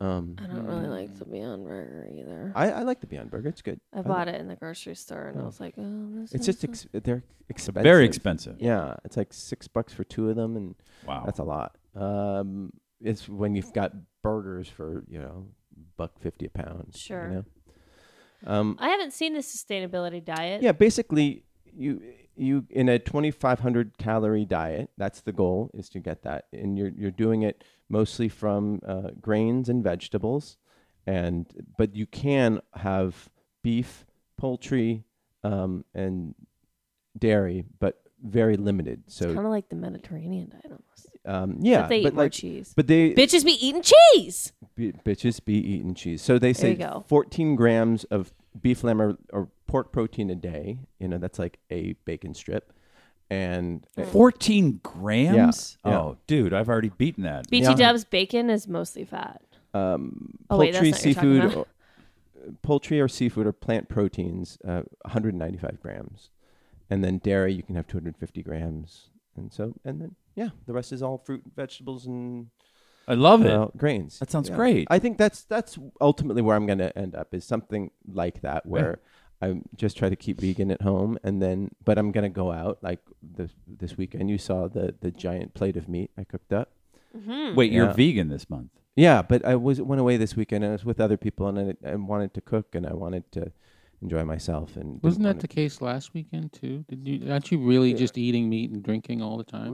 B: Um,
D: I don't really like the Beyond Burger either.
B: I, I like the Beyond Burger; it's good.
D: I bought it in the grocery store and I was like, oh, this
B: It's
D: is
B: just ex- they're expensive.
G: Very expensive.
B: Yeah, it's like six bucks for two of them, and
G: Wow.
B: that's a lot. Um, it's when you've got burgers for you know buck fifty a pound.
D: Sure.
B: You know? Um,
D: I haven't seen the sustainability diet.
B: yeah, basically you you in a 2500 calorie diet that's the goal is to get that and you're you're doing it mostly from uh, grains and vegetables and but you can have beef poultry um, and dairy but very limited
D: Kind
B: so
D: of like the Mediterranean diet almost.
B: um, yeah
D: but they eat more
B: like
D: cheese.
B: but they
D: Bitches be eating cheese.
B: B- bitches be eating cheese. So they
D: There
B: say
D: you go.
B: 14 grams of beef, lamb, or, or pork protein a day. You know, that's like a bacon strip. And
D: Mm.
G: 14 grams?
B: Yeah, yeah.
G: Oh, dude, I've already beaten that.
D: BT
B: Yeah.
D: Dub's bacon is mostly fat.
B: um,
D: Oh, wait,
B: poultry,
D: that's not what you're
B: seafood,
D: talking
B: or, poultry or seafood or plant proteins, uh, 195 grams. And then dairy, you can have 250 grams. And so, and then, yeah, the rest is all fruit, vegetables, and
G: I love it.
B: uh, grains.
G: That sounds great.
B: I think that's that's ultimately where I'm going to end up is something like that where I just try to keep vegan at home and then but I'm going to go out like this this weekend you saw the the giant plate of meat I cooked up.
D: Hmm.
G: Wait, you're
B: Yeah.
G: vegan this month.
B: Yeah, but I was went away this weekend and I was with other people and I, I wanted to cook and I wanted to enjoy myself and didn't
C: Wasn't that
B: wanna-
C: the case last weekend too? Did you? Aren't you really just eating meat and drinking all the time?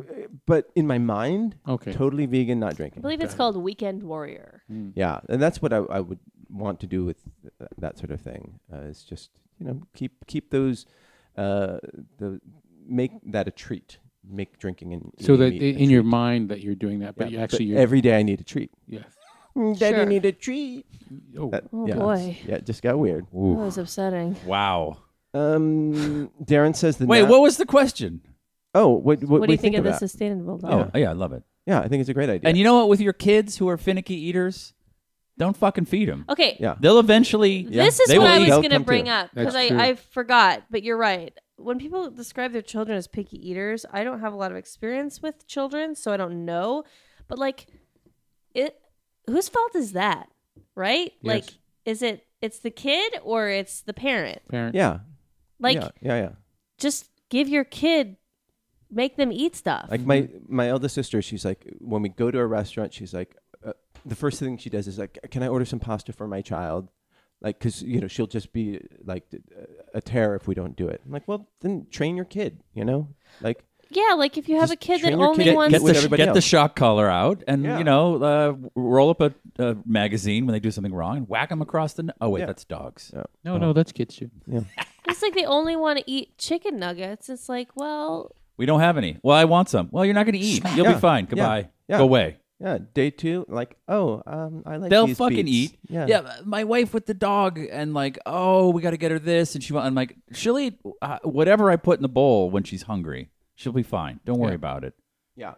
B: but in my mind
C: Okay.
B: totally vegan not
D: I
B: drinking.
D: believe it's called Weekend Warrior.
B: Yeah, and that's what I, I would want to do with th- that sort of thing. Uh, is just you know keep keep those uh, the make that a treat, make drinking and
C: So
B: eating
C: that i-
B: meat a
C: in your
B: treat.
C: mind that you're doing that, but
B: Yeah,
C: you actually you're,
B: every day I need a treat.
C: yeah.
B: Mm, Daddy
D: Sure.
B: need a treat.
C: Oh,
B: That-
D: Oh,
B: yeah,
D: boy.
B: yeah, it just got weird.
D: That was upsetting.
G: Wow.
B: Um, Darren says the
G: Wait,
B: nap-
G: what was the question?
B: Oh, what what,
D: What, do
B: we
D: you think, of the
B: about?
D: sustainable diet?
G: Oh, yeah, I love it.
B: Yeah, I think it's a great idea.
G: And you know what? With your kids who are finicky eaters, don't fucking feed them.
D: Okay,
B: yeah,
G: They'll eventually.
D: This is
G: they
D: what
G: will
D: I was
G: eat.
B: They'll
D: going to
B: come
D: bring
B: too.
D: up because
C: That's
D: I,
C: true.
D: I forgot, but you're right. When people describe their children as picky eaters, I don't have a lot of experience with children, so I don't know. But like, it whose fault is that, right? Like,
C: Yes.
D: is it it's the kid or it's the parent?
C: parent.
B: yeah,
D: Like,
B: yeah, yeah, yeah.
D: just give your kid, make them eat stuff.
B: Like my my eldest sister, she's like, when we go to a restaurant, she's like, uh, the first thing she does is like, can I order some pasta for my child? Like, cause you know she'll just be like a terror if we don't do it. I'm like, well, then train your kid. You know, like
D: yeah, like if you have
B: Just
D: a kid that
B: train your
D: only
B: kid-
D: wants
G: Get,
B: with
G: the,
B: everybody
G: get the
B: else.
G: shock collar out and,
B: Yeah.
G: you know, uh, roll up a, a magazine when they do something wrong and whack them across the. N- oh, wait,
B: Yeah.
G: that's dogs.
C: No,
B: Oh.
C: no, that's kids too.
D: it's like they only want to eat chicken nuggets. It's like, well,
G: We don't have any. Well, I want some. Well, you're not going to eat. You'll
B: Yeah.
G: be fine.
B: Yeah.
G: Goodbye.
B: Yeah.
G: Go away.
B: yeah, day two, like, oh, um, I like
G: They'll
B: these
G: fucking
B: beets.
G: eat.
B: Yeah,
G: my wife with the dog and like, oh, we got to get her this, and she. wa- I'm like, she'll eat uh, whatever I put in the bowl when she's hungry. She'll be fine. Don't worry about it.
B: yeah.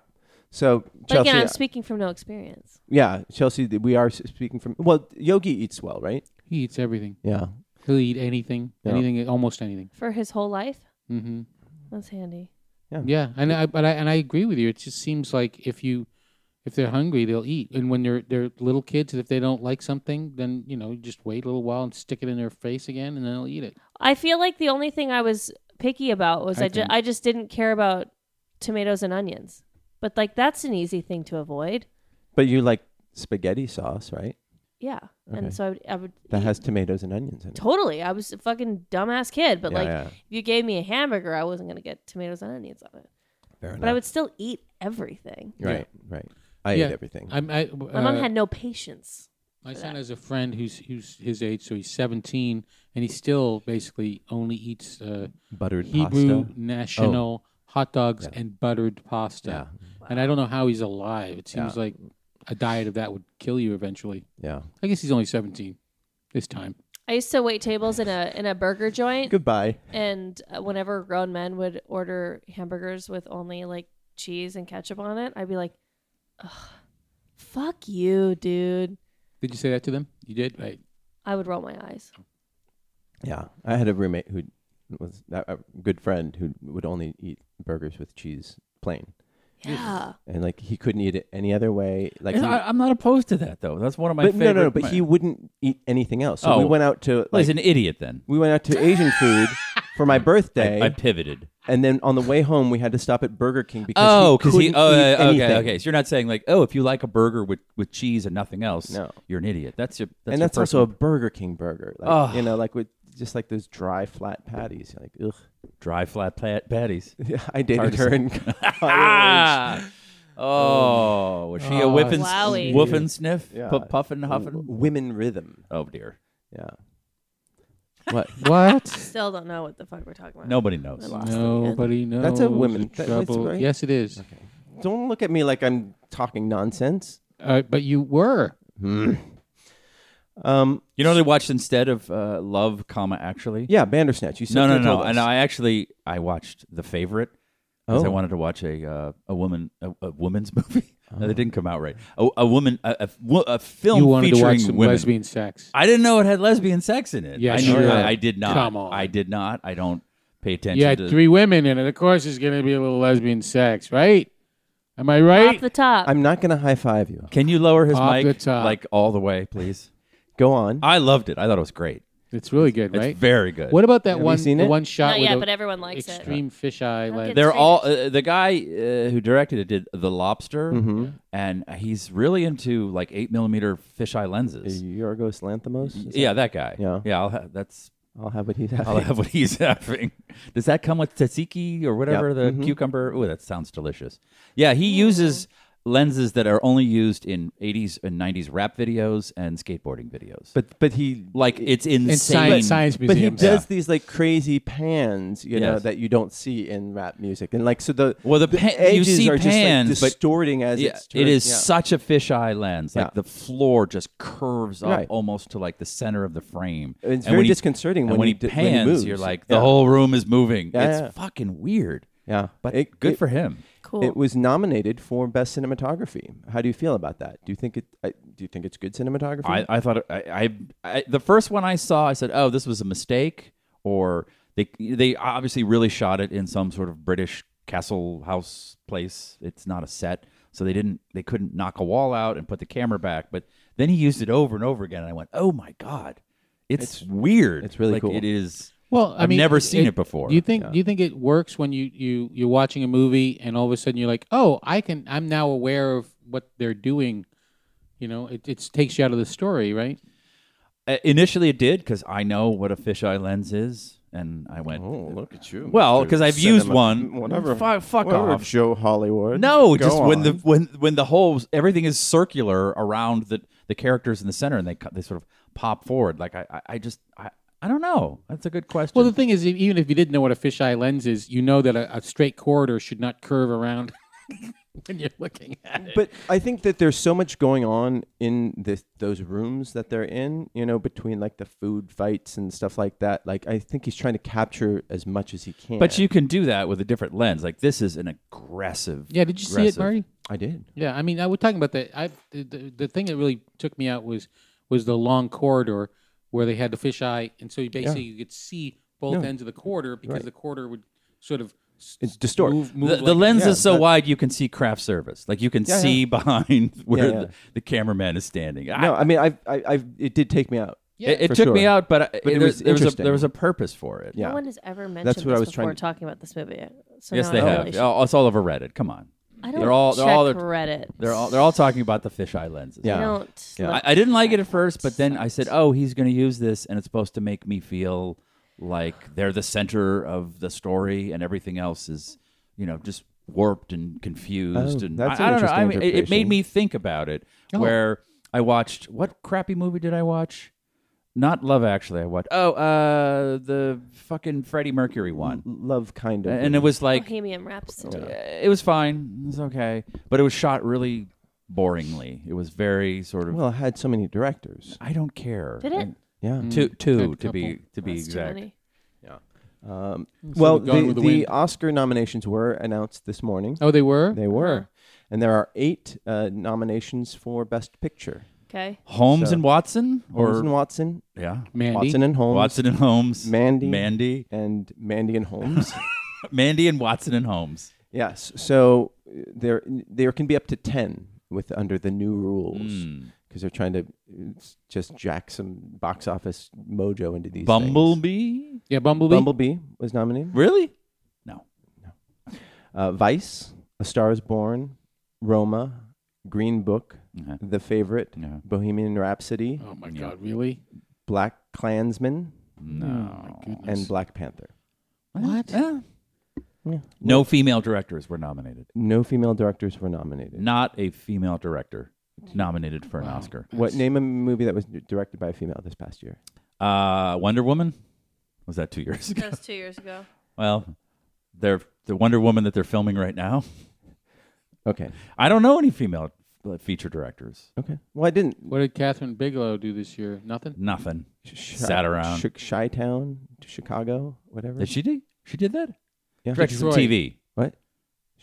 B: So
D: but
B: Chelsea, uh,
D: again, I'm speaking from no experience.
B: yeah, Chelsea, th- we are s- speaking from. Well, Yogi eats well, right?
C: He eats everything.
B: Yeah,
C: He'll eat anything,
B: Yeah.
C: anything, almost anything.
D: for his whole life.
C: hmm
D: That's handy.
B: Hmm.
C: Yeah, and I but I and I agree with you. It just seems like if you if they're hungry, they'll eat. And when they're they're little kids, if they don't like something, then you know, just wait a little while and stick it in their face again, and then they'll eat it.
D: I feel like the only thing I was picky about was
C: I
D: I, ju-
C: think-
D: I just didn't care about tomatoes and onions. But like that's an easy thing to avoid.
B: But you like spaghetti sauce, right?
D: Yeah.
B: Okay.
D: And so I would, I would
B: That has tomatoes and onions in it.
D: totally. I was a fucking dumbass kid, but
B: Yeah,
D: like
B: yeah.
D: if you gave me a hamburger, I wasn't gonna get tomatoes and onions on it.
B: Fair enough.
D: But I would still eat everything.
B: right, right. I
C: Yeah.
B: ate everything.
C: I'm, I,
D: My
B: Uh,
D: mom had no patience.
C: My son has a friend who's who's his age, so he's 17, and he still basically only eats uh,
B: Buttered
C: Hebrew
B: pasta. Oh.
C: national hot dogs and buttered pasta. And I don't know how he's alive. It seems like a diet of that would kill you eventually.
B: Yeah.
C: I guess he's only 17 this time.
D: I used to wait tables in a in a burger joint
B: Goodbye.
D: and uh, whenever grown men would order hamburgers with only like cheese and ketchup on it, I'd be like, Ugh, fuck you, dude.
C: Did you say that to them? You did, right?
D: I would roll my eyes.
B: Yeah, I had a roommate who was a a good friend who would only eat burgers with cheese plain,
D: Yeah.
B: and like he couldn't eat it any other way. Like, he-
G: I, am not opposed to that though. That's one of my
B: but no,
G: favorite.
B: no, no. But he wouldn't eat anything else. So we
G: Oh.
B: went out to
G: well, he's
B: like
G: an idiot then.
B: we went out to Asian food for my birthday,
G: I, I pivoted.
B: and then on the way home we had to stop at Burger King because
G: Oh,
B: he
G: because
B: couldn't
G: he. Oh,
B: eat
G: uh, okay,
B: anything.
G: okay. So you're not saying like, oh, if you like a burger with with cheese and nothing else,
B: No.
G: you're an idiot. That's your. That's
B: and
G: your
B: that's also a
G: personal-
B: Burger King burger, like,
G: Ugh.
B: you know, like with just like those dry flat patties. Like, ugh.
G: dry flat pat- patties.
B: Yeah, I dated
G: to
B: her
G: say.
B: in college.
G: Ah. Oh, was she a whiff and,
D: Wowie.
G: woof and sniff?
B: Yeah.
G: Pu- puff and huffing?
B: Women rhythm.
G: Oh, dear.
B: Yeah. What?
E: What?
D: Still don't know what the fuck we're talking about.
G: Nobody knows.
D: I lost it again.
C: Nobody knows.
B: That's a
C: the
B: women- that- that's
C: trouble.
B: right.
C: Yes, it is.
B: Don't look at me like I'm talking nonsense.
C: Uh, but you were.
B: Um,
G: You know what I watched instead of uh, Love, comma, actually?
B: yeah, Bandersnatch. You said
G: No, no,
B: you told
G: no.
B: us.
G: And I actually, I watched The Favorite because I
B: Oh.
G: wanted to watch a uh, a woman a, a woman's movie. No, that didn't come out right. A, a woman, a- a, f- wo- a film
C: Oh. You wanted to
G: featuring
C: watch some
G: women.
C: lesbian sex.
G: I didn't know it had lesbian sex in it.
C: Yeah,
G: I, knew
C: sure.
G: I, I did not.
C: Come on.
G: I did not. I don't pay attention
C: You had
G: to
C: three women in it. Of course, there's going to be a little lesbian sex, right? Am I
D: Off
C: right?
D: the top.
B: I'm not going to high five you.
G: Can you lower his
C: Off the
G: mic
C: top.
G: like all the way, please?
B: Go on.
G: I loved it. I thought it was great.
C: it's really good,
G: It's
C: right?
G: very good.
C: What about that
B: you
C: one?
B: seen
C: the
B: it?
C: one shot
D: Not
C: with
D: yet,
C: the
D: but everyone likes it.
C: extreme fisheye lens.
D: get-
G: They're all uh, the guy uh, who directed it did The Lobster, and he's really into like eight millimeter fisheye lenses.
B: Yorgos Lanthimos? Is that-
G: yeah, that guy.
B: Yeah.
G: yeah. I'll ha- that's
B: I'll have what he's having.
G: I'll have what he's having. Does that come with tzatziki or whatever
B: Yep.
G: the cucumber? Oh, that sounds delicious. Yeah, he uses lenses that are only used in 80s and 90s rap videos and skateboarding videos.
B: But but he
G: like it's insane.
C: in science, science
B: but he
C: museums.
B: does these like crazy pans, you know,
G: Yes.
B: that you don't see in rap music, and like so the
G: Well, the pan- you
B: edges
G: see
B: are
G: pans,
B: just
G: but-
B: like, distorting as
G: Yeah,
B: it's
G: it
B: turned-
G: is
B: yeah.
G: such a fisheye lens. Like
B: Yeah.
G: the floor just curves up
B: Right.
G: almost to like the center of the frame.
B: And it's very
G: he-
B: disconcerting
G: and
B: when
G: when
B: he
G: he,
B: d- when he
G: pans,
B: moves.
G: you're like the
B: Yeah.
G: whole room is moving.
B: Yeah,
G: it's
B: yeah.
G: fucking weird.
B: Yeah.
G: but
B: It-
G: good
B: it-
G: for him.
D: cool.
B: It was nominated for best cinematography. How do you feel about that? Do you think it? I, do you think it's good cinematography?
G: I, I thought it, I, I, I the first one I saw, I said, "Oh, this was a mistake," or they they obviously really shot it in some sort of British castle house place. It's not a set, so they didn't they couldn't knock a wall out and put the camera back. But then he used it over and over again, and I went, "Oh my god, it's, weird.
B: it's really
G: Like,
B: cool.
G: It is."
C: Well, I
G: I've
C: mean,
G: never seen it before.
C: Do you think? Do you think it works when you you you're watching a movie and all of a sudden you're like, oh, I can. I'm now aware of what they're doing. You know, it it takes you out of the story, right?
G: Uh, initially, it did because I know what a fisheye lens is, and I went,
B: oh, look at you.
G: Well,
B: Mr.
G: 'cause I've used
B: Cinema-
G: one.
B: Whatever.
G: Fuck- fuck
B: whatever,
G: off.
B: Joe Hollywood.
G: No,
B: Go
G: just when the
B: on.
G: when when the whole everything is circular around the the characters in the center, and they cut- they sort of pop forward. Like I I, I just I, I don't know. That's a good question.
C: Well, the thing is, e, even if you didn't know what a fisheye lens is, you know that a, a straight corridor should not curve around when you're looking at it.
B: But I think that there's so much going on in this, those rooms that they're in, you know, between like the food fights and stuff like that. Like, I think he's trying to capture as much as he can.
G: but you can do that with a different lens. Like this is an aggressive.
C: Yeah, did you see it,
G: aggressive-
C: Marty?
B: I did.
C: Yeah, I mean, I was talking about that. I the, the, the thing that really took me out was was the long corridor where they had the fisheye, and so you basically you could see both ends of the corridor because the corridor would sort of s-
B: It's distort.
C: move, move
G: The,
C: like-
G: the lens
B: yeah,
G: is so
B: that-
G: wide you can see craft service. Like you can
B: Yeah,
G: see behind where
B: yeah.
G: The, the cameraman is standing. I-
B: No, I mean, I've, I, I've, it did take me out.
C: Yeah,
G: it, it
B: for
G: took me
B: sure.
G: out, but, I,
B: But it
G: there,
B: was
G: there was a,
B: interesting.
G: there was a purpose for it.
B: Yeah.
D: No one has ever mentioned
B: That's what
D: this
B: I was
D: before
B: trying to-
D: talking about this movie. So
G: Yes,
D: now
G: they
D: I
G: have.
D: really should-
G: Oh, It's all over Reddit. Come on.
D: I don't
G: They're all- they're
D: check
G: all- they're-
D: Reddit.
G: They're all they're all talking about the fisheye lenses.
B: Yeah.
D: I don't.
B: Yeah.
G: I,
D: look-
G: I didn't like it at first, but then I said, "Oh, he's going to use this, and it's supposed to make me feel like they're the center of the story, and everything else is, you know, just warped and confused."
B: Oh,
G: and
B: that's
G: I,
B: an
G: I don't know. I
B: interesting
G: mean, it, it made
B: interpretation. Oh.
G: me think about it. Where I watched what crappy movie did I watch? Not Love Actually. I watched oh, uh, the fucking Freddie Mercury one,
B: Love kind of.
G: and it was like
D: Bohemian Rhapsody.
G: it was fine. It was okay, but it was shot really boringly. It was very sort of.
B: well, it had so many directors.
G: I don't care.
D: Did it?
B: Yeah.
C: Mm.
G: Two, two
C: Good
G: to be
C: couple.
G: to be
D: That's too
G: exact.
D: many.
B: Um, well,
C: we've gone
B: the,
C: with the
B: the
C: wind.
B: Oscar nominations were announced this morning.
C: Oh, they were.
B: They were, and there are eight uh, nominations for Best Picture.
D: Okay.
G: Holmes
B: So-
G: and Watson, or
B: Holmes and Watson,
G: yeah,
C: Mandy.
B: Watson and Holmes,
G: Watson and Holmes,
B: Mandy.
G: Mandy,
B: and Mandy and Holmes.
G: Mandy and Watson and Holmes.
B: yes. So uh, there, there can be up to ten with under the new rules
G: Hmm.
B: because they're trying to uh, s- just jack some box office mojo into these. things.
G: Bumblebee,
C: yeah, Bumblebee.
B: Bumblebee was nominated.
G: really? No,
B: Uh, Vice, A Star Is Born, Roma, Green Book,
G: Uh-huh.
B: The Favorite,
G: Yeah.
B: Bohemian Rhapsody,
C: Oh my God, really? Oh
B: Black Klansman,
G: no,
B: and Black Panther.
G: what? No female directors were nominated.
B: No female directors were nominated.
G: Not a female director nominated for an Oscar.
B: What name a movie that was d- directed by a female this past year?
G: Uh, Wonder Woman was that two years ago?
D: That was two years ago.
G: Well, they're the Wonder Woman that they're filming right now.
B: Okay.
G: I don't know any female uh, feature directors.
B: Okay. Well, I didn't.
C: What did Catherine Bigelow do this year? Nothing.
G: Nothing.
B: Sh-
G: Sat around.
B: Chi Town, Chicago, whatever.
G: Did she do? She did that.
B: Yeah.
G: Directed some
C: Detroit.
G: TV.
B: what?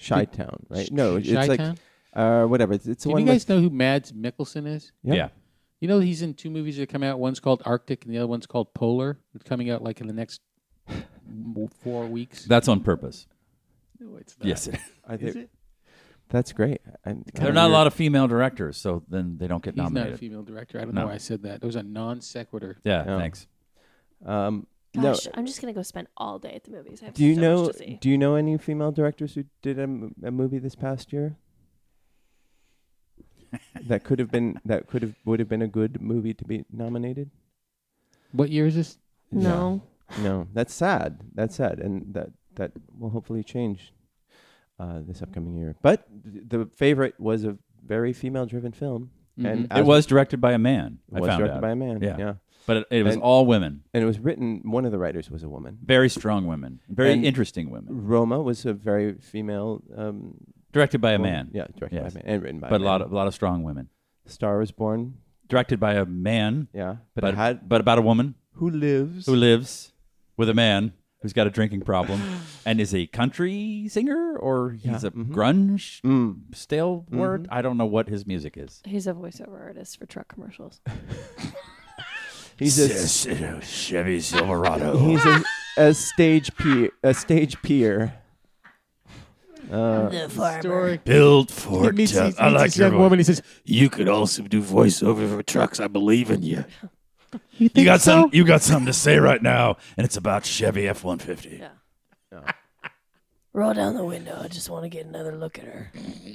B: Chi Town, right? No, it's
C: Chi-Town?
B: like uh, whatever. It's, it's the
C: Do
B: one.
C: you guys know who Mads Mikkelsen is?
B: with,
G: Yeah.
C: You know he's in two movies that are coming out. One's called Arctic, and the other one's called Polar. It's coming out like in the next m- four weeks.
G: That's on purpose.
C: No, it's not.
G: Yes.
B: Are they- That's great. I, I
G: there are not a lot of female directors, so then they don't get
C: He's not a
G: nominated.
C: female director. I don't
G: No.
C: know why I said that. It was a non sequitur.
G: yeah,
B: No.
G: thanks.
B: Um, no.
D: Gosh, I'm just gonna go spend all day at the movies. I have
B: Do you
D: so
B: know?
D: Much to see.
B: Do you know any female directors who did a, m- a movie this past year? that could have been. That could have would have been a good movie to be nominated.
C: What year is this?
D: No.
B: No, that's sad. That's sad, and that that will hopefully change uh, this upcoming year. But th- the favorite was a very female-driven film, and as
G: Mm-hmm. It was directed by a man.
B: it was
G: I found
B: directed
G: out.
B: by a man.
G: Yeah.
B: Yeah.
G: But it, it was
B: And-
G: all women.
B: and it was written. One of the writers was a woman.
G: Very strong women. Very
B: And-
G: interesting women.
B: Roma was a very female. Um,
G: Directed by a
B: woman.
G: man.
B: Yeah, directed
G: Yes.
B: by a man and written by.
G: But a
B: man.
G: lot of a lot of strong women.
B: Star was born.
G: Directed by a man.
B: Yeah,
G: But
B: but, it had
G: but about a woman
B: who lives.
G: who lives with a man who's got a drinking problem and is a country singer or he's a
B: Mm-hmm.
G: grunge
B: Mm.
G: stale word. I don't know what his music is.
D: He's a voiceover artist for truck commercials.
B: He's a
F: Chevy Silverado.
B: he's a, a stage peer. A stage peer.
C: Story.
F: Built for
C: Meets,
F: Tough.
C: meets this young woman. He says,
F: You could also do voiceover for trucks. I believe in you. You, got some. You got something to say right now, and it's about Chevy F one fifty.
D: Roll down the window. I just want to get another look at her.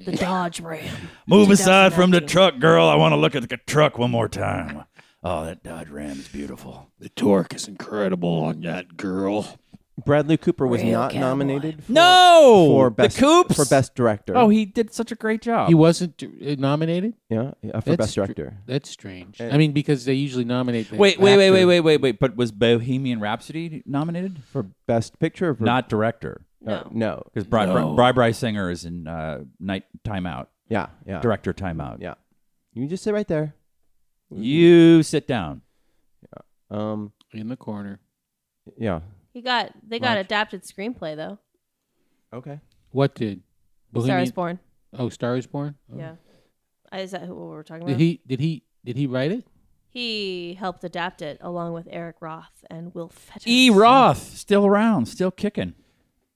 D: The Dodge Ram.
F: Move aside from the truck, girl. I want to look at the truck one more time. Oh, that Dodge Ram is beautiful. The torque is incredible on that girl.
B: Bradley Cooper was
D: Real
B: not
D: cowboy.
B: nominated. For,
G: No,
B: for best
G: the Coops
B: for best director.
G: Oh, he did such a great job.
C: He wasn't uh, nominated?
B: yeah, yeah, for best
C: str-
B: director.
C: that's strange. I mean, because they usually nominate. The
G: wait, wait, wait, wait,
C: actor.
G: wait, wait, wait. But was Bohemian Rhapsody nominated?
B: for best picture. or For,
G: Not director,
B: uh, no.
G: because Bri Bri, Bri Bri Singer is in uh, Night Timeout,
B: Yeah, yeah,
G: director timeout.
B: yeah. You just sit right there.
G: You sit down.
B: Um,
C: In the corner.
B: yeah.
D: He got they got adapted screenplay though.
B: Okay.
C: What did?
D: Star
C: Bohemian-
D: is Born.
C: Oh, Star is Born. Oh.
D: Yeah. Uh, Is that who what we're talking
C: Did
D: about?
C: he? Did he? Did he write it?
D: He helped adapt it along with Eric Roth and Will Fetter.
G: E. Roth still around, still kicking.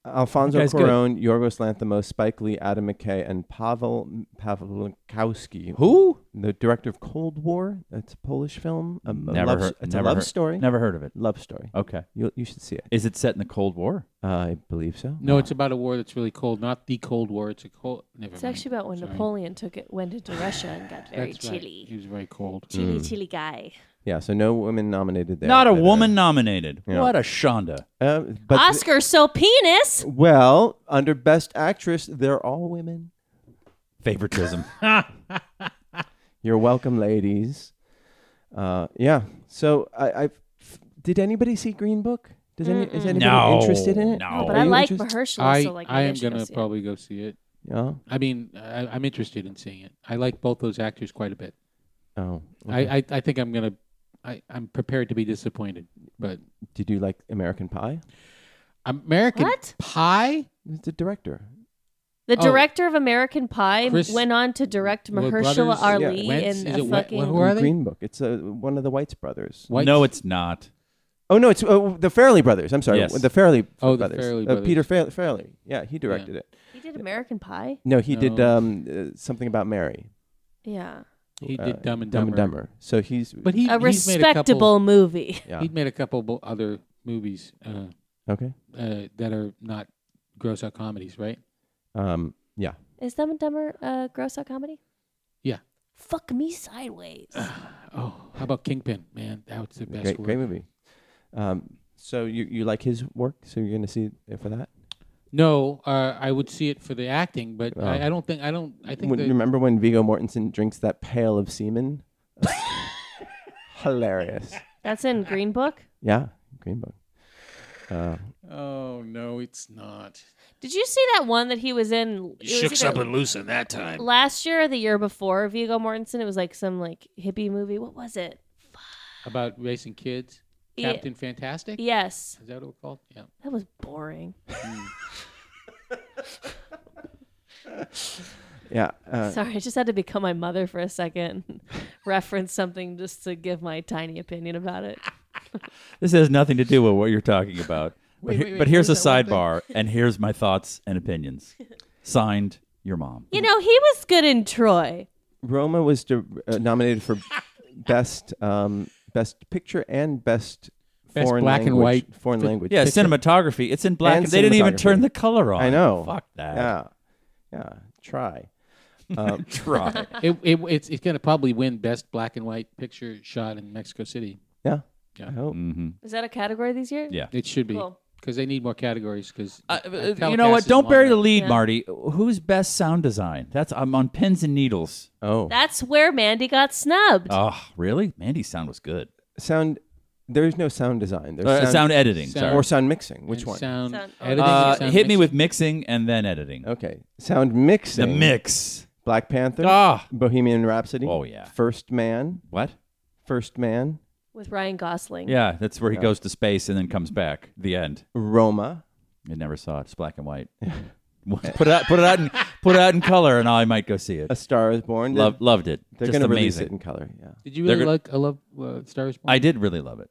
B: Alfonso
G: That guy's good.
B: Cuarón, Yorgos Lanthimos, Spike Lee, Adam McKay, and Pavel Pawlikowski.
G: Who?
B: The director of Cold War. That's a Polish film. A, a
G: Never
B: love,
G: heard-
B: It's
G: never
B: a love
G: heard-
B: story.
G: Never heard of it.
B: Love story.
G: Okay.
B: You, you should see it.
G: Is it set in the Cold War?
B: I believe so.
C: No, it's about a war that's really cold. Not the Cold War. It's a cold. Never
D: It's
C: mind.
D: actually about when
C: Sorry.
D: Napoleon took it, went into Russia and got very
C: That's right. Mm.
D: chilly.
C: He was very cold.
D: Chilly, chilly guy.
B: Yeah, so no women nominated there.
G: Not a
B: but, uh,
G: woman nominated.
B: Yeah.
G: What a Shonda.
B: Uh, but th-
D: Oscar, so penis.
B: well, under Best Actress, they're all women.
G: Favoritism.
B: You're welcome, ladies. Uh, yeah. So I, I did anybody see Green Book? Does any is anybody
G: No,
B: interested in it?
G: no.
D: Oh,
G: Oh,
D: but
B: Are
D: I
B: you
D: like
B: interest-
D: Mahershala,
C: I
D: so like
C: I
D: maybe
C: am
D: should go
C: gonna
D: see it.
C: probably go see it.
B: Yeah.
C: I mean, I, I'm interested in seeing it. I like both those actors quite a bit.
B: Oh. okay.
C: I, I I think I'm gonna. I, I'm prepared to be disappointed, but
B: Did you like American Pie?
E: American
D: What?
E: Pie?
B: It's the director.
D: The
C: Oh.
D: director of American Pie
C: Chris-
D: went on to direct
C: Well,
D: Mahershala
C: brothers-
D: Ali
C: yeah, Wentz,
D: in
C: is
D: a
C: it Wen-
D: fucking.
E: Who are they?
B: Green Book. It's uh, one of the Whites brothers.
C: White
G: No, it's not.
B: Oh no, it's uh, the Farrelly brothers. I'm sorry,
G: Yes.
B: the Farrelly
C: Oh, the
B: brothers.
C: Farrelly
B: Uh,
C: brothers.
B: Peter Fa- Farrelly. Yeah, he directed it.
D: he did American Pie.
B: No, he did
C: No.
B: um, uh, something about Mary.
D: Yeah,
C: he
B: uh,
C: did Dumb and
B: Dumb and
C: Dumber.
B: Dumber. So he's
C: But he
D: a
C: he's made a couple,
D: respectable movie.
B: yeah.
C: He'd made a couple bo- other movies uh,
B: okay.
C: uh, that are not gross out comedies, right?
B: Um, yeah.
D: Is Dumb and Dumber uh, gross out comedy?
C: Yeah.
D: Fuck me sideways.
C: Oh, how about Kingpin? Man, that was the best
B: Great,
C: one.
B: great movie. Um, so you you like his work? So you're gonna see it for that?
C: No, uh, I would see it for the acting, but
B: Oh.
C: I, I don't think I don't. I think
B: When,
C: the,
B: remember when Vigo Mortensen drinks that pail of semen? Hilarious.
D: That's in Green Book.
B: Yeah, Green Book.
C: Oh no, it's not.
D: Did you see that one that he was in? it was
F: Shook
D: either
F: something loose in that time.
D: Last year or the year before Vigo Mortensen, it was like some like hippie movie. What was it?
C: About racing kids,
D: Yeah.
C: Captain Fantastic.
D: Yes,
C: Is that what it's called? Yeah.
D: that was boring.
B: Yeah. Uh,
D: Sorry, I just had to become my mother for a second. Reference something just to give my tiny opinion about it.
G: This has nothing to do with what you're talking about. but,
C: Wait,
G: he-
C: wait, wait,
G: but here's a
C: what is that
G: sidebar, and here's my thoughts and opinions. Signed, your mom.
D: You know, he was good in Troy.
B: Roma was di- uh, nominated for best um, best picture and best,
C: Best
B: foreign
C: black and
B: language,
C: white
B: foreign language.
G: Yeah, cinematography. It's in black.
B: And
G: And they didn't even
B: cinematography.
G: turn the color on.
B: I know.
G: Fuck that.
B: Yeah. Yeah. Try.
G: Try. Uh,
C: it, it it's it's gonna probably win best black and white picture shot in Mexico City.
B: Yeah.
C: Yeah.
B: I hope.
G: Mm.
D: Is that a category these years?
G: Yeah.
C: It should be
D: Cool.
C: because they need more categories. Because
G: Uh, uh, you know what? Don't bury the lead,
D: Yeah.
G: Marty. Who's best sound design? That's I'm on pins and needles.
B: Oh.
D: That's where Mandy got snubbed.
G: Oh, really? Mandy's sound was good.
B: sound. There's no sound design. There's
G: Uh, sound, editing.
C: sound-
B: or sound mixing. Which one?
C: Sound,
D: Sound-
C: editing.
G: sorry.
C: and
G: Uh,
C: sound
G: hit me
C: mixing.
G: with mixing and then editing.
B: Okay. Sound mixing.
G: The mix.
B: Black Panther.
G: Ah.
B: Bohemian Rhapsody.
G: Oh, yeah.
B: First Man.
G: What?
B: First Man.
D: With Ryan Gosling.
G: Yeah, that's where he goes to space and then comes back. The end.
B: Roma.
G: I never saw it. It's black and white. put it out. Put it out. In, put it out in color, and I might go see it.
B: A Star Is Born.
G: Love, loved it.
B: They're
G: Just
B: gonna release
G: amazing.
B: it in color. Yeah.
C: Did you
G: They're
C: really
G: go-
C: like? I love uh, Stars. Born?
G: I did really love it.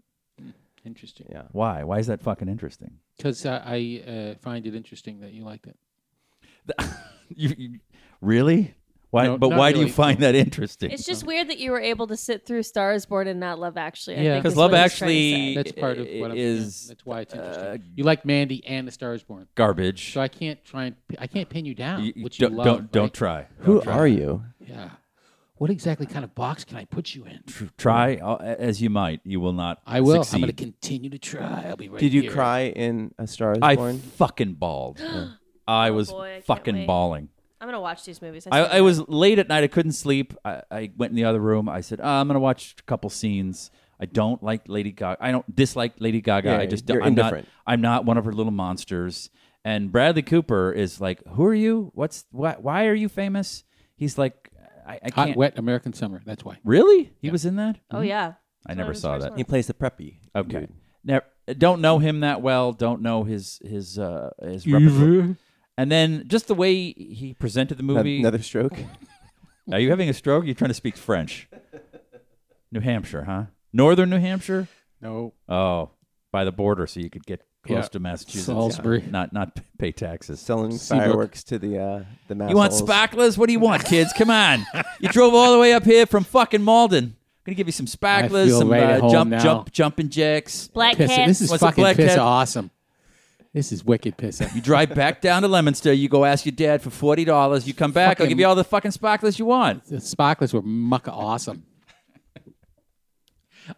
C: Interesting.
B: Yeah.
G: Why? Why is that fucking interesting?
C: Because uh, I uh, find it interesting that you liked it.
G: You, you- really? Why?
C: No,
G: but
C: not
G: why do
C: really.
G: you find that interesting?
D: It's just weird that you were able to sit through Stars Born and not Love Actually.
C: Yeah.
D: Because
G: Because Love Actually
C: That's part of what I'm, yeah,
G: is
C: that's why it's interesting.
G: uh,
C: you like Mandy and The Stars Born,
G: garbage.
C: so I can't try and I can't pin you down,
G: You- you
C: which
G: don't,
C: you love.
G: don't, don't
C: right?
G: try.
B: Who are you?
C: Yeah. What exactly kind of box can I put you in?
G: Tr- Try uh, as you might. You will not.
C: I will. I'm
G: Succeed.
C: going to continue to try. I'll be right.
B: Did you
C: here.
B: cry in A Star Is
G: I
B: Born?
G: fucking bawled. I was
D: Oh, boy, I can't
G: fucking
D: wait.
G: bawling.
D: I'm going to watch these movies.
G: I,
D: still
G: I was late at night. I couldn't sleep. I, I went in the other room. I said, "Ah, I'm going to watch a couple scenes. I don't like Lady Gaga. I don't dislike Lady Gaga.
B: Yeah,
G: I just don't.
B: you're
G: I'm
B: indifferent.
G: not. I'm not one of her little monsters. And Bradley Cooper is like, "Who are you? What's why? Why are you famous?" He's like, "I, I
C: Hot,
G: can't."
C: wet American summer. That's why.
G: Really? He was in that?
D: Oh, yeah.
G: I never
D: his
G: saw
D: first
G: that.
D: one.
B: He plays the preppy.
G: Okay.
B: dude.
G: Never, don't know him that well. Don't know his his uh his repertoire. And then just the way he presented the movie.
B: Another stroke.
G: Are you having a stroke? You're trying to speak French. New Hampshire, huh? Northern New Hampshire?
C: No.
G: Oh, by the border, so you could get close to Massachusetts.
C: Salisbury.
G: Not not pay taxes.
B: selling
C: Seabrook.
B: fireworks to the uh, the mass
G: You want
B: holes.
G: sparklers? What do you want, kids? Come on. You drove all the way up here from fucking Malden. Gonna give you some sparklers,
C: feel
G: some
C: right at
G: uh,
C: home
G: jump,
C: now.
G: jump, jumping jacks.
D: Black
C: Piss it.
D: cats.
C: This is
G: What's a
C: fucking
G: black
C: piss
G: cat?
C: awesome. This is wicked pisser.
G: You drive back down to Lemonster. You go ask your dad for forty dollars. You come back. I'll
C: Fucking-
G: give you all the fucking sparklers you want.
C: the sparklers were mucka awesome.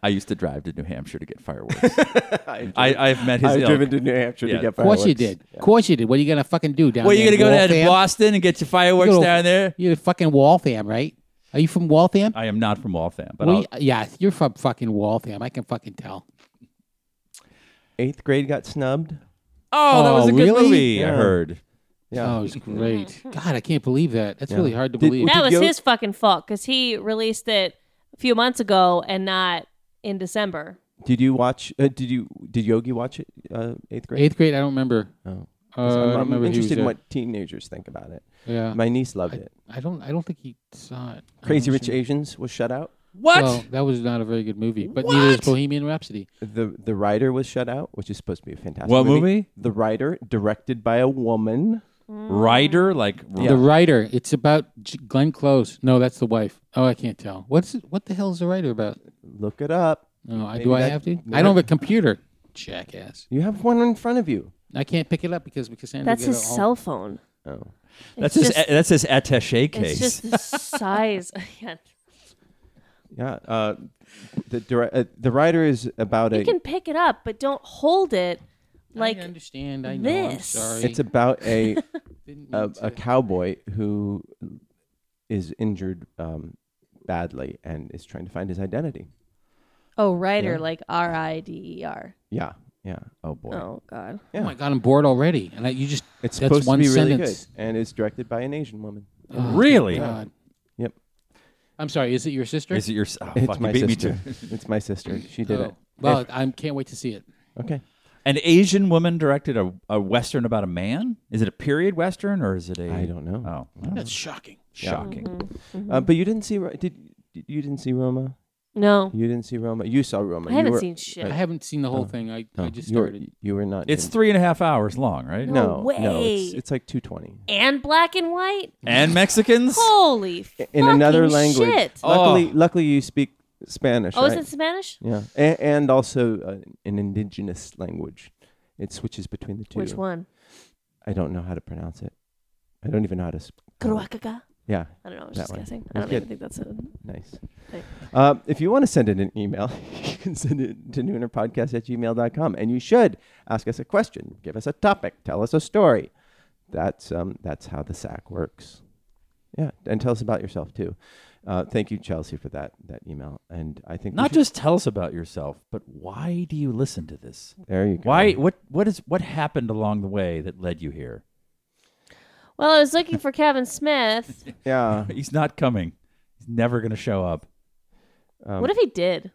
G: I used to drive to New Hampshire to get fireworks. I, I've met his.
B: I've
G: ilk.
B: driven to New Hampshire
G: Yeah.
B: to get
C: Of
B: fireworks.
C: course you did. Of course you did. What are you gonna fucking do down
G: Well,
C: there?
G: you're gonna go down to
C: Waltham?
G: Boston and get your
C: You
G: fireworks
C: go-
G: down there.
C: You're fucking Waltham, right? Are you from Waltham?
G: I am not from Waltham, but
C: Well,
G: I'll,
C: y- yeah, you're from fucking Waltham. I can fucking tell.
B: Eighth grade got snubbed.
G: oh, that was
C: Oh,
G: a good
C: really?
G: movie. I
B: Yeah.
G: heard.
B: Yeah.
C: Oh, it's great. God, I can't believe that. That's really hard to
B: Did-
C: believe.
B: Did
D: that was
B: you-
D: his fucking fault because he released it a few months ago and not in December.
B: Did you watch? Uh, did you did Yogi watch it? Uh, eighth grade.
C: Eighth grade, I don't remember.
B: Oh.
C: Uh,
B: I'm,
C: I don't
B: I'm
C: remember he was
B: interested in
C: there.
B: what teenagers think about it.
C: Yeah,
B: My niece loved it.
C: Uh, I don't. I don't think he saw it. I
B: Crazy
C: don't
B: Rich
C: see-
B: Asians was shut out.
G: What?
C: Well, that was not a very good movie, but neither is Bohemian Rhapsody.
B: The the writer was shut out, which is supposed to be a fantastic.
G: What movie?
B: The writer, directed by a woman.
G: Rider, like
C: The writer. It's about J- Glenn Close. No, that's the wife. Oh, I can't tell. What's it, what the hell is the writer about?
B: Look it up.
C: No, I,
B: Maybe
C: do I
B: that-
C: have to? I
B: maybe-
C: don't have a computer. Jackass.
B: You have one in front of you.
C: I can't pick it up because because Cassandra
D: That's
C: get
D: his
C: it all-
D: cell phone.
B: Oh,
G: that's
D: It's
G: his
D: just-
G: that's his attaché
D: It's
G: case.
D: just the size. yeah.
B: yeah. Uh, the dire- uh, the writer is about
D: You
B: a.
D: can pick it up, but don't hold it. Like
C: I understand. I know. I'm
D: this.
C: sorry.
B: It's about a
C: Didn't
B: a,
C: mean
B: a
C: to.
B: cowboy who is injured um, badly and is trying to find his identity.
D: oh, writer, like R I D E R.
B: Yeah, yeah.
G: oh boy.
D: Oh God.
C: Oh my god, I'm bored already. And I, you just
B: It's
C: that's
B: supposed
C: one
B: to be
C: sentence.
B: really good, and it's directed by an Asian woman.
G: Oh, really?
C: God.
B: Yep.
C: I'm sorry. Is it your sister?
G: Is it your? s- Oh,
B: It's
G: fuck, you
B: my
G: beat
B: sister.
G: me to.
B: it's my sister. She did
C: Oh.
B: it.
C: Well, I can't wait to see it.
B: Okay.
G: An Asian woman directed a, a western about a man. Is it a period western or is it a?
B: I don't know.
G: Oh, well,
C: That's shocking.
G: shocking.
B: Uh, but you didn't see Ro- did you didn't see Roma?
D: No,
B: You didn't see Roma. You saw Roma.
D: I
B: you
D: haven't
B: were,
D: seen shit.
C: I haven't seen the whole
B: Oh.
C: thing. I,
B: no,
C: I just
B: you were-
C: started.
B: You were not.
G: It's
B: in-
G: three and a half hours long, right?
B: no,
D: No
B: no.
D: way.
B: It's, it's like two twenty.
D: and black and white.
G: And Mexicans.
D: Holy
B: In another
D: fucking
B: language.
D: Shit. Oh,
B: Luckily, luckily you speak Spanish.
D: is
B: right?
D: it Spanish?
B: Yeah, and, and also uh, an indigenous language. It switches between the two.
D: Which one?
B: I don't know how to pronounce it. I don't even know how to. Sp-
D: Karuakaga?
B: yeah,
D: I don't know. I was
B: That
D: just
B: one.
D: guessing.
B: That's
D: I don't
B: good.
D: even think that's a.
B: nice.
D: Right.
B: Uh, if you want to send in an email, you can send it to noonerpodcast at gmail.com. And you should ask us a question, give us a topic, tell us a story. That's, um, that's how the SAC works. Yeah, and tell us about yourself too. Uh, thank you, Chelsea, for that that email. And I think we
G: Not
B: should-
G: just tell us about yourself, but why do you listen to this?
B: there. You go.
G: Why? What? What is? What happened along the way that led you here?
D: Well, I was looking for Kevin Smith.
B: Yeah.
G: He's not coming. He's never going to show up.
B: Um,
D: what if he did?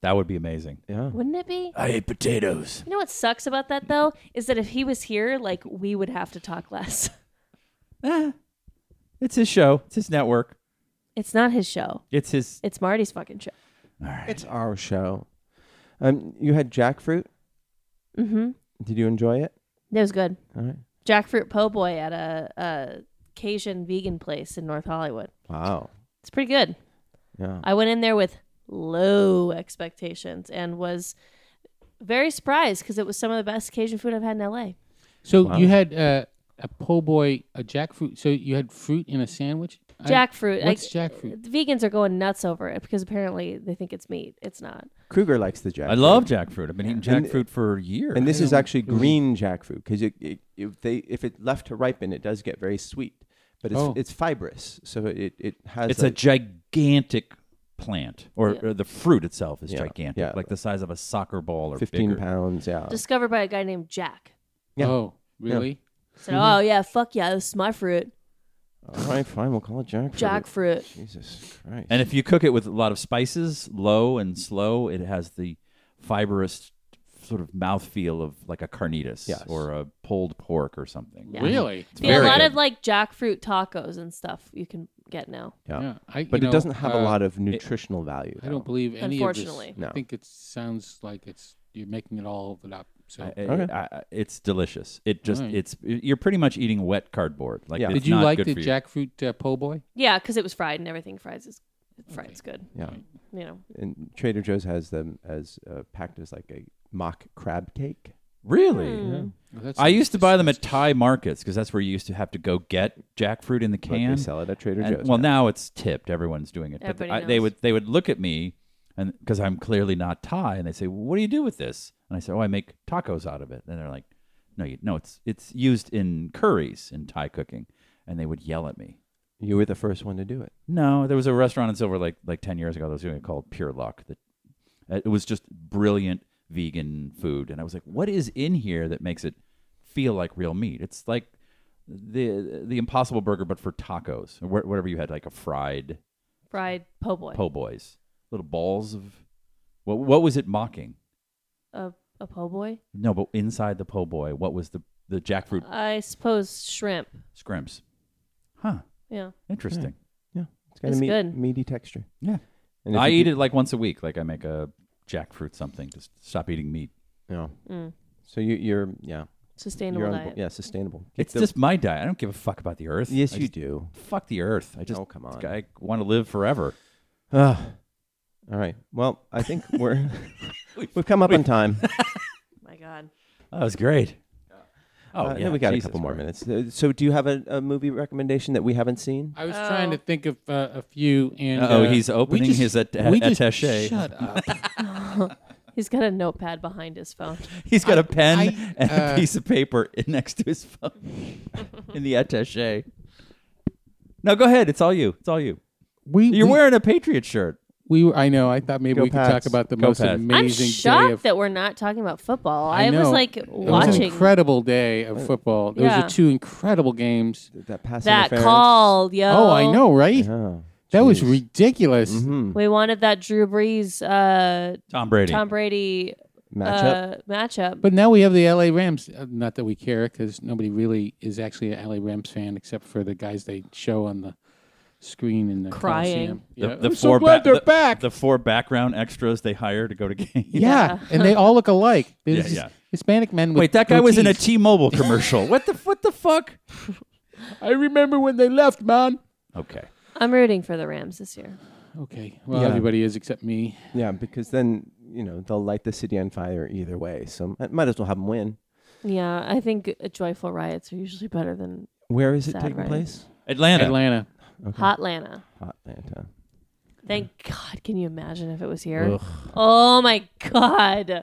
G: That would be amazing.
B: yeah.
D: Wouldn't it be?
G: I hate potatoes.
D: You know what sucks about that though is that if he was here, like we would have to talk less.
G: Eh, it's his show. It's his network.
D: It's not his show.
G: It's his.
D: It's Marty's fucking show.
B: It's our show. Um, you had jackfruit.
D: Mm-hmm.
B: Did you enjoy it?
D: That was good.
B: All right.
D: Jackfruit po' boy at a, a Cajun vegan place in North Hollywood.
B: Wow.
D: It's pretty good.
B: Yeah.
D: I went in there with low expectations and was very surprised because it was some of the best Cajun food I've had in LA.
C: So you had uh, a po' boy, a jackfruit. So you had fruit in a sandwich. I-
D: Jackfruit. I-
C: what's jackfruit?
D: The vegans are going nuts over it because apparently they think it's meat. It's not.
B: Kruger likes the jackfruit.
G: I love jackfruit. I've been eating
B: And-
G: jackfruit for years.
B: And this is actually green jackfruit because it, it, if they if it left to ripen, it does get very sweet, but it's
C: Oh.
B: it's fibrous, so it it has
G: it's a gigantic plant, or, or the fruit itself is
B: Yeah,
G: gigantic,
B: yeah.
G: like the size of a soccer ball or
B: fifteen
G: bigger.
B: pounds. Yeah.
D: Discovered by a guy named Jack.
B: Yeah.
C: Oh, really?
B: Mm-hmm.
D: Said, oh, yeah, fuck yeah, this is my fruit.
B: All right, fine. We'll call it jackfruit.
D: Jackfruit.
B: Jesus Christ.
G: And if you cook it with a lot of spices, low and slow, it has the fibrous sort of mouthfeel of like a carnitas
B: Yes.
G: or a pulled pork or something.
D: Yeah.
C: Really?
D: See, a
G: very
D: lot
G: good.
D: of like jackfruit tacos and stuff you can get now.
B: yeah.
C: Yeah. I, you
B: But it
C: know,
B: doesn't have a
C: uh,
B: lot of nutritional value.
C: I don't
B: though.
C: believe any
D: Unfortunately.
C: of this.
B: No.
C: I think it sounds like it's you're making it all of it up.
I: So
G: I-
B: Okay.
G: I- I- it's delicious. It just
I: Alright.
G: it's you're pretty much eating wet cardboard. Like
B: Yeah.
G: it's
C: Did you
G: not
C: like
G: good
C: the
G: for you.
C: jackfruit uh, po' boy?
D: Yeah, because it was fried and everything. Fries is fries good.
B: Yeah.
D: You know.
B: And Trader Joe's has them as uh, packed as like a mock crab cake.
G: Really?
D: Hmm. Mm.
C: That's
G: I used to buy them at Thai markets because that's where you used to have to go get jackfruit in the
B: But
G: can.
B: they sell it at Trader
G: And-
B: Joe's.
G: well, now it's tipped. Everyone's doing it. But
D: Everybody
G: I, they
D: knows.
G: would they would look at me, and because I'm clearly not Thai, and they say, "What do you do with this?" And I say, "Oh, I make tacos out of it." And they're like, "No, you, no, it's it's used in curries in Thai cooking," and they would yell at me.
B: you were the first one to do it.
G: No, there was a restaurant in Silver Lake like ten years ago that was doing it called Pure Luck. That uh, it was just brilliant vegan food, and I was like, "What is in here that makes it feel like real meat?" It's like the the Impossible Burger, but for tacos or wh- whatever you had, like a fried
D: Fried po' boy.
G: po' boys, little balls of what? What was it mocking?
D: a a po' boy.
G: No, but inside the po' boy, what was the the jackfruit
D: I suppose shrimp.
G: scrimps? Huh,
D: Yeah.
G: interesting.
B: Yeah. It's got
D: It's
B: a meat,
D: good.
B: meaty texture.
G: Yeah.
B: Hmm. And if
G: I
B: you
G: eat
B: do-
G: it like once a week. Like I make a jackfruit something. Just stop eating meat.
B: Yeah.
D: Mm.
B: So you, you're yeah.
D: Sustainable
B: you're on,
D: diet.
B: Yeah, sustainable. Keep
G: It's
B: the-
G: just my diet. I don't give a fuck about the earth.
B: yes,
G: I
B: you
G: just-
B: do.
G: Fuck the earth. I just
B: oh come on.
G: I want to live forever.
B: Ah. all right. Well, I think we're we've come up on time.
D: My God.
G: That was great. Oh,
B: Uh,
G: yeah,
B: we got
G: Jesus
B: a couple more
G: Christ.
B: minutes. Uh, so, do you have a, a movie recommendation that we haven't seen?
I: I was trying
D: Oh.
I: to think of uh, a few. And
G: Uh-oh,
I: uh,
G: he's
I: we
G: opening
I: just-
G: his at-
I: we just-
G: attaché.
I: Shut up.
D: He's got a notepad behind his phone.
G: He's got a pen
C: I-
G: and a
C: uh,
G: piece of paper next to his phone in the attaché. No, go ahead. It's all you. It's all you.
C: We
G: You're
C: we,
G: wearing a Patriot shirt.
C: we were, I know. I thought maybe
B: Go
C: we could
B: Pats.
C: talk about the
G: Go
C: most
G: Pats.
D: I'm
C: amazing day
D: shocked
C: of
D: that we're not talking about football.
C: I
D: I, was
C: know.
D: like
C: It was an
D: watching
C: incredible day of football. Those
D: Yeah.
C: were two incredible games.
B: That pass
D: that
B: interference? Oh,
D: call, yo.
C: Oh, I know, right?
B: Yeah.
C: that was
B: jeez.
C: ridiculous.
G: Mm-hmm.
B: Mhm.
D: We wanted that Drew Brees, uh,
G: Tom Brady.
D: Tom Brady
B: Matchup.
D: Uh, matchup.
C: But now we have the LA Rams. Uh, Not that we care because nobody really is actually an LA Rams fan except for the guys they show on the screen in the
D: Crying.
C: Coliseum.
G: the,
C: Yeah.
G: the
C: I'm
G: four
C: so glad
G: ba-
C: they're
G: the-
C: back.
G: The four background extras they hire to go to games.
C: yeah,
D: Yeah.
C: and they all look alike. There's
G: Yeah,
C: just
G: yeah.
C: Hispanic men. With
G: Wait, that guy was in a
C: goatees.
G: T-Mobile commercial. what the what the fuck?
C: I remember when they left, man.
G: Okay.
D: I'm rooting for the Rams this year.
C: Okay, well
B: Yeah.
C: everybody is except me.
B: Yeah, because then you know they'll light the city on fire either way. So I might as well have them win.
D: Yeah, I think uh, joyful riots are usually better than
B: Where is it
D: Sad
B: taking
D: riots.
B: place?
G: Atlanta.
C: Atlanta.
D: Hotlanta.
B: Atlanta.
D: Thank God. Can you imagine if it was here? Oh my God.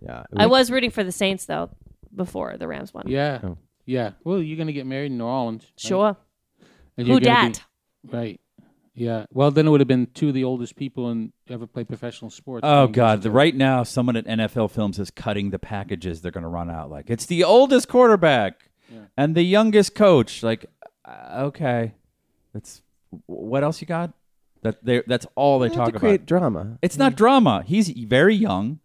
B: Yeah.
D: I was rooting for the Saints though before the Rams won.
C: Yeah,
B: Oh.
C: yeah. Well, you're gonna get married in New Orleans. right?
D: Sure.
C: And
D: Who
C: you're gonna
D: dat?
C: be- right. Yeah. Well, then it would have been two of the oldest people in ever play professional sports.
G: Oh
C: playing
G: God!
C: against
G: The,
C: each
G: right now, someone at NFL Films is cutting the packages. They're going to run out. Like it's the oldest quarterback and the youngest coach. Like, uh, okay, that's what else you got? That they that's all they
B: They
G: talk
B: to create
G: about.
B: drama.
G: It's not drama. He's very young,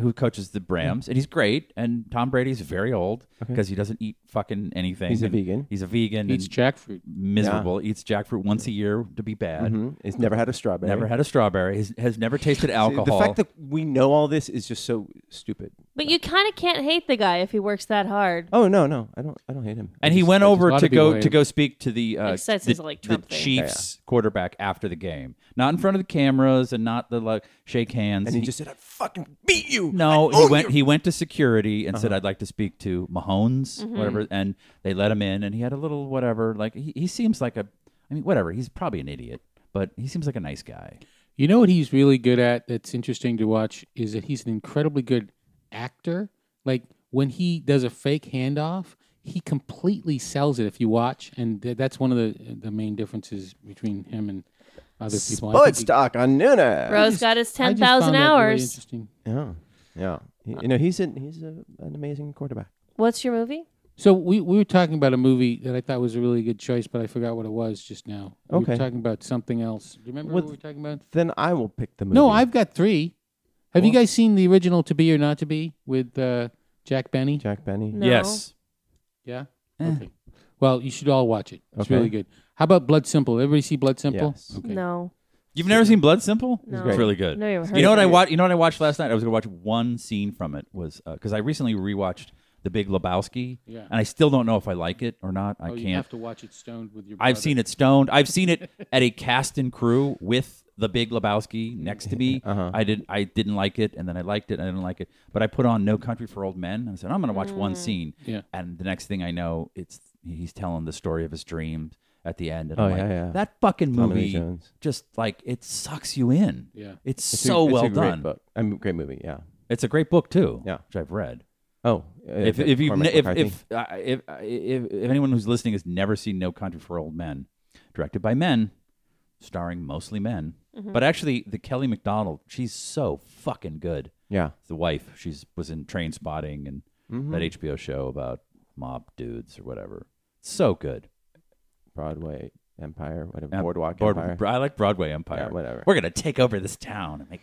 G: who coaches the Rams, and he's great. And Tom Brady's very old because he doesn't eat fucking anything.
B: He's a
G: and
B: vegan.
G: He's a vegan.
C: other. eats
G: and
C: jackfruit.
G: miserable. Eats jackfruit once a year to be bad.
B: Mhm. He's never had a strawberry.
G: Never had a strawberry. Has, has never tasted
B: See,
G: alcohol.
B: The fact that we know all this is just so stupid.
D: But you kind of can't hate the guy if he works that hard.
B: Oh no, no, I don't. I don't hate him. I
G: and he
B: just-
G: went
B: I just-
G: over
C: lot
G: to
C: of people
G: go
C: hate
G: to
C: him.
G: go speak to the uh,
D: Except
G: the,
D: it's like
G: the
D: Trump thing.
G: Chiefs quarterback after the game, not in front of the cameras and not the like shake hands.
B: and he just said, "I fucking beat you."
G: no,
B: I
G: he
B: own
G: went
B: you." Uh-huh.
G: he went to security and said, "I'd like to speak to Mahomes,
D: Mm-hmm.
G: whatever," and they let him in, and he had a little whatever. Like he, he seems like a, I mean, whatever. He's probably an idiot, but he seems like a nice guy.
C: You know what he's really good at that's interesting to watch is that he's an incredibly good actor. Like when he does a fake handoff, he completely sells it if you watch. And th- that's one of the the main differences between him and other people. I think
B: Bud
C: he-
B: stock on Nuna.
D: Rose got his
C: I just
D: ten
C: found
D: thousand
C: that really
D: hours.
C: interesting.
B: Yeah, yeah. He- you know, he's an he's a, an amazing quarterback.
D: What's your movie?
C: So we, we were talking about a movie that I thought was a really good choice, but I forgot what it was just now. We
B: Okay.
C: were talking about something else. Do you remember
B: What-
C: what we were talking about?
B: Then I will pick the movie.
C: No, I've got three. Have you guys seen the original "To Be or Not to Be" with uh, Jack Benny?
B: Jack Benny.
G: Mm,
D: No.
G: Yes,
C: Yeah. Okay. Well, you should all watch it.
B: Eh.
C: It's
B: Okay.
C: really good. How about Blood Simple? Everybody see Blood Simple?
B: Yes.
C: Okay.
D: No.
G: You've never seen Blood Simple?
D: No.
G: It's really good.
D: No, you haven't
G: you know
D: heard
G: what
D: of
G: I
D: it.
G: watched? You know what I watched last night? I was gonna watch one scene from it was because I recently rewatched The Big Lebowski,
C: Yeah.
G: and I still don't know if I like it or not. I
C: oh, you
G: can't.
C: have to watch it stoned with your.
G: I've seen it stoned. I've seen it at a cast and crew with The Big Lebowski next to me.
B: Uh-huh.
G: I didn't. I didn't like it, and then I liked it, and I didn't like it. But I put on No Country for Old Men, and I said I'm gonna watch one scene.
C: Yeah.
G: And the next thing I know, it's he's telling the story of his dreams at the end, and
B: Oh,
G: I'm like,
B: yeah, yeah.
G: that fucking
B: Tommy Lee
G: movie
B: Jones.
G: just like it sucks you in.
C: Yeah.
G: It's,
B: It's a-
G: so
B: it's a
G: well
B: great
G: done.
B: Book. I mean, great movie. Yeah.
G: It's a great book too.
B: Yeah.
G: which I've read.
B: Oh, uh,
G: If
B: the
G: if you
B: Cormac
G: if
B: McCarthy.
G: if, uh, if if if anyone who's listening has never seen No Country for Old Men, directed by men, starring mostly men, but actually the Kelly McDonald, she's so fucking good.
B: yeah,
G: The wife, she's was in Train Spotting and that HBO show about mob dudes or whatever. So good.
B: Broadway Empire, whatever,
G: Uh,
B: Boardwalk
G: Broad-
B: Empire.
G: Bro- I like Broadway Empire.
B: Yeah, whatever.
G: We're gonna take over this town and make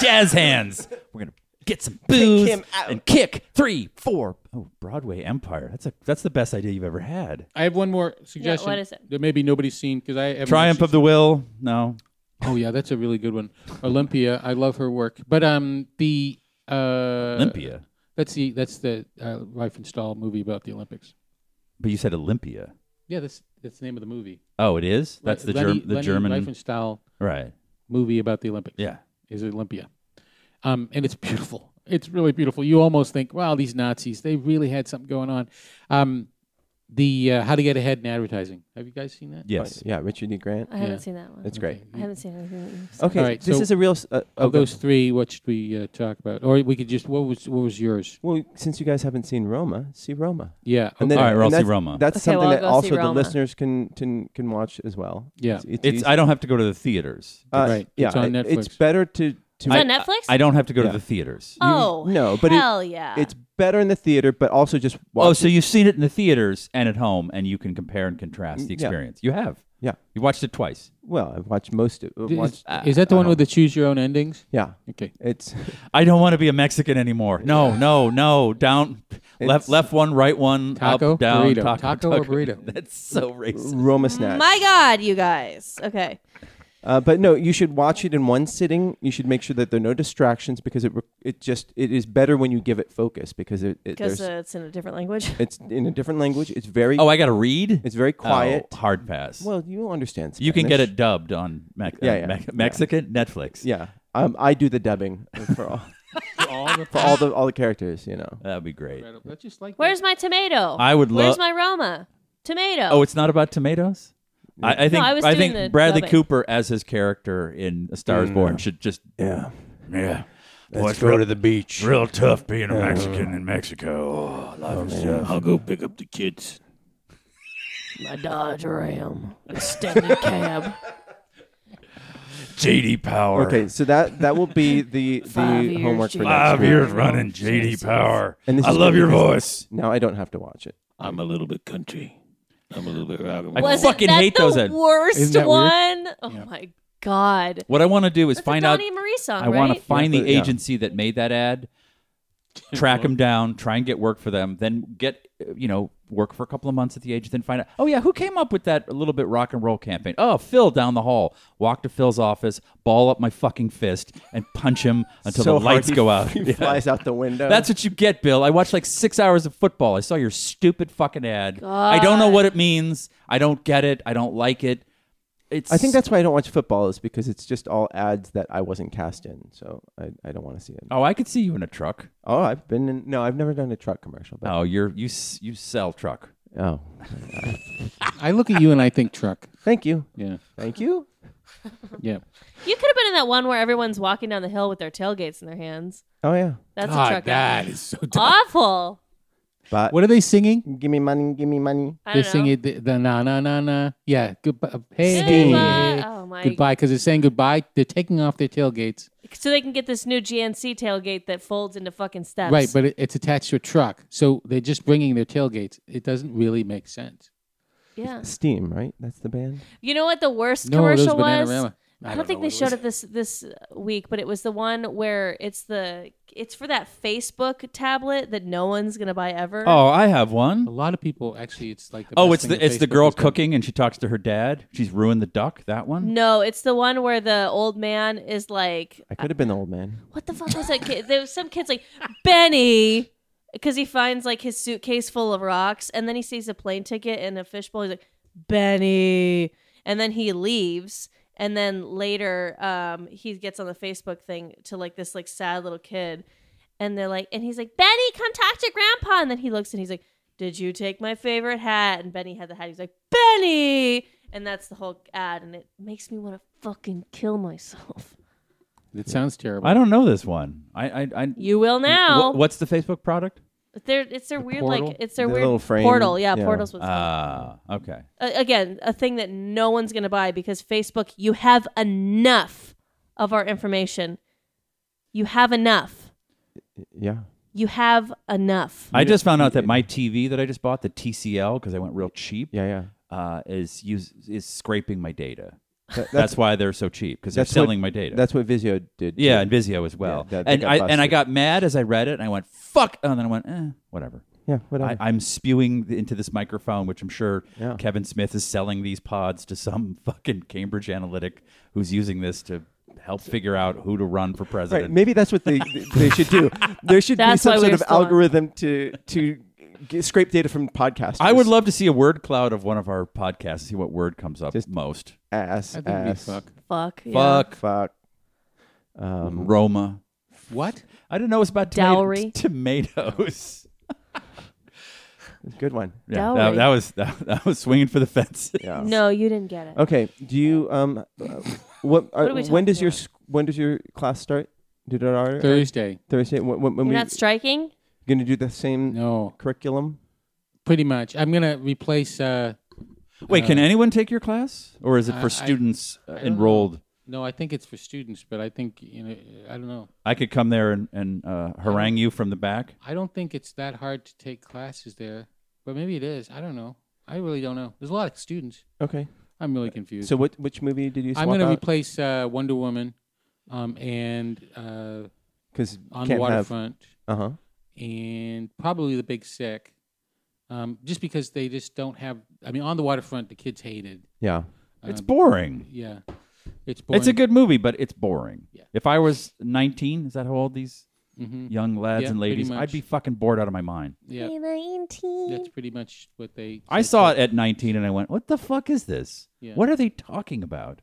G: jazz hands. We're gonna get some booze and kick three, four. Oh, Broadway Empire. That's a that's the best idea you've ever had.
C: I have one more suggestion
D: what is it?
C: that maybe nobody's seen because I haven't
G: Triumph of the Will. No,
C: Oh yeah, that's a really good one. Olympia, I love her work. But um, the uh,
G: Olympia.
C: That's the that's the uh, Riefenstahl movie about the Olympics.
G: But you said Olympia.
C: Yeah, that's that's the name of the movie.
G: Oh, it is. That's the
C: Lenny-
G: Germ- the
C: Lenny
G: German.
C: Riefenstahl
G: Right.
C: movie about the Olympics.
G: Yeah.
C: is Olympia, um, and it's beautiful. It's really beautiful. You almost think, wow, these Nazis, they really had something going on. Um, the uh, How to Get Ahead in Advertising. Have you guys seen that?
G: Yes.
B: yeah, Richard E. Grant.
D: I haven't
C: Yeah.
D: seen that one.
B: It's great.
D: I haven't seen anything that you've seen.
B: Okay,
C: All right,
B: this
C: so-
B: is a real. s- Uh,
C: Of
B: okay.
C: those three, what should we uh, talk about? Or we could just what was what was yours?
B: Well, since you guys haven't seen Roma, see Roma.
C: Yeah.
B: And then,
G: All right, we'll
B: and
G: see
B: that's,
G: Roma.
B: That's
D: Okay,
B: something
D: well, I'll
B: that
D: go see
B: also the
D: Roma.
B: listeners can, can can watch as well.
C: Yeah.
G: It's.
B: easy-
G: I don't have to go to the theaters.
B: uh,
C: Right,
B: Yeah,
C: it's on
B: it-
C: Netflix.
B: It's better to to
D: It's
G: I-
D: on Netflix?
G: I don't have to go
B: Yeah.
G: to the theaters.
D: oh,
B: no, but it-
D: hell yeah.
B: it's better in the theater, but also just watch.
G: Oh, so you've seen it in the theaters and at home, and you can compare and contrast the
B: Mm, Yeah.
G: experience. You have.
B: Yeah.
G: You watched it twice.
B: Well, I've watched most of. Uh,
C: Is,
B: watched,
C: is that the
B: I
C: one with
B: don't-
C: the choose your own endings?
B: Yeah,
C: Okay.
B: it's
G: I don't want to be a Mexican anymore. No, no, no. Down, left,
B: It's-
G: left one, right one,
C: Taco,
G: up, down,
C: burrito.
G: taco,
C: Taco or burrito?
G: That's so racist.
B: Roma snatch.
D: My God, you guys. Okay.
B: Uh, but no, you should watch it in one sitting. You should make sure that there are no distractions because it re- it just it is better when you give it focus because it, it
D: Because
B: there's,
D: uh, it's in a different language.
B: it's in a different language. It's very
G: Oh, I got to read.
B: it's very quiet.
G: Oh, hard pass.
B: Well, you understand. Spanish.
G: you can get it dubbed on Mex-
B: Yeah,
G: uh,
B: yeah,
G: Mex-
B: yeah.
G: Mexican Netflix.
B: Yeah, um, I do the dubbing for all for all the all the characters. You know,
G: that'd be great.
C: That's just like
D: Where's my tomato?
G: I would
D: Where's
G: love.
D: my Roma? Tomato.
G: Oh, it's not about tomatoes. I, I think
D: I was doing
G: think
D: the
G: Bradley
D: dubbing.
G: Cooper as his character in A Star Is
B: Mm.
G: Born should just
J: Yeah.
K: Yeah. Let's
J: the beach.
K: real tough being a Mexican in Mexico. Oh, life is tough. I'll go pick up the kids.
D: my Dodge Ram. Extended cab.
K: JD Power.
B: Okay, so that that will be the
D: Five
B: the
D: years,
B: homework for
D: Jesus.
B: next
K: Five
B: week.
K: years running, JD Power.
B: And this
K: I
B: is
K: love
B: gonna
K: your
B: be-
K: voice.
B: Now I don't have to watch it.
K: I'm a little bit country. I'm a little bit rock and
G: I
K: roll.
D: Was
G: fucking
D: that
G: hate
D: the
G: those ad-
D: worst
C: Isn't that
D: one? Oh my God.
G: What I want to do is
D: That's
G: find
D: a
G: out.
D: Donnie and Marie song,
G: I
D: right?
G: want to find the
B: but- yeah.
G: agency that made that ad, track them down, try and get work for them, then get uh, you know work for a couple of months at the agency, then find out. Oh yeah, who came up with that little bit rock and roll campaign? Oh, Phil down the hall. Walk to Phil's office, ball up my fucking fist, and punch him until
B: so
G: the lights
B: hard he-
G: go out.
B: He
G: Yeah.
B: flies out the window.
G: That's what you get, Bill. I watched like six hours of football. I saw your stupid fucking ad. I don't know what it means. I don't get it. I don't like it. It's
B: I think that's why I don't watch football is because it's just all ads that I wasn't cast in, so I, I don't want to see it.
G: Oh, I could see you in a truck.
B: Oh, I've been in. No, I've never done a truck commercial. But
G: Oh, you're you s- you sell truck.
B: oh,
C: I look at you and I think truck.
B: thank you,
C: Yeah.
B: thank you.
C: Yeah.
D: You could have been in that one where everyone's walking down the hill with their tailgates in their hands.
B: Oh yeah,
D: That's a
C: God,
D: truck.
C: that is so. Dumb.
D: Awful.
B: but
C: What are they singing?
B: give me money, give me money.
D: I
C: They're
D: don't know.
C: singing the, the na na na na. Yeah, goodbye. Hey, hey,
D: Goodbye.
C: hey.
D: Oh my.
C: goodbye, because it's saying goodbye. They're taking off their tailgates.
D: So they can get this new GNC tailgate that folds into fucking steps.
C: Right, but it, it's attached to a truck, so they're just bringing their tailgates. It doesn't really make sense.
D: yeah.
B: Steam, right? That's the band.
D: You know what the worst
C: No, those
D: commercial was?
C: Bananarama.
D: I don't, think they showed it this this uh, week, but it was the one where it's the it's for that Facebook tablet that no one's gonna buy ever.
G: Oh, I have
C: A
G: one.
C: lot of people actually, it's like. The
G: Oh,
C: best
G: it's
C: thing
G: the it's the
C: Facebook
G: girl
C: has done.
G: cooking and she talks to her dad. She's ruined the duck. That one.
D: No, it's the one where the old man is like,
B: I could have been the old man.
D: "What the fuck was that kid?" There was some kid's like Benny, because he finds like his suitcase full of rocks, and then he sees a plane ticket and a fishbowl. He's like Benny, and then he leaves. And then later, um, he gets on the Facebook thing to like this like sad little kid, and they're like, and he's like, Benny, come talk to Grandpa. And then he looks and he's like, Did you take my favorite hat? And Benny had the hat. He's like, Benny. And that's the whole ad, and it makes me want to fucking kill myself.
C: It sounds terrible.
G: I don't know this one. I I, I
D: You will now.
G: Wh- what's the Facebook product?
D: They're, it's their weird
C: portal? Uh.
D: like it's their
B: The
D: weird
B: little frame,
D: portal. Yeah,
B: yeah.
D: portals with
G: Ah, okay.
D: a- again a thing that no one's gonna buy because Facebook. You have enough of our information. You have enough.
B: Yeah.
D: You have enough.
G: I just found out that my TV that I just bought, the TCL, because I went real cheap,
B: Yeah, yeah.
G: uh, is use is scraping my data.
B: That-
G: That's, why they're so cheap because they're
B: that's what-
G: selling my data.
B: That's what Vizio did.
G: yeah,
B: too.
G: and Vizio as well.
B: Yeah, that- they
G: and
B: got
G: I and I
B: busted.
G: got mad as I read it, and I went fuck, and then I went eh, whatever.
B: yeah, whatever.
G: I, I'm spewing into this microphone, which I'm sure
B: Yeah.
G: Kevin Smith is selling these pods to some fucking Cambridge Analytic who's using this to help figure out who to run for president.
B: Right. Maybe that's what they they should do. There should
D: That's
B: be
D: why
B: some
D: we're
B: sort of
D: still on.
B: algorithm to to get, scrape data from podcasters.
G: I would love to see a word cloud of one of our podcasts. See what word comes up
B: Just-
G: most.
B: ass.
C: I think we
B: ass,
C: fuck.
D: Fuck. yeah.
G: Fuck
B: Fuck. Mm-hmm. Um,
G: Roma.
C: What?
G: I didn't know it's about tomato-
D: Dowry.
G: tomatoes.
B: Good one.
G: Yeah, that,
D: Dowry.
G: that was that, that was swinging for the fence.
B: Yeah.
D: No, you didn't get it.
B: Okay. Do you um, uh, what? Are,
D: are we
B: when
D: talking
B: does your
D: about?
B: s- when does your class start? Did it already?
C: Thursday.
B: Thursday. When, when, when
D: You're
B: we
D: not striking.
B: gonna do the same
C: No,
B: curriculum?
C: pretty much. I'm gonna replace. uh
G: Wait,
B: Uh,
G: can anyone take your class, or is it
C: I-
G: for
C: I-
G: students uh,
C: I don't know.
G: enrolled?
C: No, I think it's for students, but I think you know. I don't know.
G: I could come there and, and uh, harangue you from the back.
C: I don't think it's that hard to take classes there, but maybe it is. I don't know. I really don't know. There's a lot of students.
B: Okay.
C: I'm
G: Uh,
C: really confused.
B: So what? Which movie did you
C: I'm
B: swap
C: gonna
B: out?
C: replace uh, Wonder Woman, um, and uh,
B: Because
C: on the
B: can't
C: waterfront,
B: have. Uh huh.
C: and probably The Big Sick, um, just because they just don't have. I mean, on the waterfront, the kids hated.
B: Yeah.
G: It's
C: Uh,
G: boring.
C: Yeah, it's boring.
G: It's a good movie, but it's boring.
C: Yeah.
G: If I was 19, is that how old these
C: Mhm.
G: young lads
C: Yeah,
G: and
C: pretty
G: ladies? I'd
C: much.
G: be fucking bored out of my mind.
C: Yeah, that's pretty much what they.
G: I saw it at 19 and I went, "What the fuck is this?
C: Yeah. Mm-hmm.
G: What are they talking about?"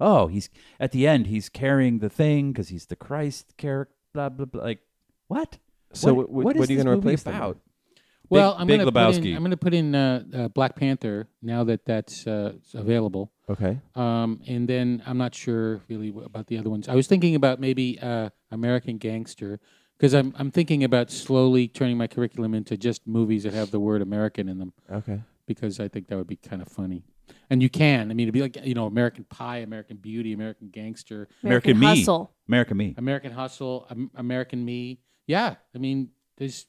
G: Oh, he's at the end. He's carrying the thing because he's the Christ character. Blah blah blah. Like what?
B: So
G: what,
B: what- what
G: is
B: are you
G: this
B: gonna
G: movie
B: replace them
G: about?
C: Well, I'm
G: Big
C: gonna Put
G: Lebowski.
C: in, I'm gonna put in uh, uh, Black Panther now that that's uh, available.
B: Okay.
C: Um, and then I'm not sure really wh- about the other ones. I was thinking about maybe uh, American Gangster because I'm I'm thinking about slowly turning my curriculum into just movies that have the word American in them
B: Okay.
C: because I think that would be kind of funny. And you can, I mean, it'd be like you know American Pie, American Beauty, American Gangster,
G: American, Me.
D: Hustle.
G: American Me.
C: American Hustle, Am- American Me. Yeah, I mean, there's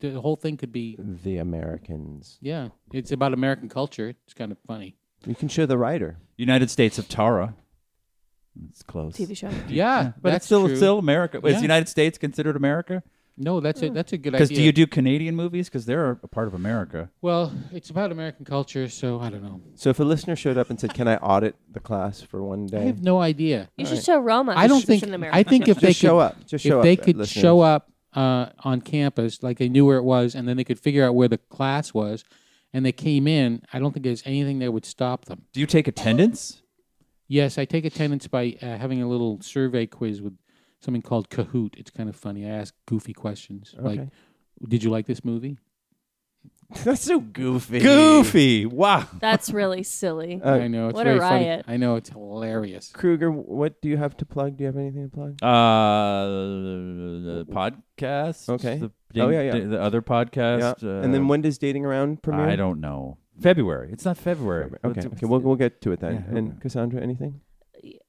C: the whole thing could be.
B: The Americans.
C: Yeah, it's about American culture. It's kind of funny.
B: You can show the writer.
G: United States of Tara. It's close.
D: TV show.
C: Yeah,
G: But
C: that's
G: it's still
C: true.
G: still America. Is
C: Yeah.
G: the United States considered America?
C: no. That's a that's a good idea.
G: Because do you do Canadian movies? Because they're a part of America.
C: Well, it's about American culture, so I don't know.
B: So if a listener showed up and said, "Can I audit the class for one
C: I
B: day?"
C: have no idea.
D: You should show Roma.
C: I don't think.
D: It's an
C: I think if they
B: Just show
C: could,
B: up. Just show
C: if
B: up.
C: they
B: uh,
C: could
B: listeners.
C: show up uh, on campus, like they knew where it was, and then they could figure out where the class was, and they came in, I don't think there's anything that would stop them.
G: Do you take attendance?
C: Yes, I take attendance by uh, having a little survey quiz with something called Kahoot. It's kind of funny. I ask goofy questions like,
B: Okay.
C: "Did you like this movie?"
B: That's so goofy.
G: Goofy. Wow.
D: That's really silly.
B: Uh,
C: I know it's
D: what a
C: very
D: riot.
C: funny. I know it's hilarious.
B: Kruger, what do you have to plug? Do you have anything to plug?
G: Uh, podcast.
B: Okay.
G: The,
B: Oh, yeah, yeah.
G: The other podcast. Uh,
B: and then when does Dating Around premiere?
G: I don't know. February. It's not February.
B: Okay.
G: It's-
B: Okay. We'll, we'll get to it then.
G: Yeah,
B: and
G: okay.
B: Cassandra, anything?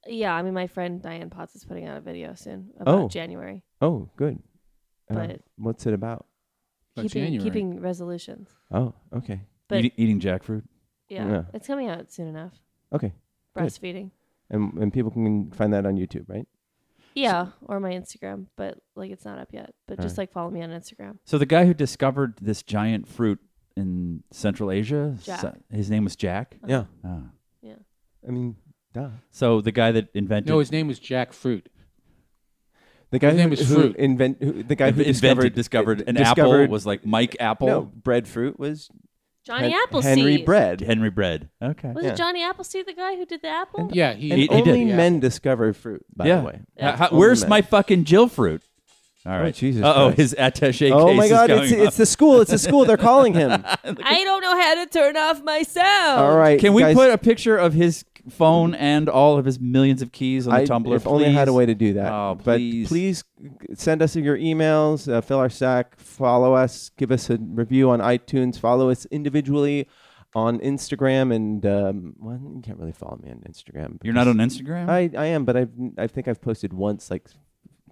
D: Yeah, I mean, my friend Diane Potts is putting out a video soon about
B: Oh.
D: January.
B: Oh, good. Uh,
D: But-
B: what's it about?
C: About
D: keeping,
C: January.
D: keeping resolutions.
B: Oh, okay.
D: But
G: Eat- eating jackfruit.
D: yeah,
B: Yeah.
D: it's coming out soon enough.
B: Okay. Good.
D: Breastfeeding.
B: and and people can find that on YouTube, right?
D: Yeah, or my Instagram, but like it's not up yet. But just like follow me on Instagram.
G: So the guy who discovered this giant fruit in Central Asia,
D: Jack.
G: so- his name was Jack.
B: Yeah.
G: Ah.
B: I mean, duh.
G: So the guy that invented
E: No, his name was Jack Fruit.
B: The guy
E: His
B: who,
E: name is
B: who
E: Fruit.
B: invent who, the guy who
G: invented
B: discovered
G: discovered an
B: discovered-
G: apple was like Mike Apple,
B: no breadfruit was
D: Johnny
B: Hen-
D: Appleseed.
B: Henry Bread.
G: Henry Bread. Okay.
D: Was
B: Yeah.
D: it Johnny Appleseed the guy who did the apple?
E: Yeah, he.
G: He-
B: And
G: he did,
B: only
G: yeah.
B: men discover fruit, by
G: yeah.
B: the way.
G: How- how-
B: Only
G: where's
B: men.
G: my fucking Jill fruit? All right.
B: Jesus
G: Uh oh,
B: Christ.
G: his attaché
B: Oh
G: case
B: my
G: is
B: God!
G: coming
B: It's,
G: up.
B: it's the school. It's the school. They're calling him.
D: I don't know how to turn off my sound.
B: All right.
G: Can we
B: guys,
G: put a picture of his phone and all of his millions of keys on
B: I,
G: the Tumblr?
B: If only I had a
G: please?
B: way to do that.
G: Oh, please.
B: But please send us your emails, uh, fill our sack, follow us, give us a review on iTunes, follow us individually on Instagram, and um, well, you can't really follow me on Instagram.
G: You're not
B: because-
G: on Instagram.
B: I, I am, but I've I think I've posted once like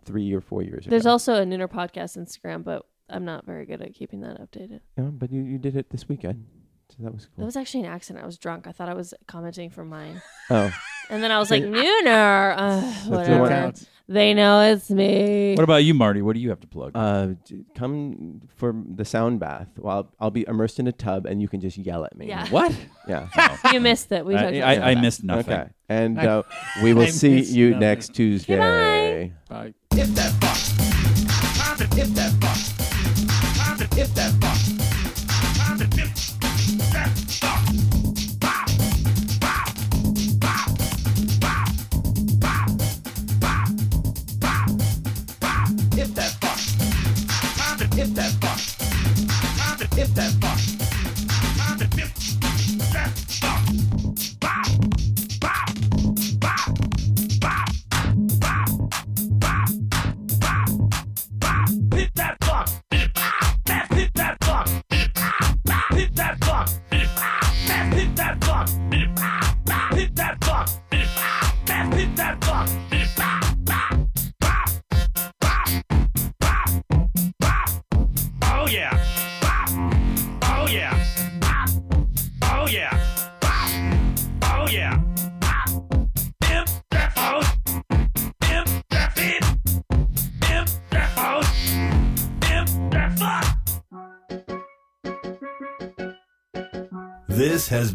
B: three or four years
D: There's
B: ago.
D: also a Nooner podcast Instagram, but I'm not very good at keeping that updated.
B: yeah, but you, you did it this weekend, so that was
D: That
B: cool.
D: was actually an accident. I was drunk. I thought I was commenting from mine.
B: oh,
D: And then I was like, Nooner. Uh,
B: the one-
D: whatever. They know it's me.
G: what about you, Marty? What do you have to plug?
B: uh, d- come for the sound bath. Well, I'll be immersed in a tub, and you can just yell at me.
D: Yeah.
G: what?
B: Yeah.
D: You missed it. We talked
G: I,
D: about
G: I, I
D: that.
G: missed nothing.
B: Okay. And uh, we will see
E: missed
B: you
E: nothing.
B: next Tuesday.
D: Goodbye.
E: Bye.
L: Oh yeah. Bop. Oh yeah. Bop. Oh yeah. Bop. Oh yeah. Bop. Imp that phone. Imp that fit. Imp that phone. Imp that fuck.
M: This has